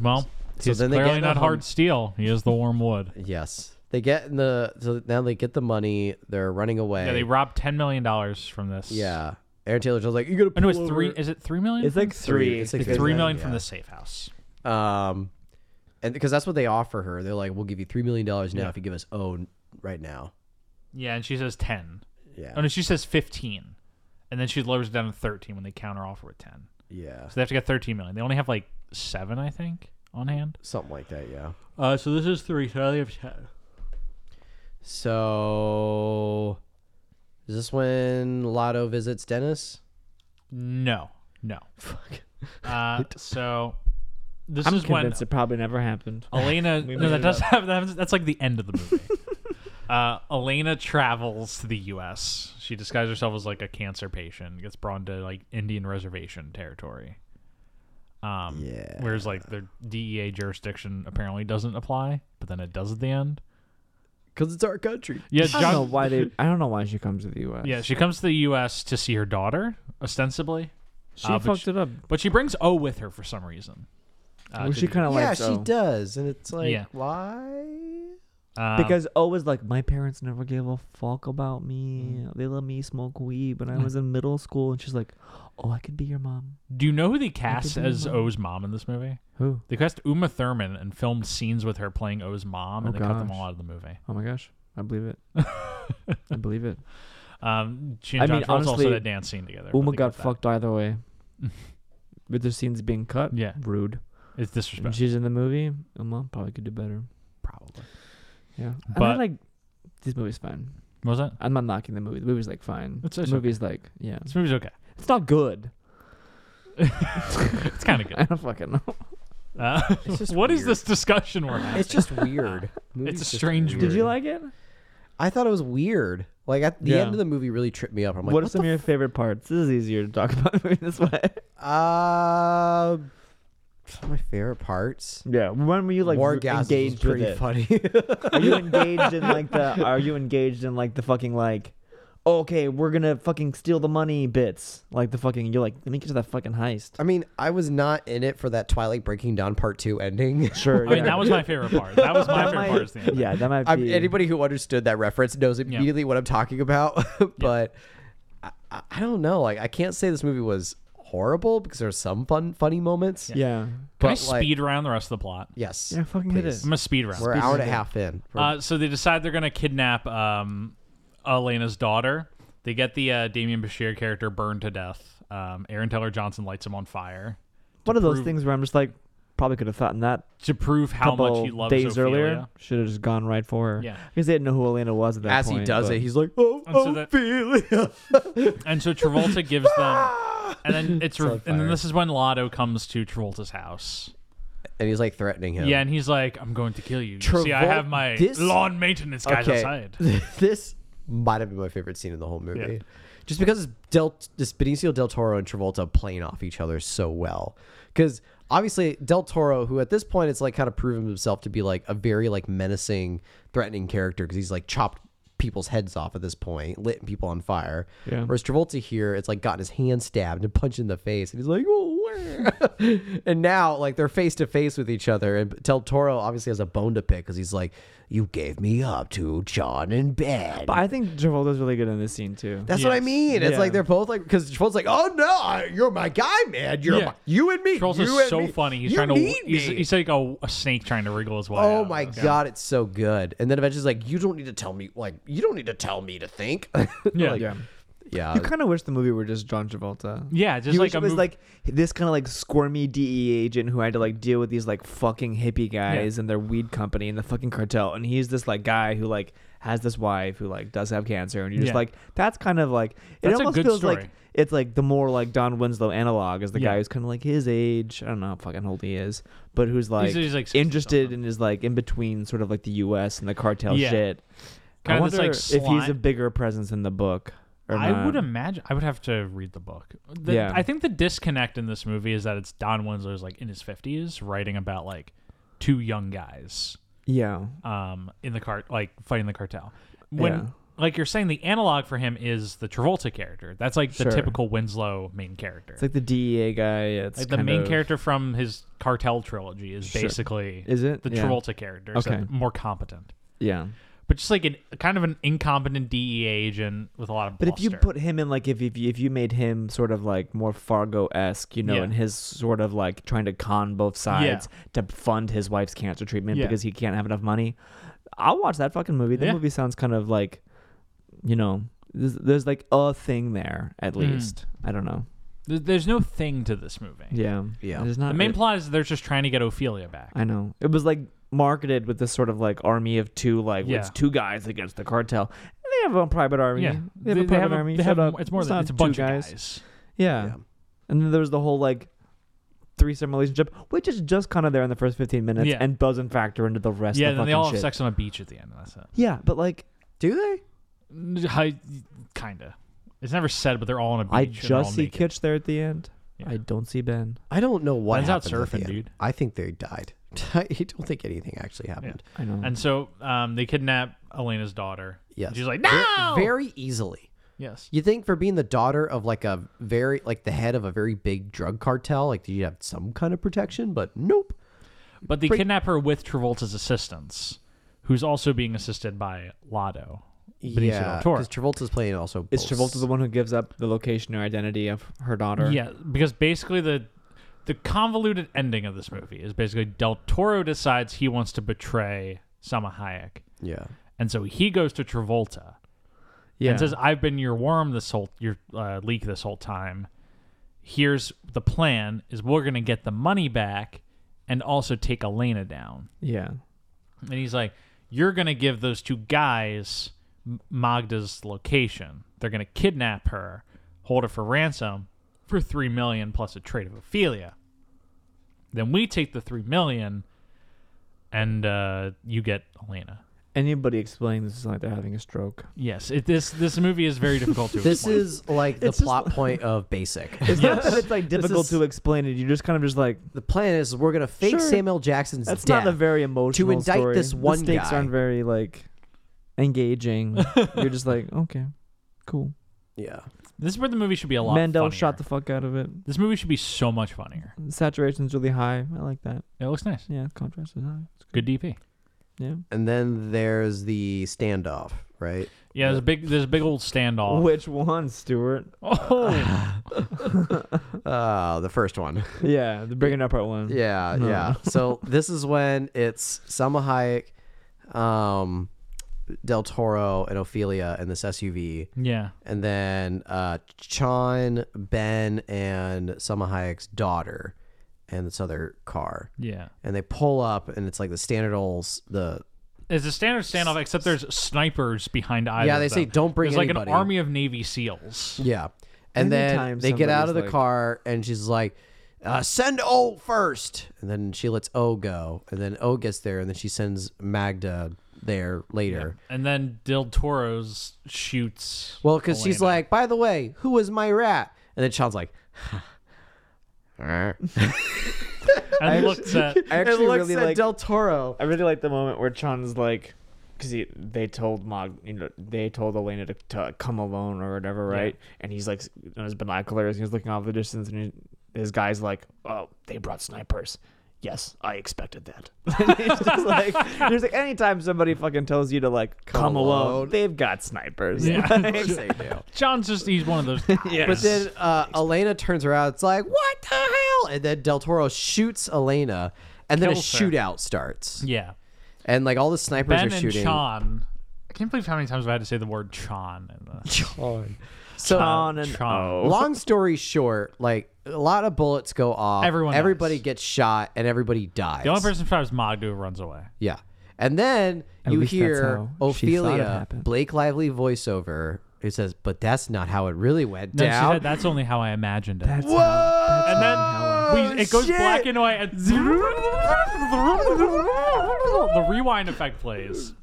Speaker 1: Well, he's
Speaker 3: then they get
Speaker 1: clearly
Speaker 3: in a
Speaker 1: not
Speaker 3: hum-
Speaker 1: hard steel. He is the warm wood.
Speaker 3: Yes. They get in the so now they get the money. They're running away.
Speaker 1: Yeah, they robbed ten million dollars from this.
Speaker 3: Yeah. Aaron Taylor John's like, you gotta.
Speaker 1: I know it's
Speaker 3: pull
Speaker 1: three.
Speaker 3: over."
Speaker 1: Is it three million?
Speaker 4: It's like three.
Speaker 3: It's like
Speaker 4: because
Speaker 1: three
Speaker 3: then,
Speaker 1: million
Speaker 3: yeah.
Speaker 1: from the safe house.
Speaker 3: Um, and because that's what they offer her. They're like, we'll give you three million dollars now if you give us own right now.
Speaker 1: Yeah, and she says ten.
Speaker 3: Yeah.
Speaker 1: Oh no, she says fifteen, and then she lowers it down to thirteen when they counter offer with ten.
Speaker 3: Yeah.
Speaker 1: So they have to get thirteen million. They only have like seven, I think, on hand.
Speaker 3: Something like that. Yeah.
Speaker 1: Uh, so this is three. So they have ten.
Speaker 3: So, is this when Lotto visits Dennis?
Speaker 1: No, no. [LAUGHS] Fuck. Uh, so this
Speaker 4: I'm
Speaker 1: is when
Speaker 4: convinced it [LAUGHS] probably never happened.
Speaker 1: [LAUGHS] Elena. no,
Speaker 4: made
Speaker 1: that
Speaker 4: it
Speaker 1: does happen. That happens- That's like the end of the movie. [LAUGHS] uh, Elena travels to the U.S. She disguises herself as like a cancer patient, gets brought to like Indian reservation territory. Um,
Speaker 3: Yeah.
Speaker 1: Whereas like the DEA jurisdiction apparently doesn't apply, but then it does at the end.
Speaker 3: Because it's our country.
Speaker 1: Yeah,
Speaker 4: I don't know
Speaker 1: John,
Speaker 4: why they. I don't know why she comes to the U.S.
Speaker 1: yeah. She comes to the U.S. to see her daughter, ostensibly,
Speaker 4: she
Speaker 1: uh, but
Speaker 4: fucked
Speaker 1: she-
Speaker 4: it up.
Speaker 1: but she brings O with her for some reason. Uh, to
Speaker 4: Well, she
Speaker 1: the-
Speaker 4: kind of
Speaker 3: yeah,
Speaker 4: likes
Speaker 3: she
Speaker 4: O.
Speaker 3: does, and it's like,
Speaker 1: Yeah.
Speaker 3: why?
Speaker 1: um,
Speaker 4: Because O was like, my parents never gave a fuck about me.
Speaker 1: Mm.
Speaker 4: They let me smoke weed when I was in middle school. And she's like, oh, I could be your mom.
Speaker 1: do you know who they cast
Speaker 4: be your
Speaker 1: as
Speaker 4: mom.
Speaker 1: O's mom in this movie?
Speaker 4: Who?
Speaker 1: They cast Uma Thurman and filmed scenes with her playing O's mom, and
Speaker 4: Oh,
Speaker 1: they cut them
Speaker 4: gosh.
Speaker 1: all out of the movie.
Speaker 4: Oh my gosh. I believe
Speaker 1: [LAUGHS]
Speaker 4: it. I believe it.
Speaker 1: Um, she and
Speaker 4: I
Speaker 1: John
Speaker 4: mean,
Speaker 1: Travolta also
Speaker 4: honestly,
Speaker 1: did a dance scene together. but
Speaker 4: Uma
Speaker 1: they
Speaker 4: got
Speaker 1: cut that.
Speaker 4: fucked
Speaker 1: [LAUGHS]
Speaker 4: either way. With the scenes being cut.
Speaker 1: Yeah.
Speaker 4: Rude.
Speaker 1: It's
Speaker 4: And
Speaker 1: disrespectful.
Speaker 4: she's in the movie. Uma probably could do better.
Speaker 3: Probably.
Speaker 4: Yeah. But
Speaker 1: But-
Speaker 4: like, this movie's fine.
Speaker 1: What was that?
Speaker 4: I'm not knocking the movie. The movie's like fine.
Speaker 1: It's-
Speaker 4: the
Speaker 1: it's
Speaker 4: movie's like, yeah.
Speaker 1: This movie's okay.
Speaker 4: It's not good.
Speaker 1: It's kind of
Speaker 4: [LAUGHS] I
Speaker 1: good.
Speaker 4: don't fucking know.
Speaker 1: Uh,
Speaker 3: It's just
Speaker 1: what is
Speaker 3: weird.
Speaker 1: this discussion we're having?
Speaker 3: It's just weird. Movie's
Speaker 1: a
Speaker 3: just
Speaker 1: strange
Speaker 3: weird.
Speaker 4: Did you like it?
Speaker 3: I thought it was weird. Like at the
Speaker 4: Yeah.
Speaker 3: end of the movie, really tripped me up. I'm like, what,
Speaker 4: what are some of your favorite parts? This is easier to talk [LAUGHS] about maybe this way.
Speaker 3: the? Uh, some of my favorite parts.
Speaker 4: Yeah. When were you like
Speaker 3: War
Speaker 4: re-
Speaker 3: gas
Speaker 4: engaged with
Speaker 3: pretty
Speaker 4: it?
Speaker 3: funny.
Speaker 4: [LAUGHS]
Speaker 3: [LAUGHS]
Speaker 4: Are you engaged in like the? Are you engaged in like the fucking like? Okay, we're gonna fucking steal the money bits. Like the fucking. You're like, let me get to that fucking heist.
Speaker 3: I mean, I was not in it for that Twilight Breaking Down Part Two
Speaker 4: [LAUGHS]
Speaker 3: ending.
Speaker 4: Sure.
Speaker 1: I mean, that was my favorite part. That
Speaker 4: [LAUGHS]
Speaker 1: was my favorite part. Is the end.
Speaker 4: yeah, that might be.
Speaker 3: I mean, anybody who understood that reference knows immediately what I'm talking about. [LAUGHS] but I I, I don't know. Like, I can't say this movie was horrible because there are some fun, funny moments.
Speaker 1: Can
Speaker 4: yeah.
Speaker 1: I
Speaker 3: But, like-
Speaker 1: speed around the rest of the plot?
Speaker 3: Yes.
Speaker 4: Yeah, fucking hit
Speaker 3: please.
Speaker 4: it.
Speaker 1: I'm gonna speed round.
Speaker 3: We're an hour and a half in. We're-
Speaker 1: Uh, so they decide they're gonna kidnap um, Elena's daughter. They get the uh, Damien Bashir character burned to death. Um, Aaron Taylor Johnson lights him on fire
Speaker 4: One of those
Speaker 1: prove-
Speaker 4: things where I'm just like, probably could have thought in that
Speaker 1: to prove how
Speaker 4: couple
Speaker 1: much he loves
Speaker 4: days
Speaker 1: Ophelia.
Speaker 4: earlier. Should have just gone right for her.
Speaker 1: Yeah.
Speaker 4: Because they didn't know who Elena was at that
Speaker 3: As
Speaker 4: point.
Speaker 3: he does
Speaker 4: but-
Speaker 3: it, he's like, "Oh,
Speaker 1: And so that-
Speaker 3: Ophelia."
Speaker 1: And so
Speaker 3: [LAUGHS]
Speaker 1: Travolta gives them, and then it's, re- and then this is when Lotto comes to Travolta's house,
Speaker 3: [LAUGHS] and he's like threatening him.
Speaker 1: Yeah, and he's like, I'm going to kill you. You See, I
Speaker 3: Travol-
Speaker 1: have my
Speaker 3: this-
Speaker 1: lawn maintenance guys outside.
Speaker 3: [LAUGHS] this might have been my favorite scene in the whole movie.
Speaker 1: Yeah.
Speaker 3: Just because it's Del this Benicio del Toro and Travolta playing off each other so well. Because obviously Del Toro, who at this point it's like kind of proven himself to be like a very like menacing, threatening character, because he's like chopped people's heads off at this point, lit people on fire.
Speaker 4: Yeah.
Speaker 3: Whereas Travolta here, it's like gotten his hand stabbed and punched in the face, and he's like, "Oh, where?" [LAUGHS] and now, like they're face to face with each other, and Del Toro obviously has a bone to pick because he's like, "You gave me up to John and Ben."
Speaker 4: But I think Travolta's really good in this scene too.
Speaker 3: That's what I
Speaker 1: Yes.
Speaker 3: mean. It's
Speaker 4: Yeah.
Speaker 3: like they're both like because Travolta's like, "Oh no, I- you're my guy, man. You're
Speaker 1: Yeah.
Speaker 3: my, you and me.
Speaker 1: Trolls
Speaker 3: you
Speaker 1: is
Speaker 3: and
Speaker 1: so
Speaker 3: me.
Speaker 1: funny. He's
Speaker 3: You
Speaker 1: trying to.
Speaker 3: need
Speaker 1: He's,
Speaker 3: me."
Speaker 1: he's like a, a snake trying to wriggle his way.
Speaker 3: Oh
Speaker 1: out.
Speaker 3: my
Speaker 1: Yeah.
Speaker 3: god, it's so good. And then eventually, it's like, you don't need to tell me. Like, you don't need to tell me to think. [LAUGHS]
Speaker 1: Yeah.
Speaker 3: Like,
Speaker 4: yeah.
Speaker 3: yeah.
Speaker 4: You kind of wish the movie were just John Travolta.
Speaker 1: Yeah, just
Speaker 4: you
Speaker 1: like
Speaker 4: wish
Speaker 1: a
Speaker 4: it was
Speaker 1: mov-
Speaker 4: like this kind of like squirmy DEA agent who had to like deal with these like fucking hippie guys and their weed company and the fucking cartel, and he's this like guy who like has this wife who like does have cancer, and you're just
Speaker 1: Yeah.
Speaker 4: like that's kind of like it
Speaker 1: That's a
Speaker 4: almost
Speaker 1: good
Speaker 4: feels
Speaker 1: story.
Speaker 4: like it's like the more like Don Winslow analog is the
Speaker 1: Yeah.
Speaker 4: guy who's kind of like his age. I don't know how fucking old he is, but who's like,
Speaker 1: he's like 60
Speaker 4: interested
Speaker 1: something.
Speaker 4: and is like in between sort of like the U.S. and the cartel
Speaker 1: Yeah.
Speaker 4: shit. I
Speaker 1: Kinda this,
Speaker 4: wonder
Speaker 1: like,
Speaker 4: if he's
Speaker 1: sly-
Speaker 4: a bigger presence in the book. Or
Speaker 1: I
Speaker 4: not.
Speaker 1: would imagine. I would have to read the book. The-
Speaker 4: Yeah.
Speaker 1: I think the disconnect in this movie is that it's Don Winslow's like in his fifties writing about like two young guys
Speaker 4: Yeah.
Speaker 1: um in the cart like fighting the cartel. When
Speaker 4: Yeah.
Speaker 1: like you're saying, the analog for him is the Travolta character. That's like the
Speaker 4: Sure.
Speaker 1: typical Winslow main character.
Speaker 4: It's like the DEA guy. It's
Speaker 1: like the
Speaker 4: kind
Speaker 1: main
Speaker 4: of-
Speaker 1: character from his cartel trilogy is
Speaker 4: Sure.
Speaker 1: basically
Speaker 4: Is it
Speaker 1: the
Speaker 4: Yeah.
Speaker 1: Travolta character,
Speaker 4: Okay.
Speaker 1: so more competent.
Speaker 4: Yeah,
Speaker 1: But just like an, kind of an incompetent DEA agent with a lot of.
Speaker 4: but if you
Speaker 1: bluster.
Speaker 4: put him in like if if you, if you made him sort of like more Fargo esque, you know,
Speaker 1: Yeah.
Speaker 4: and his sort of like trying to con both sides to fund his wife's cancer treatment
Speaker 1: Yeah.
Speaker 4: because he can't have enough money, I'll watch that fucking movie. The
Speaker 1: Yeah.
Speaker 4: movie sounds kind of like, you know, there's, there's like a thing there
Speaker 1: Hmm.
Speaker 4: at least. I don't know.
Speaker 1: There- There's no thing to this movie.
Speaker 4: Yeah,
Speaker 3: Yeah.
Speaker 4: There's not
Speaker 1: The main
Speaker 4: it-
Speaker 1: plot is they're just trying to get Ophelia back.
Speaker 4: I know. It was like marketed with this sort of like army of two, like
Speaker 1: Yeah.
Speaker 4: it's two guys against the cartel. They have a private army.
Speaker 1: Yeah,
Speaker 4: They have a private army.
Speaker 1: They
Speaker 4: Shut
Speaker 1: have
Speaker 4: up.
Speaker 1: mo- it's more than
Speaker 4: not
Speaker 1: it's a
Speaker 4: two
Speaker 1: bunch of guys.
Speaker 4: Yeah.
Speaker 3: Yeah.
Speaker 4: And then there was the whole like threesome relationship, which is just kind of there in the first 15 minutes
Speaker 1: Yeah.
Speaker 4: and doesn't factor into the rest
Speaker 1: Yeah,
Speaker 4: of the
Speaker 1: then they
Speaker 4: fucking
Speaker 1: all have
Speaker 4: shit.
Speaker 1: sex on a beach at the end. That's it.
Speaker 4: Yeah, but like
Speaker 3: Do they?
Speaker 1: I, kinda. It's never said, but they're all on a beach.
Speaker 4: I
Speaker 1: and they're all
Speaker 4: just see
Speaker 1: naked.
Speaker 4: Kitch there at the end.
Speaker 1: Yeah.
Speaker 4: I don't see Ben.
Speaker 3: I don't know what
Speaker 1: Ben's out
Speaker 3: happened at the
Speaker 1: surfing,
Speaker 3: end.
Speaker 1: dude.
Speaker 3: I think they died. [LAUGHS] I don't think anything actually happened.
Speaker 4: I know.
Speaker 1: And so um, they kidnap Elena's daughter.
Speaker 3: Yes.
Speaker 1: And she's like,
Speaker 3: Ve-
Speaker 1: no.
Speaker 3: Very easily.
Speaker 1: yes.
Speaker 3: You think for being the daughter of like a very like the head of a very big drug cartel, like do you have some kind of protection? But nope.
Speaker 1: But they kidnap her with Travolta's assistance, who's also being assisted by Lotto. Benicio del Toro.
Speaker 3: because Travolta's playing also.
Speaker 4: is
Speaker 3: both.
Speaker 4: Travolta the one who gives up the location or identity of her daughter?
Speaker 1: Yeah, because basically the the convoluted ending of this movie is basically Del Toro decides he wants to betray Sama Hayek,
Speaker 3: Yeah,
Speaker 1: and so he goes to Travolta
Speaker 4: Yeah.
Speaker 1: and says, "I've been your worm this whole your uh, leak this whole time. Here's the plan: is we're gonna get the money back, and also take Elena down."
Speaker 4: yeah.
Speaker 1: And he's like, "You're gonna give those two guys M- Magda's location. They're gonna kidnap her, hold her for ransom for three million plus a trade of Ophelia. Then we take the three million, and uh, you get Elena."
Speaker 4: Anybody explaining this is like they're having a stroke.
Speaker 1: Yes, it, this this movie is very difficult
Speaker 4: [LAUGHS]
Speaker 1: to
Speaker 3: this
Speaker 1: explain.
Speaker 3: is like the
Speaker 4: It's just- [LAUGHS]
Speaker 3: plot point of Basic.
Speaker 4: It's not that
Speaker 3: [LAUGHS]
Speaker 4: it's like difficult
Speaker 3: is-
Speaker 4: to explain it. You're just kind of just like
Speaker 3: The plan is we're gonna fake
Speaker 4: Sure.
Speaker 3: Samuel Jackson's
Speaker 4: that's
Speaker 3: death.
Speaker 4: not a very emotional
Speaker 3: indict
Speaker 4: story.
Speaker 3: this one
Speaker 4: the stakes
Speaker 3: guy.
Speaker 4: aren't very like [LAUGHS] engaging. You're just like okay, cool.
Speaker 3: yeah,
Speaker 1: this is where the movie should be a lot.
Speaker 4: Mandel
Speaker 1: funnier.
Speaker 4: shot the fuck out of it.
Speaker 1: This movie should be so much funnier.
Speaker 4: Saturation's really high. I like that.
Speaker 1: It looks nice.
Speaker 4: Yeah, contrast is high. It's
Speaker 1: Good DP.
Speaker 4: Yeah.
Speaker 3: and then there's the standoff,
Speaker 4: [LAUGHS]
Speaker 3: right?
Speaker 1: Yeah, there's a big there's a big old standoff.
Speaker 4: Which one, Stuart?
Speaker 1: Oh, [SIGHS]
Speaker 3: Uh, the first one.
Speaker 4: Yeah, the bringing up part one.
Speaker 3: Yeah, yeah.
Speaker 4: [LAUGHS]
Speaker 3: so this is when it's Selma Hayek, um, Del Toro, and Ophelia in this SUV,
Speaker 1: yeah.
Speaker 3: and then uh, Chan, Ben, and Selma Hayek's daughter, and this other car.
Speaker 1: Yeah.
Speaker 3: And they pull up, and it's like the standard old s- the
Speaker 1: It's a standard standoff, except there's snipers behind either.
Speaker 3: Yeah,
Speaker 1: of
Speaker 3: they say
Speaker 1: them.
Speaker 3: don't bring
Speaker 1: There's like
Speaker 3: anybody.
Speaker 1: an army of Navy SEALs.
Speaker 3: Yeah. And then
Speaker 4: Anytime
Speaker 3: they get out of
Speaker 4: somebody's
Speaker 3: the
Speaker 4: like-
Speaker 3: car and she's like, uh, send O first. And then she lets O go. And then O gets there. And then she sends Magda there later.
Speaker 1: And then Del Toro's shoots.
Speaker 3: Well, because she's
Speaker 1: Elena.
Speaker 3: like, by the way, who was my rat? And then Sean's like,
Speaker 1: and looks
Speaker 3: [LAUGHS]
Speaker 1: at
Speaker 4: I
Speaker 3: and
Speaker 4: actually
Speaker 3: looks
Speaker 4: really
Speaker 3: at
Speaker 4: like.
Speaker 3: Del Toro.
Speaker 1: [LAUGHS]
Speaker 4: I really like the moment where Chan's like, because he they told Mog, you know, they told Elena to, to come alone or whatever, right? And he's like on his binoculars, and he's looking off the distance, and he, his guy's like, "Oh, they brought snipers." Yes, I expected that. [LAUGHS] And he's
Speaker 3: [LAUGHS]
Speaker 4: just like, there's like anytime somebody fucking tells you to like come, alone,
Speaker 3: alone.
Speaker 4: they've got snipers.
Speaker 1: Yeah.
Speaker 4: [LAUGHS] Like,
Speaker 3: Yes, they do.
Speaker 1: John's just he's one of those.
Speaker 3: [LAUGHS]
Speaker 1: guys.
Speaker 4: yes.
Speaker 3: But then uh, Elena turns around. It's like, what the hell? And then Del Toro shoots Elena, and then
Speaker 1: Kills
Speaker 3: a
Speaker 1: her.
Speaker 3: shootout starts.
Speaker 1: yeah.
Speaker 3: And like all the snipers
Speaker 1: Ben and
Speaker 3: are shooting.
Speaker 1: Sean. I can't believe how many times I've had to say the word Chon. In the,
Speaker 3: [LAUGHS] So
Speaker 4: Chan and
Speaker 1: Chan.
Speaker 4: O.
Speaker 3: long story short, like a lot of bullets go off.
Speaker 1: Everyone dies.
Speaker 3: everybody gets shot, and everybody dies.
Speaker 1: the only person who survives Mog who runs away.
Speaker 3: Yeah. And then you
Speaker 4: least that's
Speaker 3: hear
Speaker 4: how she thought it
Speaker 3: Ophelia,
Speaker 4: happened.
Speaker 3: Blake Lively voiceover, who says, "But that's not how it really went
Speaker 1: No, she
Speaker 3: down."
Speaker 1: said that's only how I imagined it.
Speaker 3: Whoa!
Speaker 1: and then we, it goes
Speaker 3: shit.
Speaker 1: black and
Speaker 3: [LAUGHS]
Speaker 1: white, and the rewind effect
Speaker 3: [LAUGHS]
Speaker 1: plays.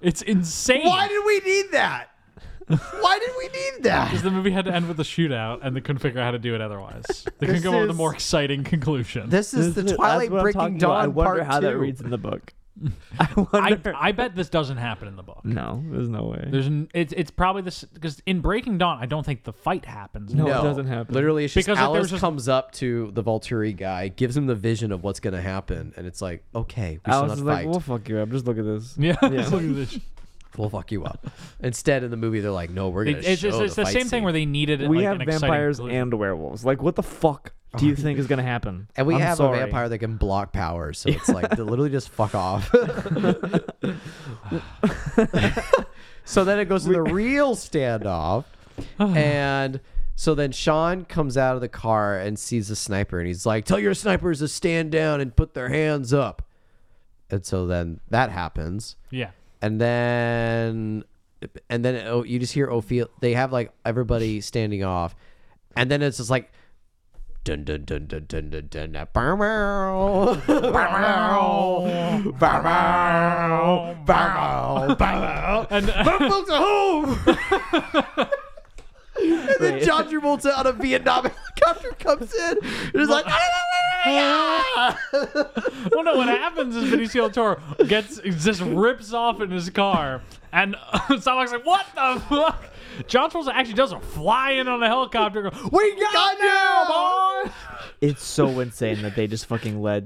Speaker 1: It's insane.
Speaker 3: Why did we need that? Why did we need that?
Speaker 1: Because the movie had to end with a shootout, and they couldn't figure out how to do it otherwise. They couldn't come up with a
Speaker 3: is-
Speaker 1: more exciting conclusion.
Speaker 3: [LAUGHS] This is the
Speaker 4: That's
Speaker 3: Twilight
Speaker 4: what I'm
Speaker 3: Breaking
Speaker 4: talking about.
Speaker 3: Dawn
Speaker 4: I wonder
Speaker 3: part
Speaker 4: how
Speaker 3: two.
Speaker 4: that reads in
Speaker 3: [LAUGHS]
Speaker 4: the book. I wonder.
Speaker 1: I, I bet this doesn't happen in the book.
Speaker 4: no, there's no way.
Speaker 1: There's an, it's it's probably this because in Breaking Dawn, I don't think the fight happens.
Speaker 4: No.
Speaker 3: no,
Speaker 4: it doesn't happen.
Speaker 3: Literally, it's just
Speaker 1: Because if there
Speaker 3: Alice
Speaker 1: was just-
Speaker 3: comes up to the Volturi guy, gives him the vision of what's going to happen, and it's like, okay, we
Speaker 4: Alice is
Speaker 3: shall not
Speaker 4: like,
Speaker 3: fight.
Speaker 4: "We'll fuck you up. Just look at this."
Speaker 1: Yeah.
Speaker 4: Yeah.
Speaker 1: [LAUGHS] Look at this.
Speaker 3: we'll fuck you up. Instead, in the movie, they're like, no, we're going
Speaker 1: It-
Speaker 3: to
Speaker 1: it's it's, it's the, same thing where they needed.
Speaker 4: we
Speaker 1: like,
Speaker 4: have
Speaker 1: an exciting
Speaker 4: vampires
Speaker 1: conclusion.
Speaker 4: and werewolves. Like, what the fuck do [LAUGHS] you think is gonna happen?
Speaker 3: And we
Speaker 4: I'm
Speaker 3: have
Speaker 4: sorry.
Speaker 3: a
Speaker 4: [LAUGHS]
Speaker 3: vampire that can block power, so it's like they literally just fuck off. [LAUGHS] so then it goes [LAUGHS] to the real [SIGHS] standoff, and so then Sean comes out of the car and sees the sniper, and he's like, "Tell your snipers to stand down and put their hands up." And so then that happens,
Speaker 1: Yeah.
Speaker 3: and then and then oh, you just hear Ophelia. They have like everybody standing off, and then it's just like. Dun dun dun dun dun dun dun. da- bow, bow. Bow, bow. Bow, bow. Bow, bow. Bow, bow. My folks are home. And then John Travolta out of Vietnam helicopter comes in. and It's [LAUGHS] like
Speaker 1: [LAUGHS] well, no, what happens is Benicio del Toro gets just rips off in his car, and [LAUGHS] Starlock's like, "What the fuck?" John Travolta actually does a fly in on a helicopter. and Go, we got, you,
Speaker 4: It's so insane that they just fucking let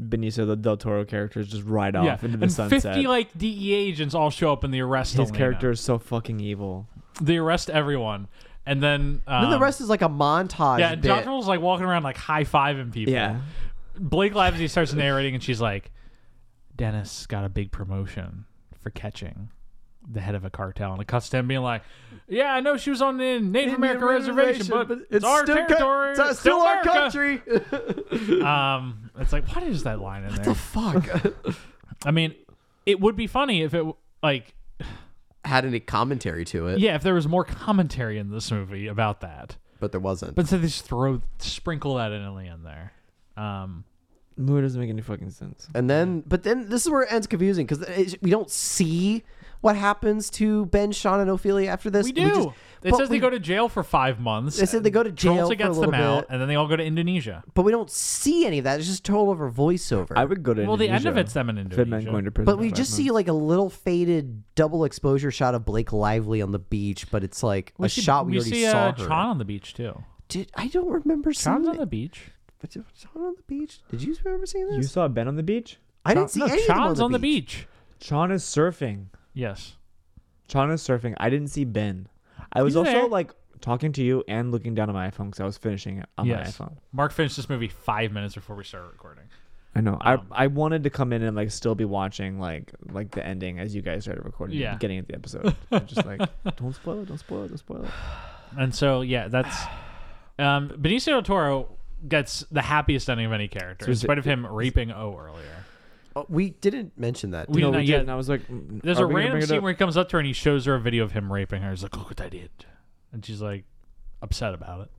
Speaker 4: Benicio the del Toro characters just ride
Speaker 1: boy! Yeah,
Speaker 4: off into the
Speaker 1: and
Speaker 4: sunset.
Speaker 1: fifty like DE agents all show up and they arrest
Speaker 4: His
Speaker 1: Elena.
Speaker 4: character is so fucking evil.
Speaker 1: They arrest everyone, and then um,
Speaker 3: Then the rest is like a montage.
Speaker 1: Yeah, and John
Speaker 3: bit.
Speaker 1: Travolta's like walking around like high fiving people.
Speaker 4: Yeah.
Speaker 1: Blake Lively starts narrating, and she's like, "Dennis got a big promotion for catching the head of a cartel," and it cuts to him being like, "Yeah, I know she was on the Native American reservation, but it's, our
Speaker 3: still
Speaker 1: territory,
Speaker 3: co- it's still our
Speaker 1: America."
Speaker 3: country. [LAUGHS]
Speaker 1: Um, it's like, what is that line in there?
Speaker 3: Fuck.
Speaker 1: [LAUGHS] I mean, it would be funny if it like,
Speaker 3: Had any commentary to it,
Speaker 1: yeah, if there was more commentary in this movie about that,
Speaker 3: but there wasn't.
Speaker 1: but instead they just throw sprinkle that in at the end there. Um,
Speaker 4: The movie doesn't make any fucking sense.
Speaker 3: And then, but then this is where it ends confusing because we don't see what happens to Ben, Sean, and Ophelia after this.
Speaker 1: we do.
Speaker 3: just-
Speaker 1: it
Speaker 3: but
Speaker 1: says
Speaker 3: we-
Speaker 1: they go to jail for five months.
Speaker 3: They said they go to
Speaker 1: Travolta
Speaker 3: jail for a
Speaker 1: gets
Speaker 3: little
Speaker 1: them
Speaker 3: bit,
Speaker 1: out, and then they all go to Indonesia.
Speaker 3: but we don't see any of that. It's just total over voiceover.
Speaker 4: I would go to
Speaker 1: Well, the end of
Speaker 4: Indonesia.
Speaker 1: it's them in
Speaker 4: Fit man
Speaker 1: Indonesia.
Speaker 4: going to prison.
Speaker 3: but
Speaker 4: for
Speaker 3: we
Speaker 4: five
Speaker 3: just see
Speaker 4: months.
Speaker 3: like a little faded double exposure shot of Blake Lively on the beach, but it's like a
Speaker 1: see-
Speaker 3: shot we,
Speaker 1: we
Speaker 3: already
Speaker 1: see,
Speaker 3: saw
Speaker 1: uh,
Speaker 3: her.
Speaker 1: Chan on the beach too.
Speaker 3: Did I don't remember
Speaker 1: Chan's
Speaker 3: seeing
Speaker 1: on the
Speaker 3: it.
Speaker 1: beach.
Speaker 3: But Sean on the beach. Did you remember seeing
Speaker 4: You
Speaker 3: this?
Speaker 4: saw Ben on the beach.
Speaker 3: I didn't see
Speaker 1: no,
Speaker 3: anything
Speaker 1: Chan's
Speaker 3: on the beach.
Speaker 4: Sean is surfing.
Speaker 1: Yes.
Speaker 4: Sean is surfing. I didn't see Ben. I was
Speaker 1: He's
Speaker 4: also
Speaker 1: there.
Speaker 4: like talking to you and looking down at my iPhone because I was finishing it on
Speaker 1: Yes.
Speaker 4: my iPhone.
Speaker 1: Mark finished this movie five minutes before we started recording.
Speaker 4: I know.
Speaker 1: Um,
Speaker 4: I I wanted to come in and like still be watching like like the ending as you guys started recording
Speaker 1: Yeah.
Speaker 4: the beginning of
Speaker 1: [LAUGHS]
Speaker 4: the episode. I'm just like don't spoil it, don't spoil it, don't spoil it.
Speaker 1: And so yeah, that's
Speaker 4: [SIGHS]
Speaker 1: um, Benicio del Toro gets the happiest ending of any character, in
Speaker 4: is it-
Speaker 1: spite of him raping O earlier.
Speaker 3: Uh, we didn't mention that.
Speaker 1: We did
Speaker 4: no, we
Speaker 1: not
Speaker 4: did,
Speaker 1: yet.
Speaker 4: and I was like, mm,
Speaker 1: There's
Speaker 4: are
Speaker 1: a
Speaker 4: we gonna
Speaker 1: random
Speaker 4: bring it
Speaker 1: scene
Speaker 4: up?
Speaker 1: where he comes up to her and he shows her a video of him raping her. He's like, "Look what I did," and she's like, upset about it.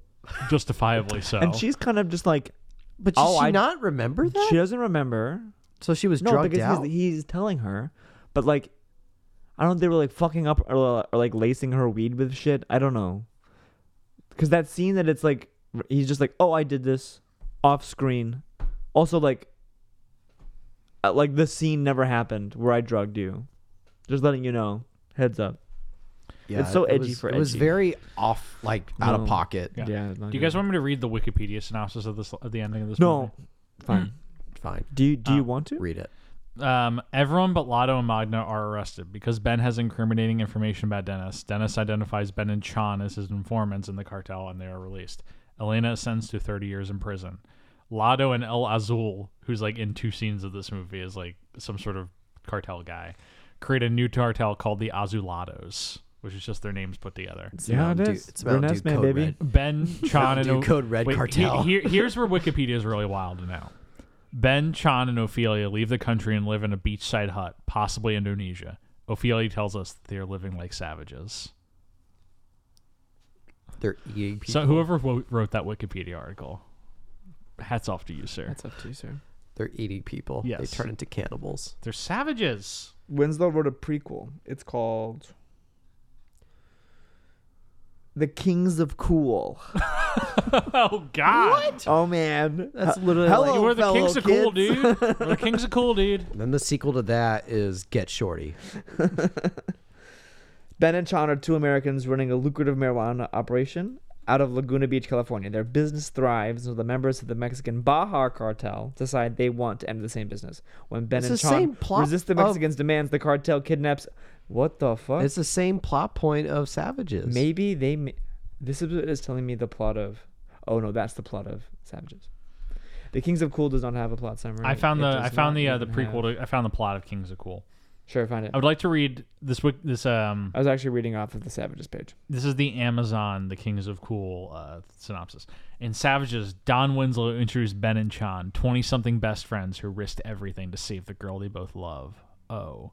Speaker 1: [LAUGHS] justifiably so.
Speaker 4: And she's kind of just like
Speaker 3: But does
Speaker 4: Oh,
Speaker 3: she
Speaker 4: I-
Speaker 3: not remember
Speaker 1: Eh.
Speaker 3: that?
Speaker 4: she doesn't remember.
Speaker 3: so she was
Speaker 4: No,
Speaker 3: drugged
Speaker 4: because
Speaker 3: out.
Speaker 4: he's, he's telling her, but like, I don't. know if They were like fucking up or, or like lacing her weed with shit. I don't know. Because that scene that it's like he's just like, oh, I did this off screen. Also, like, uh, like this scene never happened where I drugged you. Just letting you know, heads up.
Speaker 3: yeah,
Speaker 4: it's so
Speaker 3: it
Speaker 4: edgy
Speaker 3: was-
Speaker 4: for
Speaker 3: It was
Speaker 4: edgy.
Speaker 3: very off, like out of
Speaker 4: No.
Speaker 3: pocket.
Speaker 1: Yeah.
Speaker 4: Do
Speaker 1: do you guys want me to read the Wikipedia synopsis of this of the ending of this?
Speaker 4: No. Fine.
Speaker 3: Fine,
Speaker 4: Do you do
Speaker 1: Uh,
Speaker 4: you want to?
Speaker 3: read it.
Speaker 1: movie? Um, everyone but Lotto and Magna are arrested because Ben has incriminating information about Dennis. Dennis identifies Ben and Chan as his informants in the cartel, and they are released. Elena is sentenced to 30 years in prison. Lotto and El Azul, who's like in two scenes of this movie, is like some sort of cartel guy, create a new cartel called the Azulados, which is just their names put together.
Speaker 3: It's
Speaker 4: Yeah,
Speaker 3: Mountain
Speaker 4: it
Speaker 3: Dew-
Speaker 4: is.
Speaker 3: Um, It's Mountain
Speaker 4: Renette's
Speaker 3: Dew
Speaker 4: Man,
Speaker 3: Code
Speaker 4: baby.
Speaker 3: Red.
Speaker 4: [LAUGHS]
Speaker 1: Ben, Chan, and
Speaker 3: Dude, Code Red
Speaker 1: he-
Speaker 3: Cartel.
Speaker 1: he- here- here's where Wikipedia is really wild to know. Ben, Chan, and Ophelia leave the country and live in a beachside hut, possibly Indonesia. Ophelia tells us that they are living like savages.
Speaker 3: They're eating people.
Speaker 1: So whoever wo- wrote that Wikipedia article, hats off to you, sir.
Speaker 4: That's up to you, sir.
Speaker 3: They're eating people. They
Speaker 1: Yes.
Speaker 3: turn into cannibals.
Speaker 1: They're savages.
Speaker 4: Winslow wrote a prequel. It's called The Kings of Cool.
Speaker 1: [LAUGHS] Oh God!
Speaker 4: Oh man,
Speaker 3: That's literally
Speaker 4: hello.
Speaker 3: like-
Speaker 1: We're the
Speaker 4: fellow
Speaker 1: kings of cool,
Speaker 4: kids.
Speaker 1: dude. We're the kings of cool,
Speaker 4: [LAUGHS]
Speaker 1: dude.
Speaker 3: And then the sequel to that is Get Shorty.
Speaker 4: Ben and Chan are two Americans running a lucrative marijuana operation out of Laguna Beach, California. Their business thrives when the members of the Mexican Baja cartel decide they want to enter the same business. When Ben
Speaker 3: It's
Speaker 4: and
Speaker 3: the
Speaker 4: Chan
Speaker 3: same plot
Speaker 4: resist the
Speaker 3: of-
Speaker 4: Mexicans' demands, the cartel kidnaps. What the fuck?
Speaker 3: It's the same plot point of Savages.
Speaker 4: Maybe they. Ma- this is, is telling me the plot of. Oh no, that's the plot of Savages. The Kings of Cool does not have a plot summary.
Speaker 1: I found
Speaker 4: It
Speaker 1: the
Speaker 4: does
Speaker 1: I found
Speaker 4: not
Speaker 1: the uh, the
Speaker 4: even
Speaker 1: prequel.
Speaker 4: have-
Speaker 1: To, I found the plot of Kings of Cool.
Speaker 4: Sure, find it.
Speaker 1: I would like to read this wik- this um
Speaker 4: I was actually reading off of the Savages page.
Speaker 1: This is the Amazon, the Kings of Cool uh, synopsis. In Savages, Don Winslow introduced Ben and Chan, 20 something best friends who risked everything to save the girl they both love. Oh.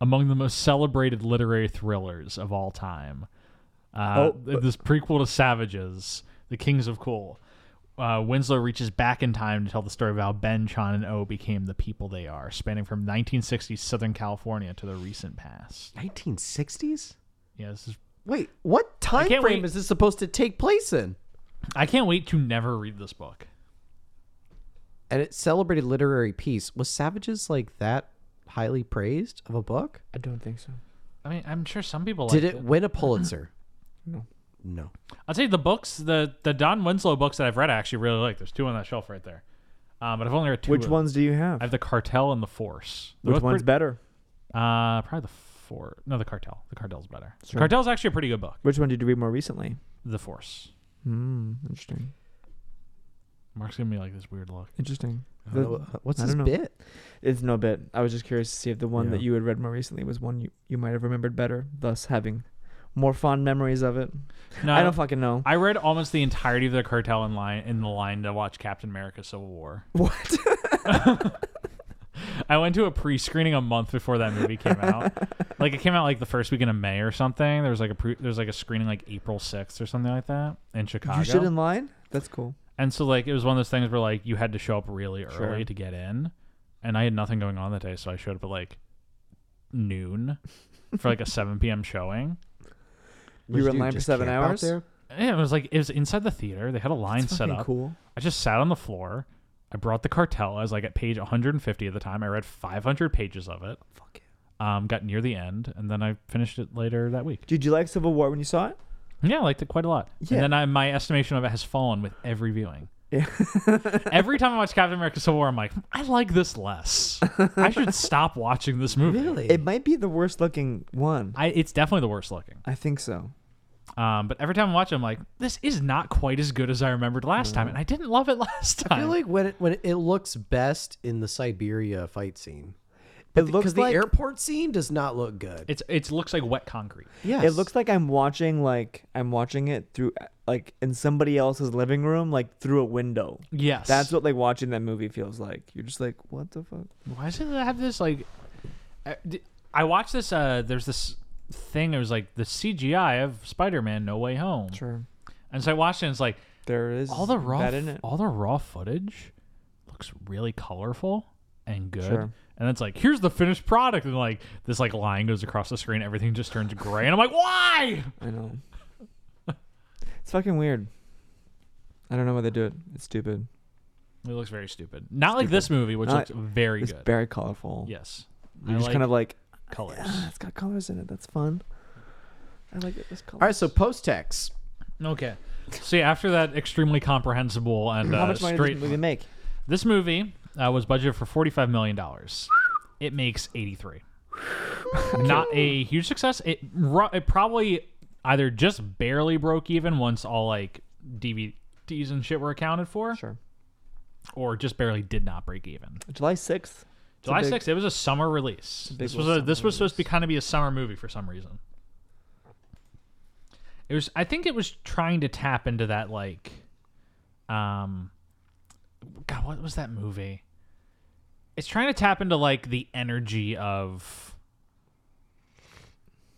Speaker 1: Among the most celebrated literary thrillers of all time. Uh,
Speaker 4: Oh,
Speaker 1: th- this prequel to Savages, The Kings of Cool. Uh, Winslow reaches back in time to tell the story of how Ben, Chan, and O became the people they are, spanning from 1960s Southern California to the recent past.
Speaker 3: 1960s?
Speaker 1: Yeah, this is
Speaker 3: Wait, what time frame
Speaker 1: can't wait-
Speaker 3: is this supposed to take place in?
Speaker 1: I can't wait to never read this book.
Speaker 3: And it celebrated literary piece. Was Savages like that highly praised of a book?
Speaker 4: I don't think so.
Speaker 1: I mean, I'm sure some people
Speaker 3: Did
Speaker 1: liked
Speaker 3: it win a Pulitzer?
Speaker 4: [CLEARS THROAT] No.
Speaker 3: No.
Speaker 1: I'll tell you the books, the the Don Winslow books that I've read, I actually really like. There's two on that shelf right there, um, but I've only read two.
Speaker 4: Which
Speaker 1: of them.
Speaker 4: ones do you have?
Speaker 1: I have the Cartel and the Force. They're
Speaker 4: Which
Speaker 1: both
Speaker 4: one's
Speaker 1: pretty-
Speaker 4: better?
Speaker 1: Uh, probably the Force. No, the Cartel. The Cartel's better. The
Speaker 4: Sure.
Speaker 1: Cartel's actually a pretty good book.
Speaker 4: Which one did you read more recently?
Speaker 1: The Force.
Speaker 4: Hmm, interesting.
Speaker 1: Mark's giving me like this weird look.
Speaker 4: Interesting.
Speaker 3: I don't know. What's
Speaker 4: I
Speaker 3: this
Speaker 4: don't know.
Speaker 3: bit?
Speaker 4: It's no bit. I was just curious to see if the one that
Speaker 3: Yeah.
Speaker 4: you had read more recently was one you, you might have remembered better, thus having more fond memories of it.
Speaker 1: No,
Speaker 4: I don't fucking know.
Speaker 1: I read almost the entirety of the Cartel in line in the line to watch Captain America: Civil War.
Speaker 4: [LAUGHS] What?
Speaker 1: [LAUGHS] I went to a pre-screening a month before that movie came
Speaker 4: [LAUGHS]
Speaker 1: out. like it came out like the first weekend of May or something. There was like a pre- there was like a screening like April 6th or something like that in Chicago.
Speaker 4: you shit in line? That's cool.
Speaker 1: and so like it was one of those things where like you had to show up really early
Speaker 4: Sure.
Speaker 1: to get in. And I had nothing going on that day, so I showed up at like noon for like a 7 p.m. showing.
Speaker 4: You were in line for seven hours?
Speaker 1: And it was like it was inside the theater. They had a line set
Speaker 4: Fucking
Speaker 1: up.
Speaker 4: cool.
Speaker 1: I just sat on the floor. I brought the cartel. I was like at page 150 at the time. I read 500 pages of it.
Speaker 4: Fuck it.
Speaker 1: Um, got near the end, and then I finished it later that week.
Speaker 4: Did you like Civil War when you saw it?
Speaker 1: Yeah, I liked it quite a lot.
Speaker 4: Yeah.
Speaker 1: And then I, my estimation of it has fallen with every viewing.
Speaker 4: Yeah.
Speaker 1: [LAUGHS] every time I watch Captain America Civil War, I'm like, I like this less. I
Speaker 4: [LAUGHS]
Speaker 1: should stop watching this movie.
Speaker 3: Really?
Speaker 4: It might be the worst looking one.
Speaker 1: I, it's definitely the worst looking.
Speaker 4: I think so.
Speaker 1: Um, but every time I watch it, I'm like, this is not quite as good as I remembered last
Speaker 4: Mm-hmm.
Speaker 1: time, and I didn't love it [LAUGHS] last time.
Speaker 3: I feel like when it, when it looks best in the Siberia fight scene.
Speaker 4: It
Speaker 3: Because
Speaker 4: looks
Speaker 3: the
Speaker 4: like
Speaker 3: airport scene does not look good.
Speaker 1: it's it looks like wet concrete.
Speaker 3: yes.
Speaker 4: it looks like I'm watching like I'm watching it through like in somebody else's living room, like through a window.
Speaker 1: Yes,
Speaker 4: That's what like watching that movie feels like. You're just like, what the fuck?
Speaker 1: Why does it have this like? I- d- I watched this. Uh, there's this thing. It was like the CGI of Spider-Man: No Way Home,
Speaker 4: Sure.
Speaker 1: and so I watched it. and It's like
Speaker 4: There is
Speaker 1: all the raw
Speaker 4: that
Speaker 1: f-
Speaker 4: in it.
Speaker 1: all the raw footage looks really colorful and good.
Speaker 5: Sure.
Speaker 1: And it's like, here's the finished product, and like this like line goes across the screen, everything just turns gray, and I'm like, why? [LAUGHS]
Speaker 4: I know. it's fucking weird. I don't know why they do it. It's stupid.
Speaker 1: It looks very stupid. Not like this movie, which looks
Speaker 4: Not-
Speaker 1: very
Speaker 4: it's
Speaker 1: good.
Speaker 4: very colorful.
Speaker 1: yes,
Speaker 4: You're
Speaker 1: I
Speaker 4: just
Speaker 1: like
Speaker 4: kind of like,
Speaker 1: colors.
Speaker 4: "Ah, it's got colors in it. That's fun. I like it. There's colors.
Speaker 3: All right, so post text.
Speaker 1: Okay. See, after that extremely comprehensible and
Speaker 4: how
Speaker 1: uh,
Speaker 4: much money
Speaker 1: straight,
Speaker 4: did this movie make?
Speaker 1: this movie uh, was budgeted for forty-five million dollars. It makes eighty-three. Not a huge success. It ru- it probably either just barely broke even once all like DVDs and shit were accounted for,
Speaker 4: Sure.
Speaker 1: or just barely did not break even.
Speaker 4: July 6th.
Speaker 1: July
Speaker 4: big-
Speaker 1: sixth, it was a summer release.
Speaker 4: big
Speaker 1: this
Speaker 4: old
Speaker 1: was a,
Speaker 4: summer
Speaker 1: this was supposed to be kind of be a summer movie for some reason. It was. I think it was trying to tap into that like, um, God, what was that movie? It's trying to tap into like the energy of.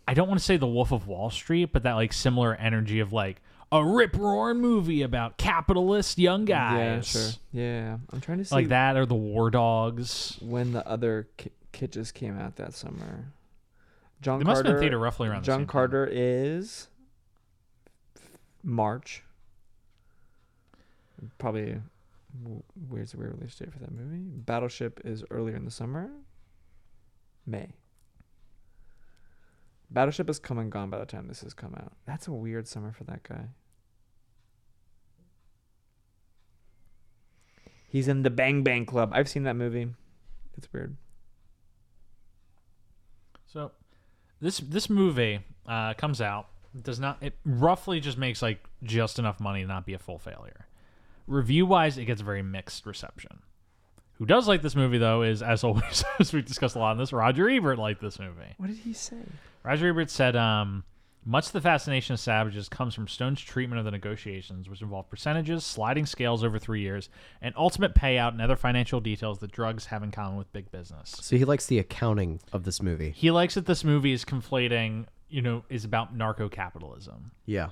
Speaker 1: I don't want to say the Wolf of Wall Street, but that like similar energy of like a rip roaring movie about capitalist young guys,
Speaker 4: Yeah, sure. Yeah. I'm trying to see
Speaker 1: like that, or the War Dogs.
Speaker 4: when the other ki- Kitches came out that summer. John
Speaker 1: They must
Speaker 4: Carter.
Speaker 1: have been theater roughly around. the
Speaker 4: John
Speaker 1: same time.
Speaker 4: Carter is March. Probably w- where's the weird release date for that movie? Battleship is earlier in the summer. May. Battleship is come and gone by the time this has come out. That's a weird summer for that guy. He's in the Bang Bang Club. I've seen that movie. It's weird.
Speaker 1: So this this movie uh, comes out does not it roughly just makes like just enough money to not be a full failure. Review wise, it gets very mixed reception. Who does like this movie though is as [LAUGHS] always as we discussed a lot on this Roger Ebert liked this movie.
Speaker 4: What did he say?
Speaker 1: Roger Ebert said, um, much of the fascination of Savages comes from Stone's treatment of the negotiations, which involved percentages, sliding scales over three years, and ultimate payout and other financial details that drugs have in common with big business
Speaker 3: So he likes the accounting of this movie.
Speaker 1: he likes that this movie is conflating, you know, is about narco capitalism
Speaker 3: Yeah.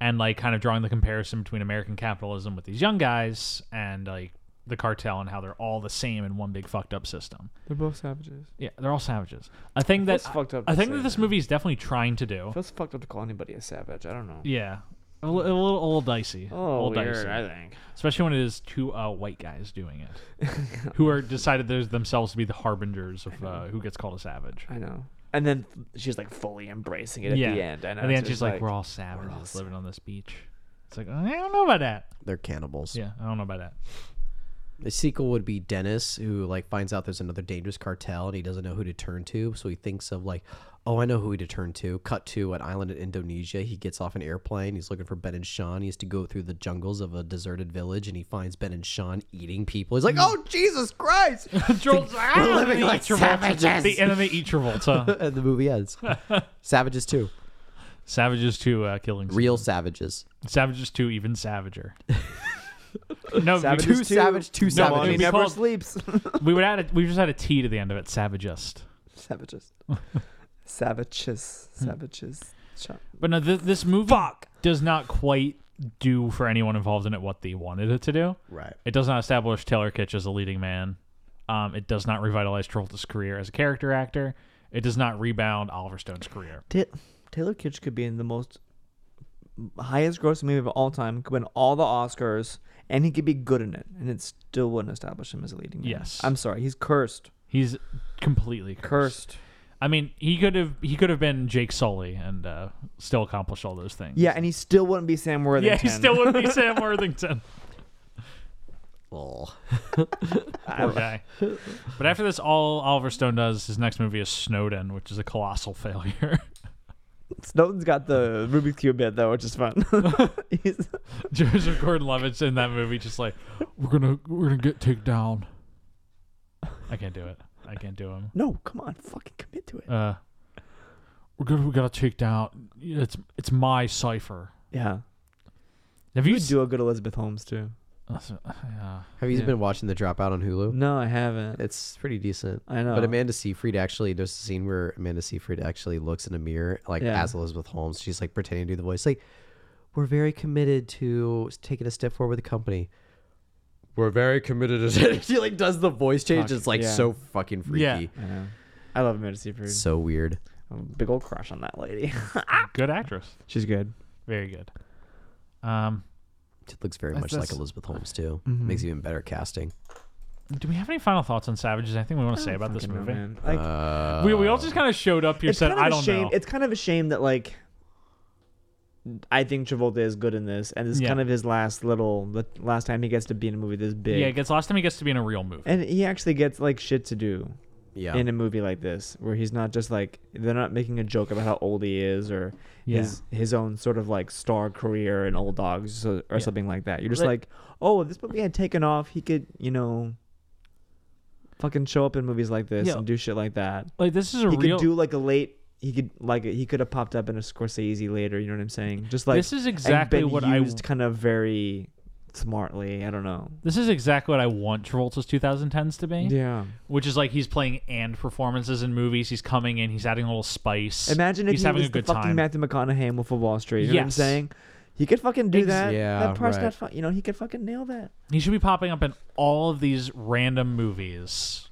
Speaker 1: and like kind of drawing the comparison between American capitalism with these young guys and like the cartel and how they're all the same in one big fucked up system.
Speaker 4: They're both savages.
Speaker 1: Yeah, they're all savages. I think that
Speaker 4: That's fucked up
Speaker 1: I
Speaker 4: to
Speaker 1: think
Speaker 4: say
Speaker 1: that this
Speaker 4: that.
Speaker 1: movie is definitely trying to do.
Speaker 4: Feels fucked up to call anybody a savage. I don't know.
Speaker 1: Yeah. A li- a little, a little dicey. a
Speaker 5: Oh,
Speaker 1: little
Speaker 5: weird,
Speaker 1: dicey.
Speaker 5: I think.
Speaker 1: Especially when it is two uh, white guys doing it, who are decided they're themselves to be the harbingers of uh, who gets called a savage.
Speaker 4: I know.
Speaker 5: And then she's like fully embracing it at the end. I know.
Speaker 1: And then
Speaker 5: it's
Speaker 1: she's
Speaker 5: just
Speaker 1: like, we're all savages living on this beach. It's like, I don't know about that.
Speaker 3: They're cannibals.
Speaker 1: Yeah, I don't know about that.
Speaker 3: The sequel would be Dennis, who like finds out there's another dangerous cartel and he doesn't know who to turn to, so he thinks of like, oh, I know who to turn to. Cut to an island in Indonesia. He gets off an airplane. He's looking for Ben and Sean. He has to go through the jungles of a deserted village and he finds Ben and Sean eating people. He's like, oh Jesus Christ!
Speaker 1: Trolls are
Speaker 3: living like savages.
Speaker 1: The enemy eat
Speaker 3: [LAUGHS]
Speaker 1: Travolta.
Speaker 3: and the movie ends. savages too.
Speaker 1: savages to uh, killing.
Speaker 3: Real savages.
Speaker 1: Savages to even savager. no,
Speaker 4: Savages
Speaker 3: Too
Speaker 4: Two-
Speaker 3: savage. Too
Speaker 1: No, I
Speaker 3: savage.
Speaker 1: mean, It'd be
Speaker 4: never
Speaker 1: called-
Speaker 4: sleeps.
Speaker 1: we, we would add. A, we just had a T to the end of it. Savagest.
Speaker 4: [LAUGHS] Savages. Hmm. Savages. Savages. Chop.
Speaker 1: But no, this, this movie does not quite do for anyone involved in it what they wanted it to do.
Speaker 3: Right.
Speaker 1: It does not establish Taylor Kitsch as a leading man. Um, it does not revitalize Travolta's career as a character actor. It does not rebound Oliver Stone's career.
Speaker 4: Ta- Taylor Kitsch could be in the most highest grossing movie of all time, could win all the Oscars, and he could be good in it, and it still wouldn't establish him as a leading man.
Speaker 1: Yes.
Speaker 4: I'm sorry, he's cursed.
Speaker 1: He's completely cursed.
Speaker 4: Cursed.
Speaker 1: I mean, he could have he could have been Jake Sully and uh, still accomplish all those things.
Speaker 4: Yeah, and he still wouldn't be Sam Worthington.
Speaker 1: yeah, he still would be Sam Worthington.
Speaker 3: Oh.
Speaker 1: Poor
Speaker 4: [LAUGHS]
Speaker 1: guy. But after this, all Oliver Stone does his next movie is Snowden, which is a colossal [LAUGHS] failure.
Speaker 4: [LAUGHS] Snowden's got the Rubik's Cube bit, though, which
Speaker 1: [LAUGHS]
Speaker 4: is fun. [LAUGHS] he's,
Speaker 1: Joseph Gordon-Levitt's in that movie, just like we're gonna we're gonna get taken down. I can't do it. I can't do him.
Speaker 4: no, come on, fucking commit to it.
Speaker 1: Uh, we're gonna we gotta take down. It's it's my cipher.
Speaker 4: Yeah.
Speaker 1: Have
Speaker 4: You
Speaker 1: you?
Speaker 4: would
Speaker 1: s-
Speaker 4: do a good Elizabeth Holmes, too.
Speaker 1: [LAUGHS] Yeah.
Speaker 3: Have you
Speaker 4: Yeah.
Speaker 3: been watching The Dropout on Hulu?
Speaker 4: No, I haven't.
Speaker 3: It's pretty decent.
Speaker 4: I know.
Speaker 1: Oh.
Speaker 3: But Amanda Seyfried actually, there's a scene where Amanda Seyfried actually looks in a mirror, like
Speaker 4: Yeah.
Speaker 3: as Elizabeth Holmes. She's like pretending to do the voice, like, we're very committed to taking a step forward with the company. We're very committed. to [LAUGHS] She like does the voice change. It's like
Speaker 4: yeah.
Speaker 3: so fucking freaky.
Speaker 1: Yeah.
Speaker 4: I know. I love Amanda Seyfried.
Speaker 3: So weird.
Speaker 4: I'm a big old crush on that
Speaker 3: [LAUGHS]
Speaker 4: lady. [LAUGHS]
Speaker 1: Good actress.
Speaker 4: She's good.
Speaker 1: Very good. Um,
Speaker 3: It looks very
Speaker 1: That's-
Speaker 3: much like
Speaker 1: that's- Mm-hmm.
Speaker 3: Elizabeth Holmes too. Makes even better casting.
Speaker 1: do we have any final thoughts on Savages? Anything we want to say about this
Speaker 4: Fucking know,
Speaker 1: movie?
Speaker 4: man. Like,
Speaker 3: Uh,
Speaker 1: we, we all just kind of showed up here and
Speaker 4: it's
Speaker 1: said,
Speaker 4: kind of
Speaker 1: I
Speaker 4: a
Speaker 1: don't
Speaker 4: shame.
Speaker 1: know.
Speaker 4: It's kind of a shame that like I think Travolta is good in this, and this is
Speaker 1: Yeah.
Speaker 4: kind of his last little, the last time he gets to be in a movie this big.
Speaker 1: yeah, it gets last time he gets to be in a real movie.
Speaker 4: and he actually gets like shit to do
Speaker 3: yeah.
Speaker 4: in a movie like this, where he's not just like they're not making a joke about how old he is or
Speaker 1: Yeah.
Speaker 4: his his own sort of like star career in Old Dogs or, or
Speaker 1: Yeah.
Speaker 4: something like that. You're just
Speaker 1: Like-
Speaker 4: like, oh, if this movie had taken off, he could you know, fucking show up in movies like this
Speaker 1: Yeah.
Speaker 4: and do shit like that.
Speaker 1: Like this is a
Speaker 4: he
Speaker 1: real.
Speaker 4: could do like a late. He could like he could have popped up in a Scorsese later. You know what I'm saying? Just like
Speaker 1: this is
Speaker 4: and
Speaker 1: exactly
Speaker 4: been
Speaker 1: what I.
Speaker 4: used kind of very smartly. I don't know.
Speaker 1: This is exactly what I want Travolta's 2010s to be,
Speaker 4: Yeah.
Speaker 1: which is like he's playing and performances in movies. He's coming in, he's adding a little spice.
Speaker 4: Imagine if
Speaker 1: he's
Speaker 4: he
Speaker 1: having
Speaker 4: was
Speaker 1: a good
Speaker 4: the fucking
Speaker 1: time.
Speaker 4: Matthew McConaughey in Wolf of Wall Street. You know what I'm
Speaker 1: Yes.
Speaker 4: saying? He could fucking do
Speaker 1: Ex-
Speaker 4: that.
Speaker 3: Yeah,
Speaker 4: that part's
Speaker 3: right.
Speaker 4: not fun. You know, he could fucking nail that.
Speaker 1: he should be popping up in all of these random movies.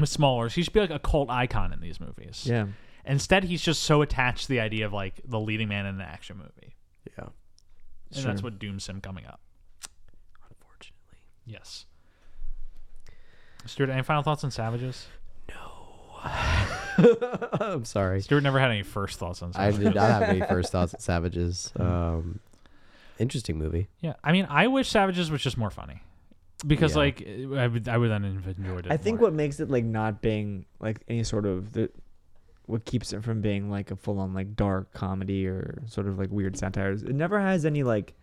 Speaker 1: With smaller, he should be like a cult icon in these movies.
Speaker 4: Yeah.
Speaker 1: Instead, he's just so attached to the idea of like the leading man in an action movie, [LAUGHS]
Speaker 3: yeah.
Speaker 1: and that's what dooms him coming up.
Speaker 3: Unfortunately.
Speaker 1: Yes. Stuart, any final thoughts on Savages?
Speaker 3: I'm sorry.
Speaker 1: Stuart never had any first thoughts on
Speaker 3: I
Speaker 1: Savages.
Speaker 3: did not have any first thoughts
Speaker 1: [LAUGHS]
Speaker 3: at Savages.
Speaker 1: Mm.
Speaker 3: Um, interesting movie.
Speaker 1: Yeah, I mean, I wish Savages was just more funny, because
Speaker 3: Yeah.
Speaker 1: like I would, I would then have enjoyed it.
Speaker 4: I think
Speaker 1: more.
Speaker 4: what makes it like not being like any sort of the, what keeps it from being like a full on like dark comedy or sort of like weird satire is it never has any like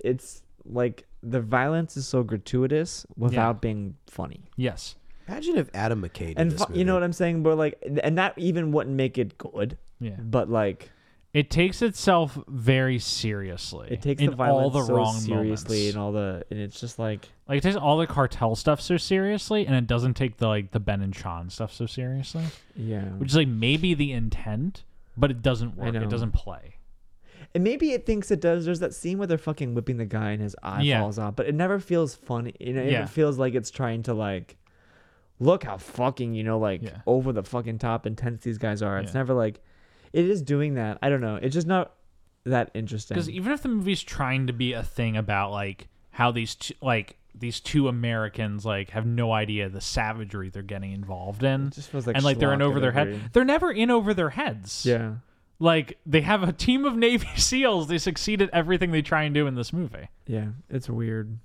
Speaker 4: it's like the violence is so gratuitous without being funny.
Speaker 1: yes,
Speaker 3: Imagine if Adam McKay did
Speaker 4: And
Speaker 3: this
Speaker 4: fu- you know what
Speaker 3: movie.
Speaker 4: I'm saying? But like and that even wouldn't make it good,
Speaker 1: yeah,
Speaker 4: but like
Speaker 1: it takes itself very seriously.
Speaker 4: it takes
Speaker 1: in
Speaker 4: the violence
Speaker 1: all the
Speaker 4: so
Speaker 1: wrong
Speaker 4: seriously
Speaker 1: moments.
Speaker 4: and all the and it's just like
Speaker 1: like it takes all the cartel stuff so seriously, and it doesn't take the like the Ben and Sean stuff so seriously,
Speaker 4: yeah.
Speaker 1: which is like maybe the intent, but it doesn't
Speaker 4: I
Speaker 1: work.
Speaker 4: know.
Speaker 1: It doesn't play.
Speaker 4: And maybe it thinks it does. There's that scene where they're fucking whipping the guy and his eye
Speaker 1: Yeah.
Speaker 4: falls out, but it never feels funny. You know, it
Speaker 1: Yeah.
Speaker 4: feels like it's trying to like look how fucking you know like
Speaker 1: Yeah.
Speaker 4: over the fucking top intense these guys are. It's
Speaker 1: Yeah.
Speaker 4: never like it is doing that. I don't know. It's just not that interesting.
Speaker 1: Because even if the movie's trying to be a thing about like how these two, like these two Americans like have no idea the savagery they're getting involved in,
Speaker 4: It just feels like
Speaker 1: and like they're in
Speaker 4: schlock
Speaker 1: over their
Speaker 4: imagery.
Speaker 1: head. They're never in over their heads.
Speaker 4: yeah,
Speaker 1: like they have a team of [LAUGHS] Navy SEALs. They succeed at everything they try and do in this movie.
Speaker 4: yeah, it's weird.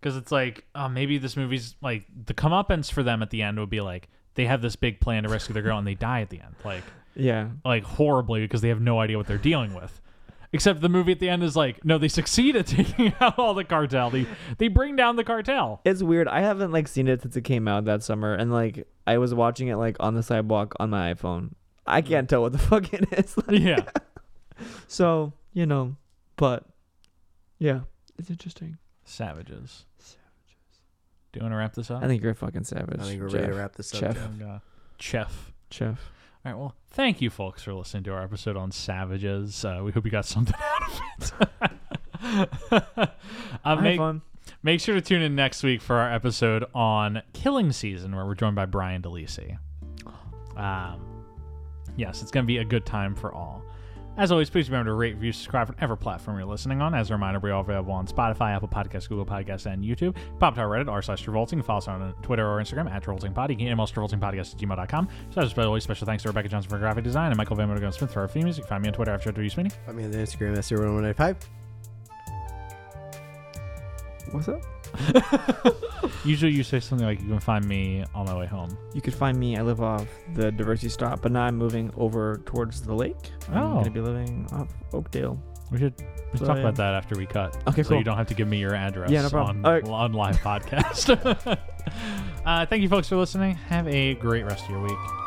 Speaker 1: Because it's like oh, maybe this movie's like the comeuppance for them at the end would be like they have this big plan to rescue their girl and they die at the end, like
Speaker 4: Yeah,
Speaker 1: like horribly because they have no idea what they're dealing with. Except the movie at the end is like, no, they succeed at [LAUGHS] taking out all the cartel. They they bring down the cartel.
Speaker 4: it's weird. I haven't like seen it since it came out that summer, and like I was watching it like on the sidewalk on my iPhone. I can't tell what the [LAUGHS] fuck it is. Like,
Speaker 1: Yeah,
Speaker 4: So, you know, but yeah, it's interesting.
Speaker 1: savages. Do you want to wrap this up?
Speaker 4: I think you're a fucking savage.
Speaker 3: I think we're
Speaker 4: Jeff.
Speaker 3: ready to wrap this up.
Speaker 4: Jeff.
Speaker 3: Jeff.
Speaker 1: And, uh, Chef.
Speaker 4: Jeff.
Speaker 1: All right. Well, thank you, folks, for listening to our episode on savages. Uh, we hope you got something [LAUGHS] out of it. uh,
Speaker 4: I had
Speaker 1: make,
Speaker 4: fun.
Speaker 1: make sure to tune in next week for our episode on Killing Season, where we're joined by Brian DeLisi. Um, yes, it's going to be a good time for all. As always, please remember to rate, review, subscribe on every platform you're listening on. As a reminder, we're all available on Spotify, Apple Podcasts, Google Podcasts, and YouTube. Pop to our Reddit, r slash Travolting. Follow us on Twitter or Instagram at TravoltingPod. You can email us TravoltingPodcast at gmail.com. So as always, special thanks to Rebecca Johnson for graphic design and Michael Van Modegon Smith for our theme music. Find me on Twitter after W. Sweeney.
Speaker 3: I mean, the Instagram that's 1195.
Speaker 4: What's up?
Speaker 1: Usually you say something like, you can find me on my way home.
Speaker 4: You could find me. I live off the diversity stop, but now I'm moving over towards the lake. I'm
Speaker 1: Oh.
Speaker 4: going to be living off Oakdale.
Speaker 1: We should we should
Speaker 4: So,
Speaker 1: talk
Speaker 4: yeah.
Speaker 1: about that after we cut.
Speaker 4: Okay,
Speaker 1: so
Speaker 4: cool.
Speaker 1: you don't have to give me your address
Speaker 4: Yeah, no problem.
Speaker 1: on,
Speaker 4: All right.
Speaker 1: on [LAUGHS] live podcast. uh, thank you, folks, for listening. Have a great rest of your week.